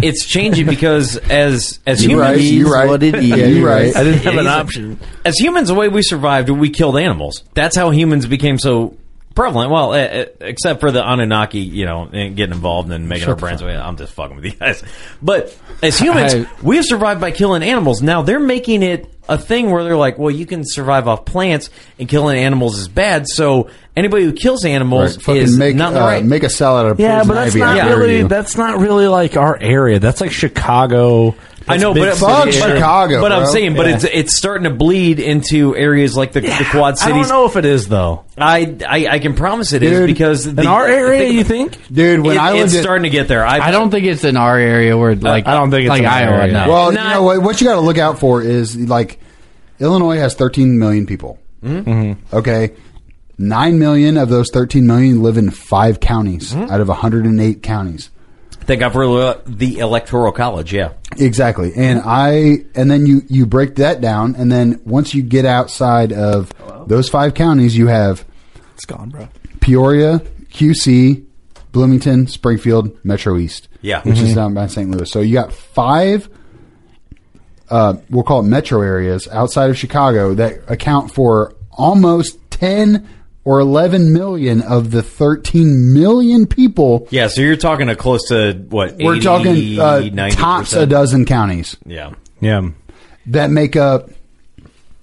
S2: it's changing because as as
S10: You
S2: humans,
S10: right, you right. What it Yeah, you is. right. I didn't have an
S2: He's-
S10: option.
S2: As humans, the way we survived, we killed animals. That's how humans became so prevalent. Well, eh, eh, except for the Anunnaki, you know, and getting involved and making
S4: Shut
S2: our
S4: the
S2: brains. I'm just fucking with you guys. But as humans,
S4: I-
S2: we have survived by killing animals. Now they're making it a thing where they're like, well, you can survive off plants, and killing animals is bad. So anybody who kills animals is
S10: fucking make
S2: not in the
S10: uh,
S2: right.
S10: make a salad out of
S3: Yeah,
S10: poison
S3: but that's
S10: ivy, I
S3: not
S10: dare
S3: really
S10: you.
S3: that's not really like our area. That's like Chicago.
S2: I know, but
S3: Big
S2: but,
S3: city
S2: but,
S3: area.
S2: But I'm
S3: bro.
S2: saying, but
S3: Yeah.
S2: it's it's starting to bleed into areas like the, the Quad
S3: I don't
S2: Cities.
S3: know if it is though.
S2: I, I I can promise it is
S3: Dude,
S2: because
S3: in
S2: the,
S3: our area, you think?
S10: dude?
S2: it- it's starting to get there. I,
S4: I don't think it's in our area where like
S3: I don't think it's
S4: like
S3: in our
S4: Iowa.
S3: area.
S4: No.
S10: Well, you know what, what you got to look out for is like Illinois has 13 million people. Okay. 9 million of those 13 million live in five counties out of 108 counties.
S2: Thank God for uh, the Electoral College. Yeah,
S10: Exactly. And I and then you you break that down and then once you get outside of those five counties you have
S5: It's gone, bro.
S10: Peoria, QC, Bloomington, Springfield, Metro East.
S2: Yeah.
S10: Which is
S2: Mhm.
S10: down by St. Louis. So you got five, uh, we'll call it metro areas outside of Chicago that account for almost 10 or 11 million of the 13 million people.
S2: yeah. So you're talking to close to what?
S10: We're
S2: 80,
S10: talking uh,
S2: 90%?
S10: tops a dozen counties
S2: Yeah,
S3: Yeah.
S10: that make up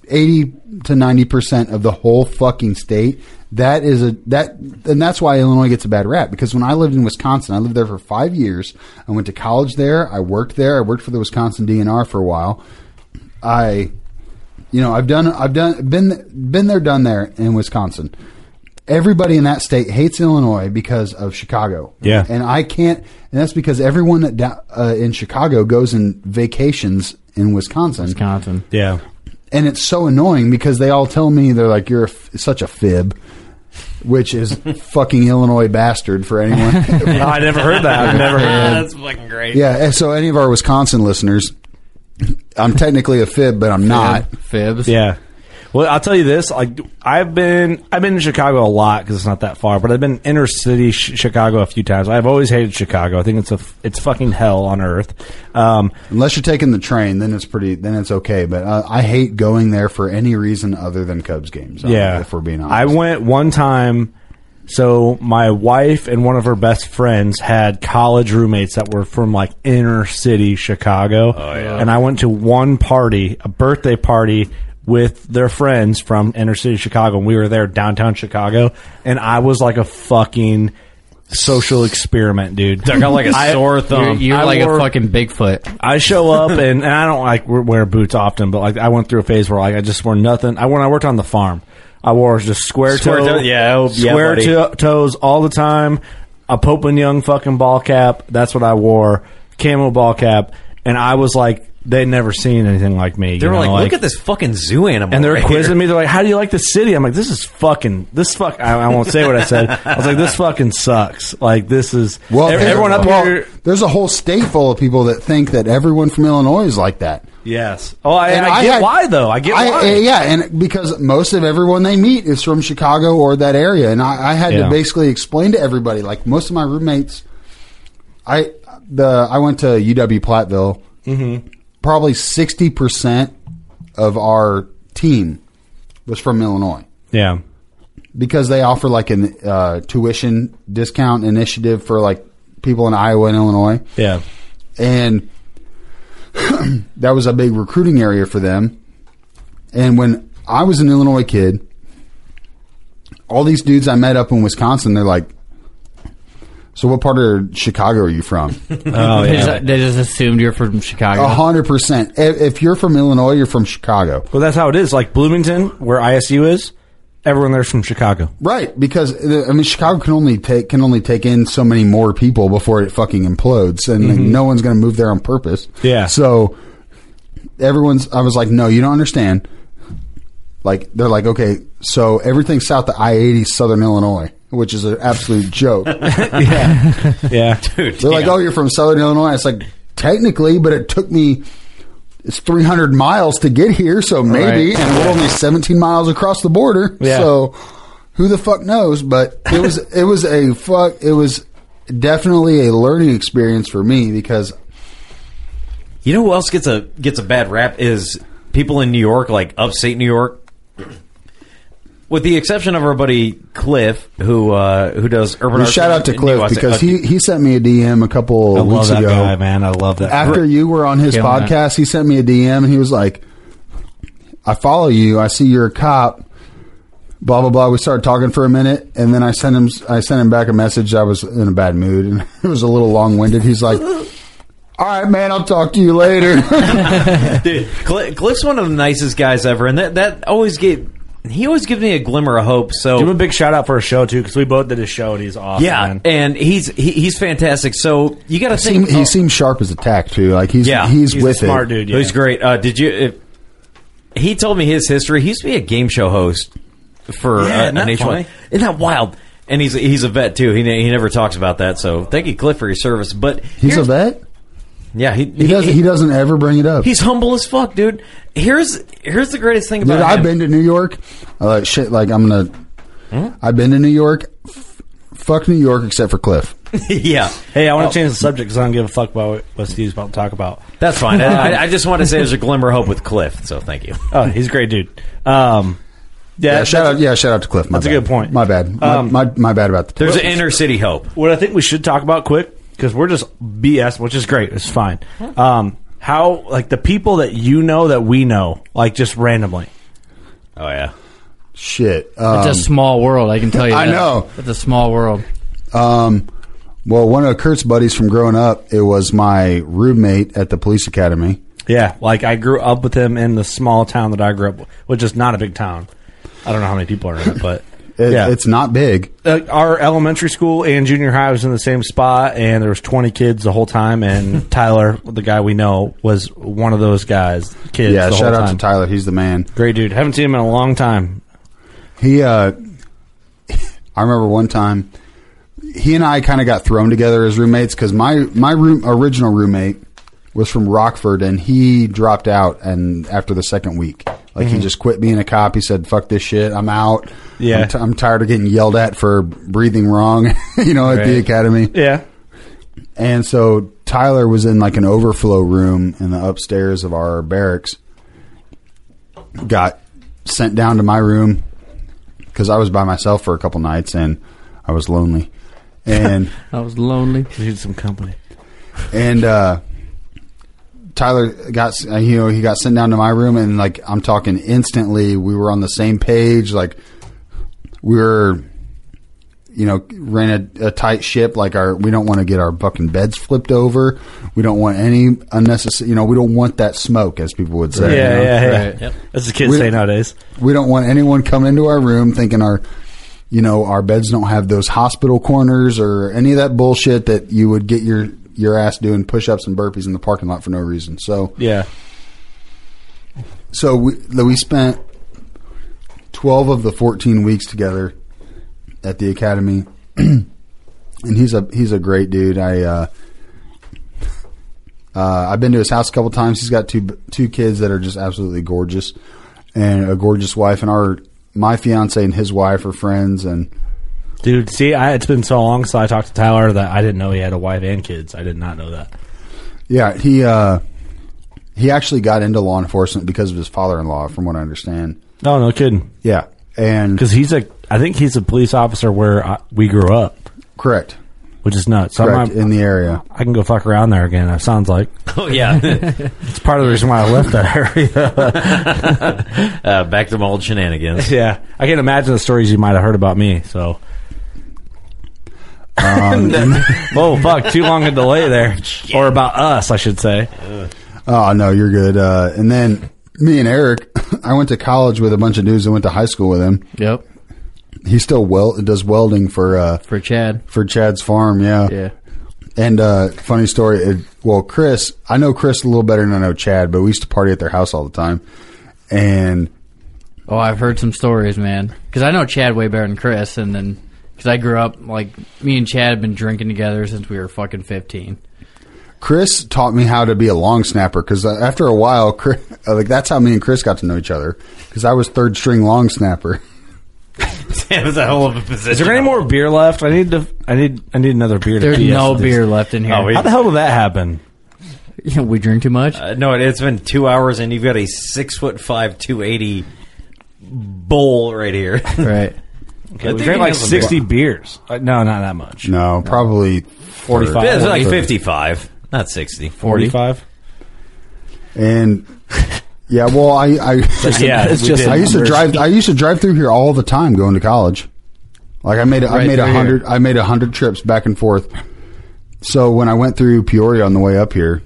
S10: 80 to 90% of the whole fucking state. That is a that and that's why Illinois gets a bad rap because when I lived in Wisconsin, I lived there for 5 years. I went to college there, I worked there, I worked for the Wisconsin DNR for a while. I you know, I've done I've done been been there done there in Wisconsin. Everybody in that state hates Illinois because of Chicago.
S3: Yeah.
S10: And I can't and that's because everyone that da- uh, in Chicago goes and vacations in Wisconsin
S4: Wisconsin.
S3: Yeah.
S10: and it's so annoying because they all tell me they're like you're a f- such a fib which is fucking illinois bastard for anyone
S3: No, I never heard that. I've never heard
S2: Ah, that's fucking great.
S10: yeah and so any of our wisconsin listeners i'm technically a fib but i'm not
S4: Fibs.
S3: Yeah. Well, I'll tell you this. Like, I've been I've been in Chicago a lot because it's not that far, but I've been inner city sh- Chicago a few times. I've always hated Chicago. I think it's a f- it's fucking hell on earth. Um,
S10: unless you're taking the train then it's pretty then it's okay but uh, i hate going there for any reason other than cubs games uh,
S3: yeah,
S10: if we're being honest
S3: I went one time. So my wife and one of her best friends had college roommates that were from like inner city Chicago. Oh yeah. And I went to one party, a birthday party with their friends from inner city Chicago and we were there downtown Chicago and I was like a fucking social experiment, dude.
S2: I got like a
S3: I-
S2: sore thumb.
S4: You're, you're
S3: Um, I
S4: like
S3: wore-
S4: a fucking Bigfoot.
S3: I show up and, and I don't like wear- wear boots often, but like I went through a phase where like I just wore nothing. I when I worked on the farm, I wore just square,
S2: Square
S3: toe,
S2: toe- yeah, oh, yeah,
S3: square
S2: buddy.
S3: to- toes all the time. A Pope and Young fucking ball cap. That's what I wore. Camo ball cap, and I was like, they'd never seen anything like me.
S2: they
S3: you
S2: were
S3: know,
S2: like, look at this fucking zoo animal.
S3: and they're
S2: right
S3: quizzing
S2: here."
S3: me. They're like, "How do you like the city?" I'm like, "This is fucking this fuck." I, I won't say what I said. I was like, "This fucking sucks." Like this is
S10: well,
S3: ev-
S10: there-
S3: everyone up
S10: well,
S3: here.
S10: there's a whole state full of people that think that everyone from illinois is like that
S3: Yes. Oh, I, I, get
S10: had-
S3: why though. I get why.
S10: uh, yeah, and because most of everyone they meet is from Chicago or that area, and I, I had
S3: Yeah.
S10: to basically explain to everybody. Like most of my roommates, I the I went to UW Platteville. Mm-hmm. Probably sixty percent of our team was from Illinois
S3: Yeah.
S10: because they offer like an uh, tuition discount initiative for like people in Iowa and Illinois
S3: Yeah.
S10: and that was a big recruiting area for them. And when I was an Illinois kid, all these dudes I met up in Wisconsin, they're like, So, what part of Chicago are you from?
S3: Oh,
S4: they, just, they just assumed you're from Chicago.
S10: A
S3: Uh-huh.
S10: hundred percent. If if you're from Illinois, you're from Chicago,
S3: Well, that's how it is. Like Bloomington, where ISU is, everyone there's from Chicago.
S10: right? Because the- I mean, Chicago can only take can only take in so many more people before it fucking implodes, and like, no one's going to move there on purpose.
S3: Yeah.
S10: So everyone's. I was like, no, you don't understand. Like they're like, okay, so everything south of I eighty, Southern Illinois, which is an absolute joke.
S3: Yeah.
S2: Dude,
S10: They're like,
S2: yeah.
S10: oh, you're from Southern Illinois. It's like, technically, but it took me, it's 300 miles to get here, so maybe,
S4: Right.
S10: and we're only 17 miles across the border.
S3: Yeah.
S10: So who the fuck knows? But it was, it was a fuck, it was definitely a learning experience for me because
S2: You know who else gets a gets a bad rap is people in New York, like upstate New York. With the exception of our buddy Cliff, who uh, who does urban
S10: well,
S2: Arts
S10: shout out to
S2: in New
S10: Cliff
S2: York.
S10: because he, he sent me a DM a couple
S3: I love
S10: weeks
S3: that
S10: ago.
S3: guy, man. I love that.
S10: after you were on his
S4: Killing
S10: podcast, he sent me a DM and he was like, I follow you. I see you're a cop. Blah blah blah. We started talking for a minute, and then I sent him. I sent him back a message. I was in a bad mood, and it was a little long winded. He's like, "All right, man, I'll talk to you later."
S2: Dude, Cl- Cliff's one of the nicest guys ever, and that that always gave he always gives me a glimmer of hope. So
S3: Give him a big shout out for a show too, because we both did a show and he's awesome.
S2: yeah,
S3: man.
S2: and he's he, he's fantastic. So you got to
S10: he, seem-
S2: think
S10: he seems sharp as a tack too. Like he's
S2: Yeah,
S10: he's,
S3: he's
S10: with
S3: a smart
S10: it.
S3: dude. Yeah.
S2: He's great. Uh, did you? If, he told me his history. He used to be a game show host for
S3: Yeah,
S2: uh,
S3: isn't that
S2: an H1.
S3: funny?
S2: Isn't that wild? And he's he's a vet too. He ne- he never talks about that. So thank you, Cliff, for your service. But
S10: He's a
S2: here's-
S10: vet.
S2: Yeah, he,
S10: He doesn't. He doesn't ever bring it up.
S2: He's humble as fuck, dude. Here's here's the greatest thing about
S10: Dude,
S2: him.
S10: I've been to New York. Uh, shit, like I'm gonna.
S3: Hmm?
S10: I've been to New York. F- fuck New York, except for Cliff.
S2: yeah,
S3: Hey, I want to
S2: Oh.
S3: change the subject because I don't give a fuck about what- what Steve's about to talk about.
S2: that's fine. I, I- I just want to say there's a glimmer of hope with Cliff. So thank you.
S3: Oh, he's a great dude. Um, yeah,
S10: Yeah, shout out. Yeah, shout out to Cliff. My
S3: that's a
S10: bad.
S3: good point.
S10: My bad. My,
S3: Um,
S10: my, my bad about the.
S2: There's an inner city hope.
S3: What I think we should talk about quick because we're just BS, which is great. It's fine. Um, how like the people that you know that we know, like just randomly.
S2: Oh yeah.
S10: shit.
S4: It's
S10: Um,
S4: a small world, I can tell you.
S10: I
S4: that.
S10: know.
S4: It's a small world.
S10: um, well, one of Kurt's buddies from growing up, it was my roommate at the police academy.
S3: Yeah, like I grew up with him in the small town that I grew up, with, which is not a big town. I don't know how many people are in it, but
S10: It,
S3: yeah,
S10: It's not big.
S3: uh, our elementary school and junior high was in the same spot, and there was twenty kids the whole time. And Tyler, the guy we know, was one of those guys. Kids,
S10: yeah.
S3: the
S10: Shout
S3: whole
S10: out
S3: time.
S10: to Tyler. He's the man.
S3: Great dude. Haven't seen him in a long time.
S10: He. Uh, I remember one time, he and I kind of got thrown together as roommates because my my room original roommate was from Rockford and he dropped out and after the second week. Like he just quit being a cop. He said, "Fuck this shit. I'm out.
S3: Yeah.
S10: I'm, t- I'm tired of getting yelled at for breathing wrong. you know, at the academy.
S3: Yeah.
S10: And so Tyler was in like an overflow room in the upstairs of our barracks. Got sent down to my room because I was by myself for a couple nights and I was lonely. And
S4: I was lonely.
S3: Need some company.
S10: and uh, Tyler got uh, you know he got sent down to my room and like I'm talking instantly we were on the same page like we were you know ran a, a tight ship like our we don't want to get our fucking beds flipped over we don't want any unnecessary you know we don't want that smoke as people would say you
S3: Yeah,
S10: know?
S3: yeah, yeah.
S4: Right. Yep.
S3: That's the kids
S10: We-
S3: say nowadays.
S10: we don't want anyone coming into our room thinking our you know our beds don't have those hospital corners or any of that bullshit that you would get your your ass doing push-ups and burpees in the parking lot for no reason so
S3: Yeah.
S10: so we, the- we spent 12 of the 14 weeks together at the academy and he's a he's a great dude i uh uh, I've been to his house a couple times. He's got two two kids that are just absolutely gorgeous, and a gorgeous wife. And our my fiance and his wife are friends. And
S3: Dude, see, I, it's been so long since I talked to Tyler that I didn't know he had a wife and kids. I did not know that.
S10: yeah, he uh, he actually got into law enforcement because of his father in law, from what I understand.
S3: No, no kidding.
S10: Yeah, and
S3: Because he's a, I think he's a police officer where I, we grew up,
S10: correct,
S3: which is nuts. So
S10: correct
S3: I'm,
S10: in the area.
S3: I can go fuck around there again. That sounds like
S2: Oh yeah.
S3: it's part of the reason why I left that area.
S2: uh, back to my old shenanigans.
S3: yeah, I can imagine the stories you might have heard about me. So Um, whoa, fuck! Too long a delay there, or about us, I should say.
S10: Oh no, you're good. Uh, and then me and Eric, I went to college with a bunch of dudes that went to high school with him.
S4: Yep.
S10: He still well does welding for uh,
S4: for Chad
S10: for Chad's farm. Yeah.
S4: Yeah.
S10: And uh, funny story. It, well, Chris, I know Chris a little better than I know Chad, but we used to party at their house all the time. And
S4: Oh, I've heard some stories, man. Because I know Chad way better than Chris, and then because I grew up like me and Chad have been drinking together since we were fucking fifteen.
S10: Chris taught me how to be a long snapper because after a while, Chris, uh, like that's how me and Chris got to know each other because I was third string long snapper.
S2: Damn, it's a hell of a position.
S3: Is there any more beer left? I need to. I need. I need another beer. To
S4: There's
S3: pee
S4: no
S3: after this.
S4: beer left in here.
S3: Oh, we- How the hell did that happen?
S4: Yeah, we drink too much.
S2: Uh, no, it, it's been two hours, and you've got a six foot five, two eighty bowl right here.
S4: right.
S2: I
S3: Okay, we
S2: think
S3: drank
S2: he
S3: like
S2: has a-
S3: sixty beers. Uh, no, not that much.
S10: No, probably
S3: 45.
S2: Yeah, it's like
S3: Forty.
S2: fifty five, not sixty.
S3: 45?
S10: And yeah, well, I, I
S3: Yeah, it's we just did.
S10: I used to
S3: numbers.
S10: drive. I used to drive through here all the time going to college. Like I made, I
S4: Right
S10: made a
S4: through
S10: hundred. I made a hundred trips back and forth. So when I went through Peoria on the way up here,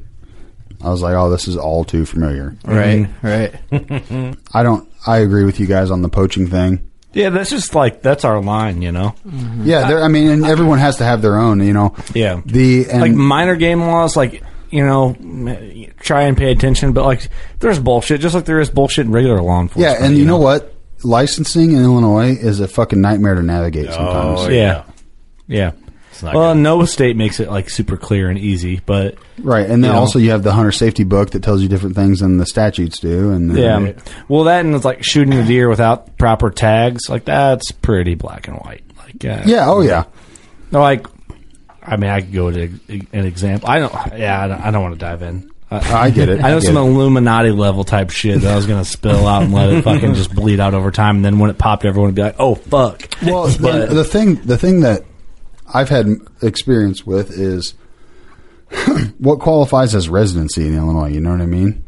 S10: I was like, "Oh, this is all too familiar."
S3: Mm-hmm. Mm.
S4: Right. Right.
S10: I don't. I agree with you guys on the poaching thing.
S3: Yeah, that's just like that's our line, you know.
S10: Yeah, there. I mean, and everyone has to have their own. You know.
S3: Mm-hmm. Yeah.
S10: The and
S3: like minor game laws, like you know, m- try and pay attention, but like there's bullshit, just like there is bullshit in regular law enforcement.
S10: yeah, and you know what? Licensing in Illinois is a fucking nightmare to navigate sometimes.
S3: Oh, Yeah, yeah.
S2: not
S3: Well, no state makes it like super clear and easy, but
S10: Right, and then
S3: You know?
S10: also you have the hunter safety book that tells you different things than the statutes do, and then-
S3: yeah. Well, that and it's like shooting a deer without proper tags, like that's pretty black and white. Like uh,
S10: yeah, oh yeah,
S3: No, like, I mean, I could go to an example. I don't. Yeah, I don't, I don't want to dive in.
S10: I get it.
S3: I know
S10: get
S3: some
S10: it.
S3: Illuminati level type shit that I was gonna spill out and let it fucking just bleed out over time, and then when it popped, everyone would be like, "Oh fuck!"
S10: Well, the, the thing, the thing that I've had experience with is what qualifies as residency in Illinois. You know what I mean?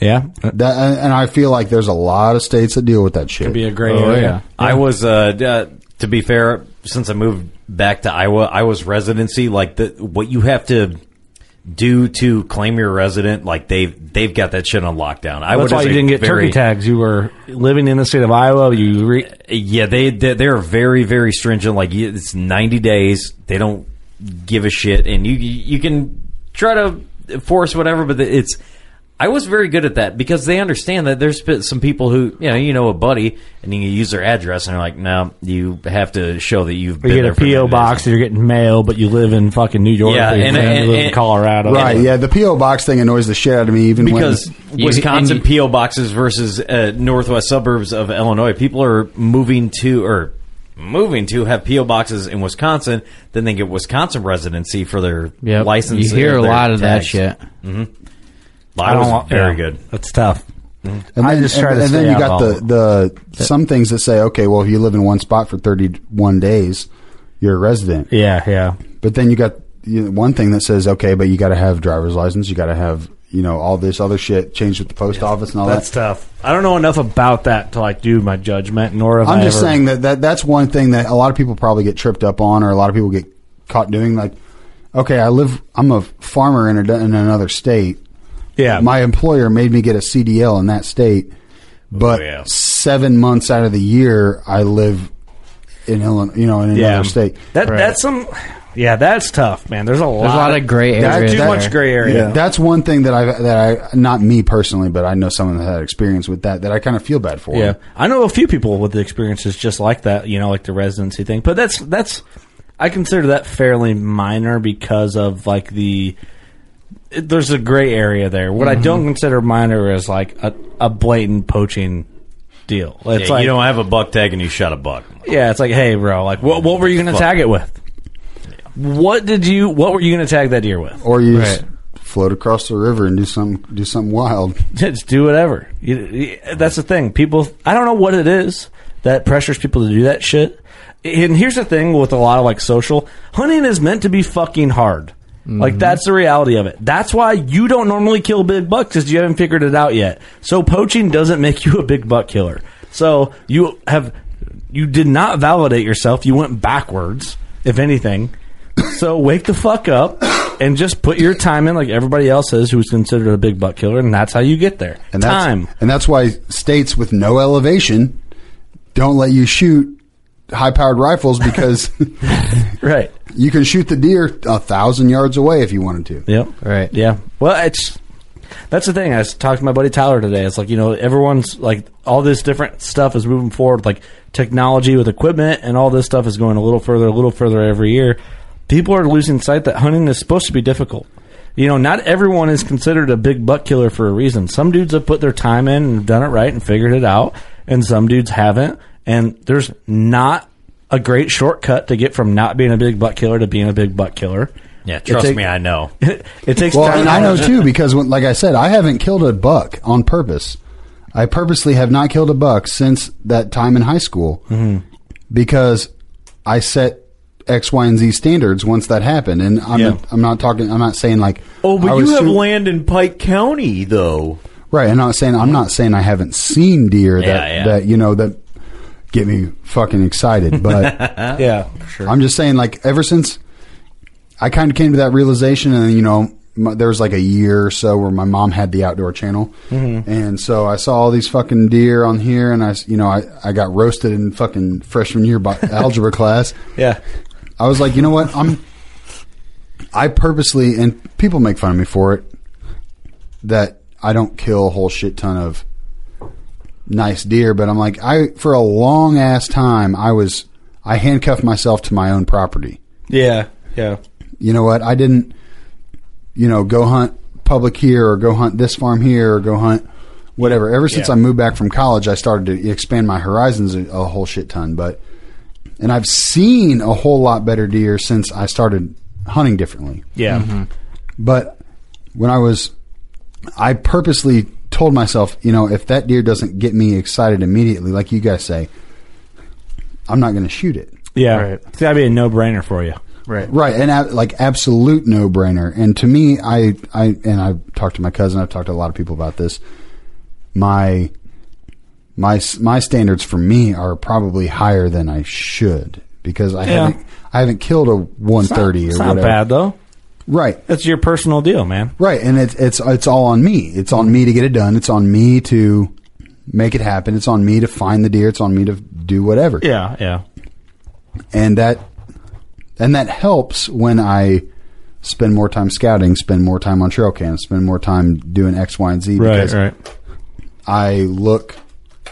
S3: Yeah,
S10: That, and, and I feel like there's a lot of states that deal with that shit.
S3: could be a gray
S4: Oh,
S3: area.
S4: yeah.
S2: I was, uh, d- uh, to be fair, since I moved back to Iowa, I was residency. Like the what you have to do to claim your resident, like they've they've got that shit on lockdown. I
S3: That's
S2: was
S3: why you didn't get
S2: very,
S3: turkey tags. You were living in the state of Iowa. You re-
S2: Yeah, they they- they're very very stringent. Like you- it's ninety days. They don't give a shit, and you you can try to force whatever, but it's. I was very good at that because they understand that there's been some people who you know you know a buddy and you use their address and they're like, no, you have to show that you've been
S3: you get
S2: there
S3: a
S2: for 90
S3: PO
S2: days."
S3: box. You're getting mail, but you live in fucking New York.
S2: Yeah,
S3: or you
S2: and-
S3: live
S2: and-
S3: in
S2: and-
S3: Colorado.
S10: right? Yeah, the PO box thing annoys the shit out of me. Even
S2: because
S10: when,
S4: You-
S2: Wisconsin
S4: and you-
S2: PO boxes versus uh, northwest suburbs of Illinois, people are moving to or moving to have PO boxes in Wisconsin. Then they get Wisconsin residency for their
S4: Yep.
S2: license.
S4: You hear
S2: and
S4: a
S2: their
S4: lot of that
S2: tags.
S4: shit.
S2: I was very
S3: yeah,
S2: good.
S3: That's tough.
S10: and
S3: I
S10: then,
S3: just
S10: and,
S3: try to
S10: and
S3: stay
S10: then you
S3: out of
S10: got
S3: all of
S10: the the some things that say, okay, well, if you live in one spot for 31 days, you're a resident.
S3: Yeah, yeah.
S10: But then you got you know, one thing that says, okay, but you got to have driver's license. You got to have, you know, all this other shit changed with the post office and all
S3: That's
S10: that.
S3: tough. I don't know enough about that to like do my judgment. Nor have
S10: I'm
S3: I
S10: just
S3: ever-
S10: saying that, that that's one thing that a lot of people probably get tripped up on, or a lot of people get caught doing. Like, okay, I live, I'm a farmer in, a, in another state.
S3: Yeah,
S10: My employer made me get a CDL in that state, but
S2: Oh, yeah.
S10: seven months out of the year, I live in Illinois, you know, in another state.
S3: That
S4: Right.
S3: that's some. Yeah, that's tough, man. There's a lot.
S4: There's a lot of gray
S10: That-
S4: area.
S3: Too
S10: that-
S3: much gray area.
S10: Yeah. That's one thing that I that I not me personally, but I know someone that had experience with that that I kind of feel bad for.
S3: Yeah, I know a few people with experiences just like that. You know, like the residency thing. But that's that's I consider that fairly minor because of like the it- there's a gray area there. What I don't consider minor is like a, a blatant poaching deal. It's
S2: Yeah,
S3: like
S2: you don't have a buck tag and you shot a buck.
S3: yeah, it's like hey, bro, like what what were you going to
S2: Fuck.
S3: tag it with? What did you? What were you going to tag that deer with?
S10: Or you just float across the river and do something do something wild.
S3: just do whatever. You, you- that's the thing. People, I don't know what it is that pressures people to do that shit. And here's the thing with a lot of like social hunting is meant to be fucking hard. Like that's the reality of it. That's why you don't normally kill big bucks because you haven't figured it out yet. So poaching doesn't make you a big buck killer. So you have you did not validate yourself. You went backwards, if anything. so wake the fuck up and just put your time in like everybody else is who's considered a big butt killer, and that's how you get there.
S10: And that's,
S3: time.
S10: And that's why states with no elevation don't let you shoot high powered rifles because
S3: right
S10: you can shoot the deer a thousand yards away if you wanted to.
S3: Yep.
S4: Right.
S3: Yeah. Well, it's that's the thing. I was talking to my buddy Tyler today. It's like you know everyone's like all this different stuff is moving forward, like technology with equipment and all this stuff is going a little further, a little further every year. People are losing sight that hunting is supposed to be difficult. You know, not everyone is considered a big butt killer for a reason. Some dudes have put their time in and done it right and figured it out, and some dudes haven't. And there's not a great shortcut to get from not being a big butt killer to being a big butt killer.
S2: Yeah,
S3: It
S2: trust
S3: take-
S2: me, I know.
S3: It takes
S10: Well,
S3: time.
S10: and I know too because, when, like I said, I haven't killed a buck on purpose. I purposely have not killed a buck since that time in high school
S2: Mm-hmm.
S10: because I set X, Y, and Z standards once that happened. And I'm,
S2: Yeah.
S10: I'm not talking. I'm not saying like.
S2: Oh, but
S10: I
S2: you
S10: was
S2: have
S10: shooting-
S2: land in Pike County, though.
S10: Right, I'm not saying I'm not saying I haven't seen deer that
S2: Yeah, yeah.
S10: that you know that get me fucking excited, but
S3: yeah,
S10: I'm just saying like ever since I kind of came to that realization, and you know my, there was like a year or so where my mom had the outdoor channel,
S3: Mhm.
S10: and so I saw all these fucking deer on here, and I s- you know I I got roasted in fucking freshman year by algebra class.
S3: Yeah,
S10: I was like, you know what, I'm I purposely and people make fun of me for it that I don't kill a whole shit ton of nice deer, but I'm like I for a long ass time I was I handcuffed myself to my own property.
S3: Yeah, yeah.
S10: You know what? I didn't you know go hunt public here or go hunt this farm here or go hunt whatever. Ever since
S3: Yeah.
S10: I moved back from college, I started to expand my horizons a, a whole shit ton, but and I've seen a whole lot better deer since I started hunting differently.
S3: Yeah.
S10: Mm-hmm. But when I was, I purposely told myself, you know, if that deer doesn't get me excited immediately, like you guys say, I'm not going to shoot it.
S3: Yeah, it's got to be a no-brainer for you.
S10: Right. Right. And ab- like absolute no brainer. And to me, I, I, and I've talked to my cousin, I've talked to a lot of people about this. My, my, s- my standards for me are probably higher than I should because I
S3: Yeah.
S10: haven't, I haven't killed a 130
S3: It's
S10: or
S3: not
S10: whatever.
S3: bad though.
S10: Right.
S3: That's your personal deal, man.
S10: Right, and it's it's it's all on me. It's on me to get it done. It's on me to make it happen. It's on me to find the deer. It's on me to do whatever.
S3: Yeah, yeah.
S10: And that and that helps when I spend more time scouting, spend more time on trail cams, spend more time doing X, Y, and Z because I look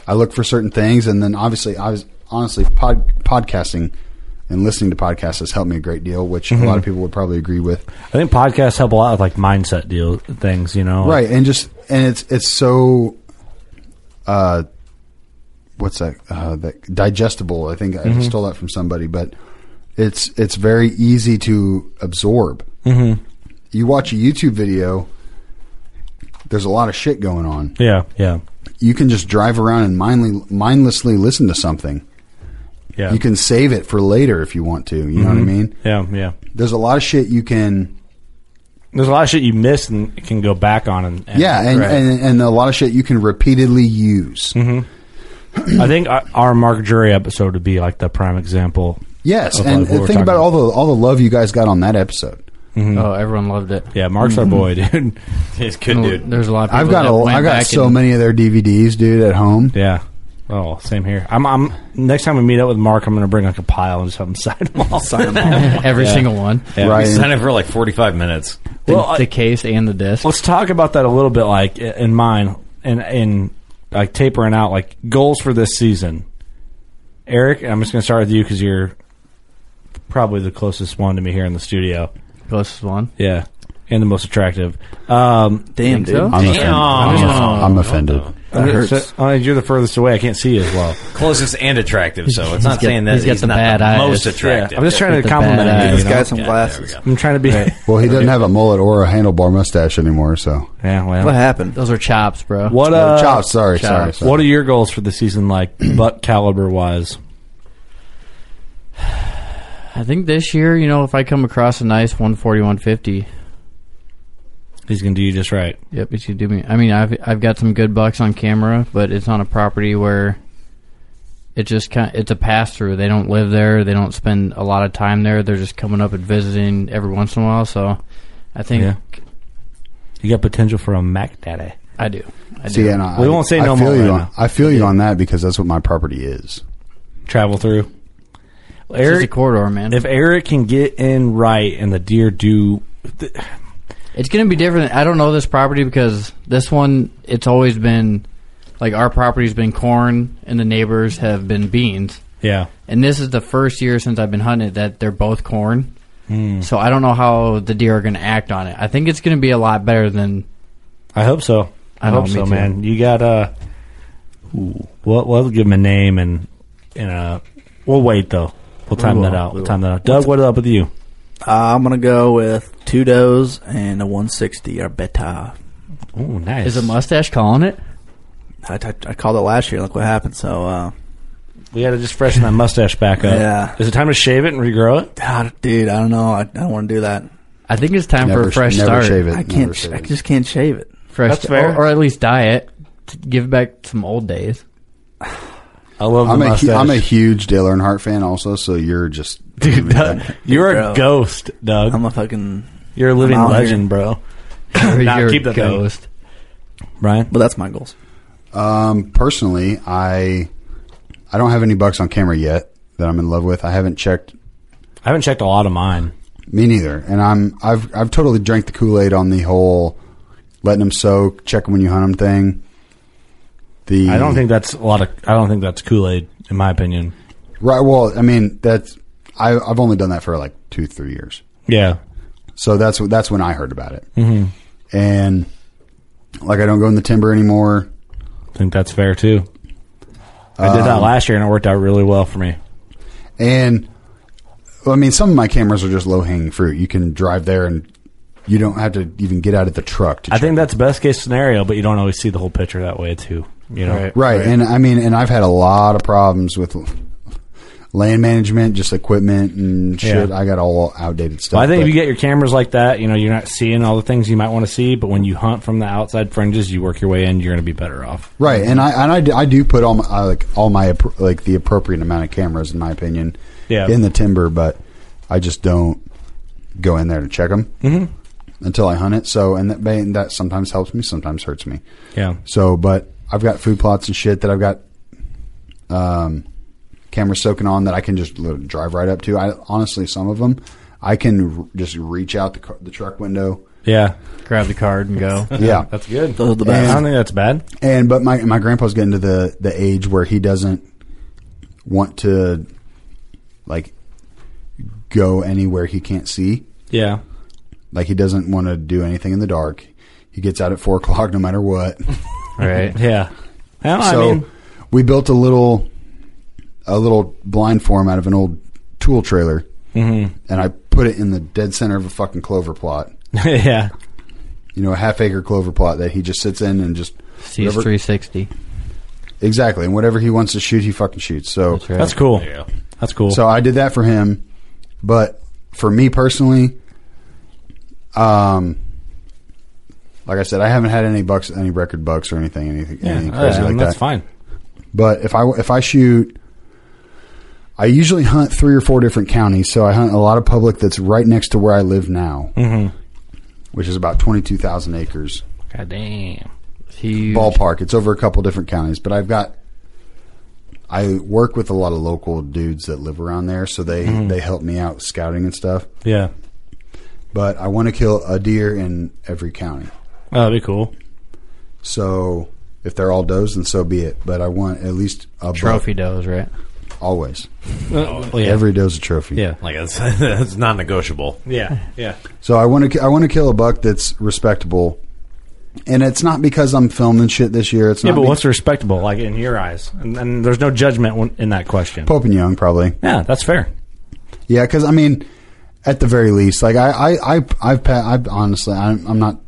S10: I look for certain things and then obviously I was honestly pod, podcasting and listening to podcasts has helped me a great deal, which a lot of
S3: Mhm.
S10: people would probably agree with.
S3: I think podcasts help a lot with like mindset deal things. You know,
S10: right and just and it's it's so uh what's that uh that digestible i think i
S3: Mhm.
S10: stole that from somebody but it's it's very easy to absorb
S3: Mm-hmm.
S10: you watch a youtube video there's a lot of shit going on
S3: Yeah, yeah,
S10: you can just drive around and mindly, mindlessly listen to something
S3: yeah.
S10: you can save it for later if you want to you know what i
S3: Mhm.
S10: mean
S3: Yeah, yeah.
S10: there's a lot of shit you can
S3: There's a lot of shit you miss and can go back on. And, and
S10: yeah and, and and a lot of shit you can repeatedly use
S3: Mhm. I think our- our Mark Jury episode would be like the prime example.
S10: Yes,
S3: of,
S10: and
S3: like, what we're
S10: think
S3: talking
S10: about all the all the love you guys got on that episode.
S3: Mhm.
S4: Oh, everyone loved it.
S3: Yeah, Mark's our
S10: Mm-hmm.
S4: Mhm.
S3: boy, dude.
S2: He's good, dude.
S4: There's a lot. Of people
S10: I've got
S4: that
S10: a,
S4: went
S10: I got
S4: back
S10: so
S4: and-
S10: many of their DVDs, dude, at home.
S3: Yeah. Oh, same here. I'm. I'm. Next time we meet up with Mark, I'm going to bring like a pile and just have him sign them all. sign them all.
S4: Every single one.
S10: Right.
S2: We signed it for like 45 minutes.
S4: The,
S3: Well, I-
S4: the case and the disc.
S3: Let's talk about that a little bit, like i- in mine and in like tapering out, like goals for this season. Eric, I'm just going to start with you because you're probably the closest one to me here in the studio.
S4: Closest one.
S3: Yeah, and the most attractive. Um,
S5: Damn, dude.
S4: So?
S10: I'm offended. I'm,
S2: Damn.
S10: off- I'm offended.
S3: I'm gonna- so- oh, you're the furthest away. I can't see you as well.
S2: Closest and attractive, so it's
S4: He's
S2: not
S4: got-
S2: saying that
S4: he's
S2: he's,
S4: got the
S2: not
S4: bad
S2: the
S4: eyes.
S2: most
S4: Yeah,
S2: attractive.
S3: I'm just trying to
S4: With the bad
S3: compliment
S4: eyes.
S3: you.
S5: This
S3: you know?
S5: guy's some
S2: Yeah,
S5: glasses.
S2: there we
S3: I'm trying to be.
S10: Well, he doesn't have a mullet or a handlebar mustache anymore. So,
S3: Yeah, well,
S5: What happened?
S4: Those are chops, bro.
S3: what?
S10: Or
S3: Uh,
S10: chops. Sorry, sorry,
S4: chops.
S10: sorry.
S3: What are your goals for the season, like butt caliber wise?
S4: I think this year, you know, if I come across a nice 140, 150,
S3: He's going to do you just right.
S4: yep, it's gonna do me. I mean, I've I've got some good bucks on camera, but it's on a property where It just kind it's a pass through. They don't live there. They don't spend a lot of time there. They're just coming up and visiting every once in a while. So, I think
S3: Yeah. You got potential for a Mac Daddy.
S4: I do. I
S10: See,
S4: do.
S10: and I,
S3: We won't say
S10: I
S3: no
S10: feel
S3: more
S10: You
S3: right
S10: on,
S3: now.
S10: I feel you on that because that's what my property is.
S3: Travel through.
S4: It's just a corridor, man.
S3: If Eric can get in right and the deer do,
S4: It's going to be different. I don't know this property because this one, it's always been like our property's been corn and the neighbors have been beans.
S3: Yeah.
S4: And this is the first year since I've been hunting it that they're both corn.
S3: Hmm.
S4: So I don't know how the deer are going to act on it. I think it's going to be a lot better than
S3: I hope so. I,
S5: Oh,
S4: I know,
S3: hope
S4: me
S3: so,
S4: too.
S3: man. You got uh, ooh, we'll we'll give him a name and and uh, we'll wait though. We'll time
S5: We will.
S3: that out.
S5: We
S3: We'll
S5: will.
S3: time that out. Doug, what up with you?
S5: Uh, I'm gonna go with two does and a 160 or better.
S3: Oh, nice.
S4: Is a mustache calling it?
S5: I, I, I called it last year. Look what happened. So uh,
S3: We got to just freshen that mustache back up.
S5: Yeah.
S3: Is it time to shave it and regrow it?
S5: God, dude, I don't know. I, I don't want to do that.
S4: I think it's time for
S5: Never
S4: a
S5: sh-
S4: fresh
S5: never
S4: start.
S5: shave it. I can't Never sh- shave I it. just can't shave it.
S4: Fresh
S5: That's fair.
S4: Or, or at least dye it to give back some old days.
S3: I love
S10: I'm a, hu- I'm a huge Dale Earnhardt fan, also. So you're just
S3: Dude, Doug, you're a ghost, Doug.
S5: I'm a fucking.
S3: You're a living
S5: I'm out
S3: legend,
S5: here.
S3: bro.
S4: Nah, You're
S3: keep
S4: a
S3: that thing.
S4: ghost.
S3: Brian?
S5: But that's my goals.
S10: Um, personally, I I don't have any bucks on camera yet that I'm in love with. I haven't checked.
S3: I haven't checked a lot of mine.
S10: Me neither. And I'm I've I've totally drank the Kool Aid on the whole letting them soak, check 'em when you hunt them thing. The
S3: I don't think that's a lot of. I don't think that's Kool Aid, in my opinion.
S10: right. Well, I mean that's I I've only done that for like two three years.
S3: Yeah.
S10: So that's that's when I heard about it.
S3: Mm-hmm.
S10: And like I don't go in the timber anymore.
S3: I think that's fair too. I did that
S10: Um,
S3: last year, and it worked out really well for me.
S10: And well, I mean, some of my cameras are just low hanging fruit. You can drive there and you don't have to even get out of the truck. To
S3: I think that's best case scenario, but you don't always see the whole picture that way too. You know,
S10: right, And I mean, and I've had a lot of problems with land management, just equipment and shit.
S3: Yeah.
S10: I got all outdated stuff.
S3: Well, I think if
S10: but-
S3: you get your cameras like that, you know, you're not seeing all the things you might want to see. But when you hunt from the outside fringes, you work your way in. You're going to be better off.
S10: right. And I and I do, I do put all my I like all my appro- like the appropriate amount of cameras, in my opinion,
S3: Yeah.
S10: in the timber, but I just don't go in there to check them
S3: Mm-hmm.
S10: until I hunt it. So and that and that sometimes helps me, sometimes hurts me.
S3: Yeah.
S10: So, but I've got food plots and shit that I've got um, cameras soaking on that I can just li- drive right up to. I honestly, some of them, I can r- just reach out the, car, the truck window.
S3: Yeah.
S4: Grab the card and go.
S10: Yeah.
S3: that's good.
S5: Those are the
S10: best.
S3: I don't think that's bad.
S10: And but my my grandpa's getting to the the age where he doesn't want to like go anywhere he can't see.
S3: Yeah.
S10: Like he doesn't want to do anything in the dark. He gets out at four o'clock no matter what.
S4: Right.
S3: Yeah. Well, Oh, I
S10: so
S3: mean,
S10: we built a little a little blind form out of an old tool trailer
S3: Mhm.
S10: and i put it in the dead center of a fucking clover plot
S3: yeah.
S10: you know a half acre clover plot that he just sits in and just
S4: Sees
S10: whatever-
S4: 360.
S10: exactly and whatever he wants to shoot he fucking shoots so
S4: right.
S3: That's cool. That's cool.
S10: so i did that for him but for me personally um like i said i haven't had any bucks any record bucks or anything anything,
S3: yeah,
S10: anything crazy
S3: uh,
S10: like
S3: that's
S10: that
S3: fine.
S10: But if I if I shoot, I usually hunt three or four different counties. So I hunt a lot of public that's right next to where I live now,
S3: Mm-hmm.
S10: which is about twenty two thousand acres
S3: God damn.
S4: Huge.
S10: ballpark. It's over a couple different counties, but I've got. I work with a lot of local dudes that live around there, so they they help me out scouting and stuff.
S3: Yeah.
S10: But I want to kill a deer in every county.
S3: Oh, that'd be cool.
S10: So if they're all does, then so be it. But I want at least a buck
S4: Trophy does, right?
S10: always.
S3: Uh, well, yeah.
S10: Every doe's a trophy.
S3: yeah.
S11: Like it's, it's non-negotiable.
S3: Yeah. Yeah.
S10: So I want to I want to kill a buck that's respectable, and it's not because I'm filming shit this year. It's
S3: Yeah,
S10: not
S3: but
S10: be-
S3: what's respectable, like in your eyes? And, and there's no judgment when- in that question.
S10: Pope and Young probably.
S3: Yeah, that's fair.
S10: Yeah, because I mean, at the very least, like I I I I've, pa- I've honestly I'm, I'm not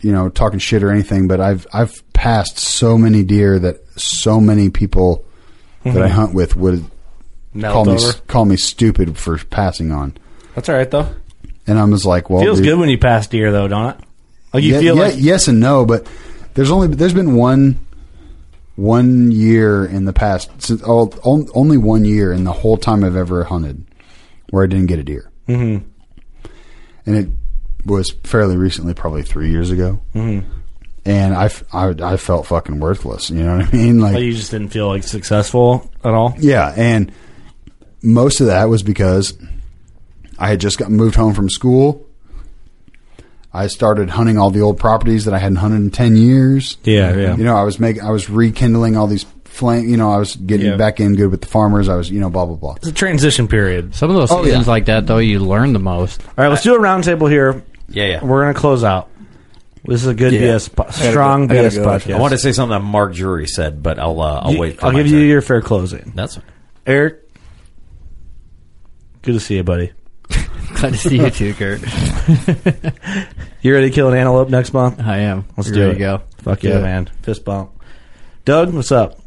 S10: you know talking shit or anything, but I've I've passed so many deer that so many people that I
S3: Mhm.
S10: hunt with would
S3: Melt
S10: call me
S3: over.
S10: call me stupid for passing on,
S3: That's all right though.
S10: and I'm just like, well,
S3: Feels
S10: dude,
S3: good when you pass deer though, don't it? Like you
S10: Yeah,
S3: feel
S10: yeah,
S3: like
S10: yes and no, but there's only there's been one one year in the past, since all, on- only one year in the whole time I've ever hunted, where I didn't get a deer,
S3: Mm-hmm.
S10: and it was fairly recently, probably three years ago.
S3: Mhm.
S10: And I, f- I- I felt fucking worthless. You know what I mean?
S3: Like, oh, you just didn't feel like successful at all.
S10: Yeah, and most of that was because I had just got moved home from school. I started hunting all the old properties that I hadn't hunted in ten years.
S3: Yeah, yeah.
S10: You know, I was making, I was rekindling all these flame. You know, I was getting
S3: Yeah.
S10: back in good with the farmers. I was, you know, blah blah blah.
S3: It's a transition period.
S4: Some of those
S10: Oh,
S4: seasons
S10: yeah.
S4: like that, though, you learn the most.
S3: All right, let's do a roundtable here.
S2: Yeah, yeah.
S3: We're gonna close out. This is a good
S2: Yeah.
S3: BS, po- strong BS podcast.
S2: I want to say something that Mark Drury said, but I'll uh, I'll
S3: You-
S2: wait. For
S3: I'll
S2: my
S3: give you your fair closing.
S2: That's
S3: Eric. Good to see you, buddy.
S4: Glad to see you too, Kurt.
S3: you ready to kill an antelope next month?
S4: I am.
S3: Let's
S4: You
S3: do
S4: ready
S3: it.
S4: to go?
S3: Fuck
S4: Do
S3: yeah,
S4: it.
S3: man. Fist bump. Doug, what's up?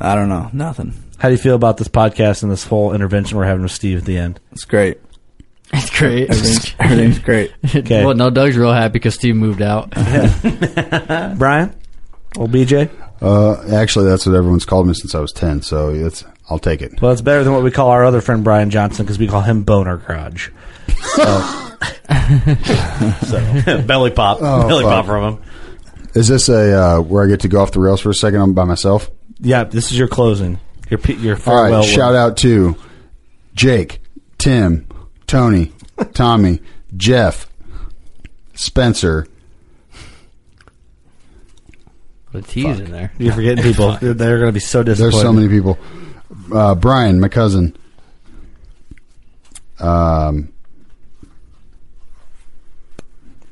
S12: I don't know. Nothing.
S3: How do you feel about this podcast and this whole intervention we're having with Steve at the end?
S12: It's great.
S4: It's great.
S12: Everything's- everything's great.
S3: Okay.
S4: Well, no, Doug's real happy because Steve moved out.
S3: Brian, old BJ.
S10: Uh, actually, that's what everyone's called me since I was ten. So it's, I'll take it.
S3: Well, it's better than what we call our other friend Brian Johnson because we call him Boner Garage. So,
S2: so belly pop,
S10: Oh,
S2: belly
S10: fuck.
S2: pop from him.
S10: Is this a uh, where I get to go off the rails for a second? I'm by myself.
S3: yeah, this is your closing. Your pe- your
S10: All right.
S3: farewell.
S10: shout out to Jake, Tim, Tony, Tommy, Jeff, Spencer.
S4: Put a tease in there.
S3: You're forgetting people.
S4: Fuck.
S3: They're, going to be so disappointed.
S10: There's so many people. Uh, Brian, my cousin. Um,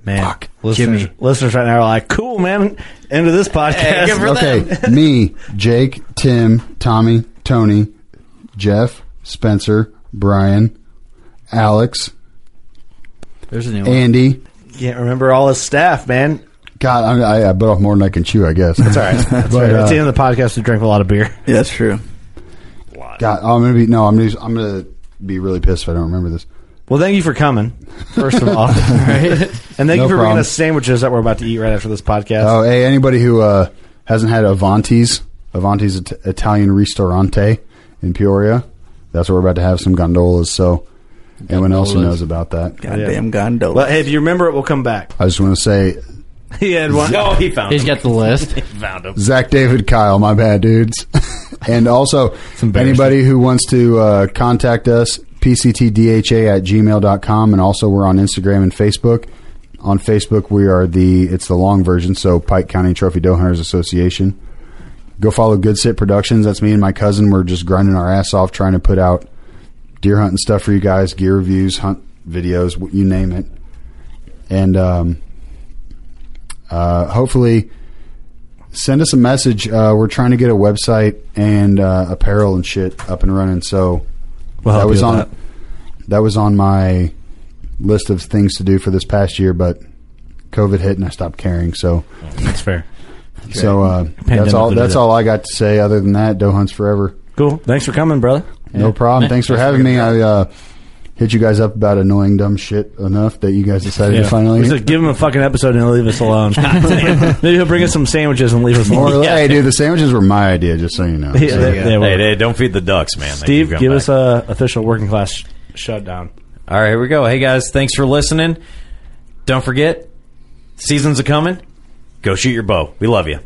S3: man. Listeners, listeners right now are like, "Cool, man." End of this podcast.
S10: okay, me, Jake, Tim, Tommy, Tony, Jeff, Spencer, Brian, Alex,
S4: There's a new one.
S10: Andy.
S3: Can't remember all his staff, man.
S10: God, I, I, I bit off more than I can chew. I guess
S3: That's all right. That's all
S10: But,
S3: right.
S10: uh,
S3: At the end of the podcast, we drank a lot of beer.
S10: Yeah, that's true. God, I'm gonna be no. I'm gonna I'm gonna be really pissed if I don't remember this.
S3: Well, thank you for coming. First of all, and thank
S10: No
S3: you for bringing
S10: problem.
S3: us sandwiches that we're about to eat right after this podcast.
S10: Oh, hey, anybody who uh, hasn't had Avanti's Avanti's It- Italian Ristorante in Peoria, that's where we're about to have some gondolas. So anyone else who
S3: Gondolas.
S10: knows about that,
S3: Yeah. Well, hey, if you remember it, we'll come back.
S10: I just want to say,
S3: He had one.
S2: Oh, he found.
S4: He's
S2: him.
S4: got the list.
S2: found him.
S10: Zach, David, Kyle, my bad, dudes. and also, anybody who wants to uh, contact us, pctdha at gmail.com. And also, we're on Instagram and Facebook. On Facebook, we are the, it's the long version, so Pike County Trophy Doe Hunters Association. Go follow Good Sit Productions. That's me and my cousin. We're just grinding our ass off trying to put out deer hunting stuff for you guys, gear reviews, hunt videos, wh- you name it. And um, uh, hopefully, send us a message. Uh, we're trying to get a website and uh, apparel and shit up and running. So
S3: We'll help
S10: that was
S3: you
S10: on
S3: with
S10: that. was on my list of things to do for this past year, but COVID hit and I stopped caring. So
S3: That's fair.
S10: so uh,
S3: Pandemic
S10: that's all.
S3: limited
S10: That's
S3: it.
S10: all I got to say. Other than that, doe hunts forever.
S3: Cool. Thanks for coming, brother.
S10: No problem. Thanks for having me. I uh, hit you guys up about annoying dumb shit enough that you guys decided to
S3: We
S10: finally.
S3: said, give him a fucking episode and leave us alone. Maybe he'll bring us some sandwiches and leave us alone.
S10: Or, Hey, dude, the sandwiches were my idea. Just so you know.
S3: Yeah,
S10: So-
S3: they- they were.
S2: Hey, hey, don't feed the ducks, man. They
S3: Steve,
S2: keep
S3: give
S2: coming
S3: us a official working class sh- shutdown.
S2: All right, here we go. Hey guys, thanks for listening. Don't forget, seasons are coming. Go shoot your bow. We love you.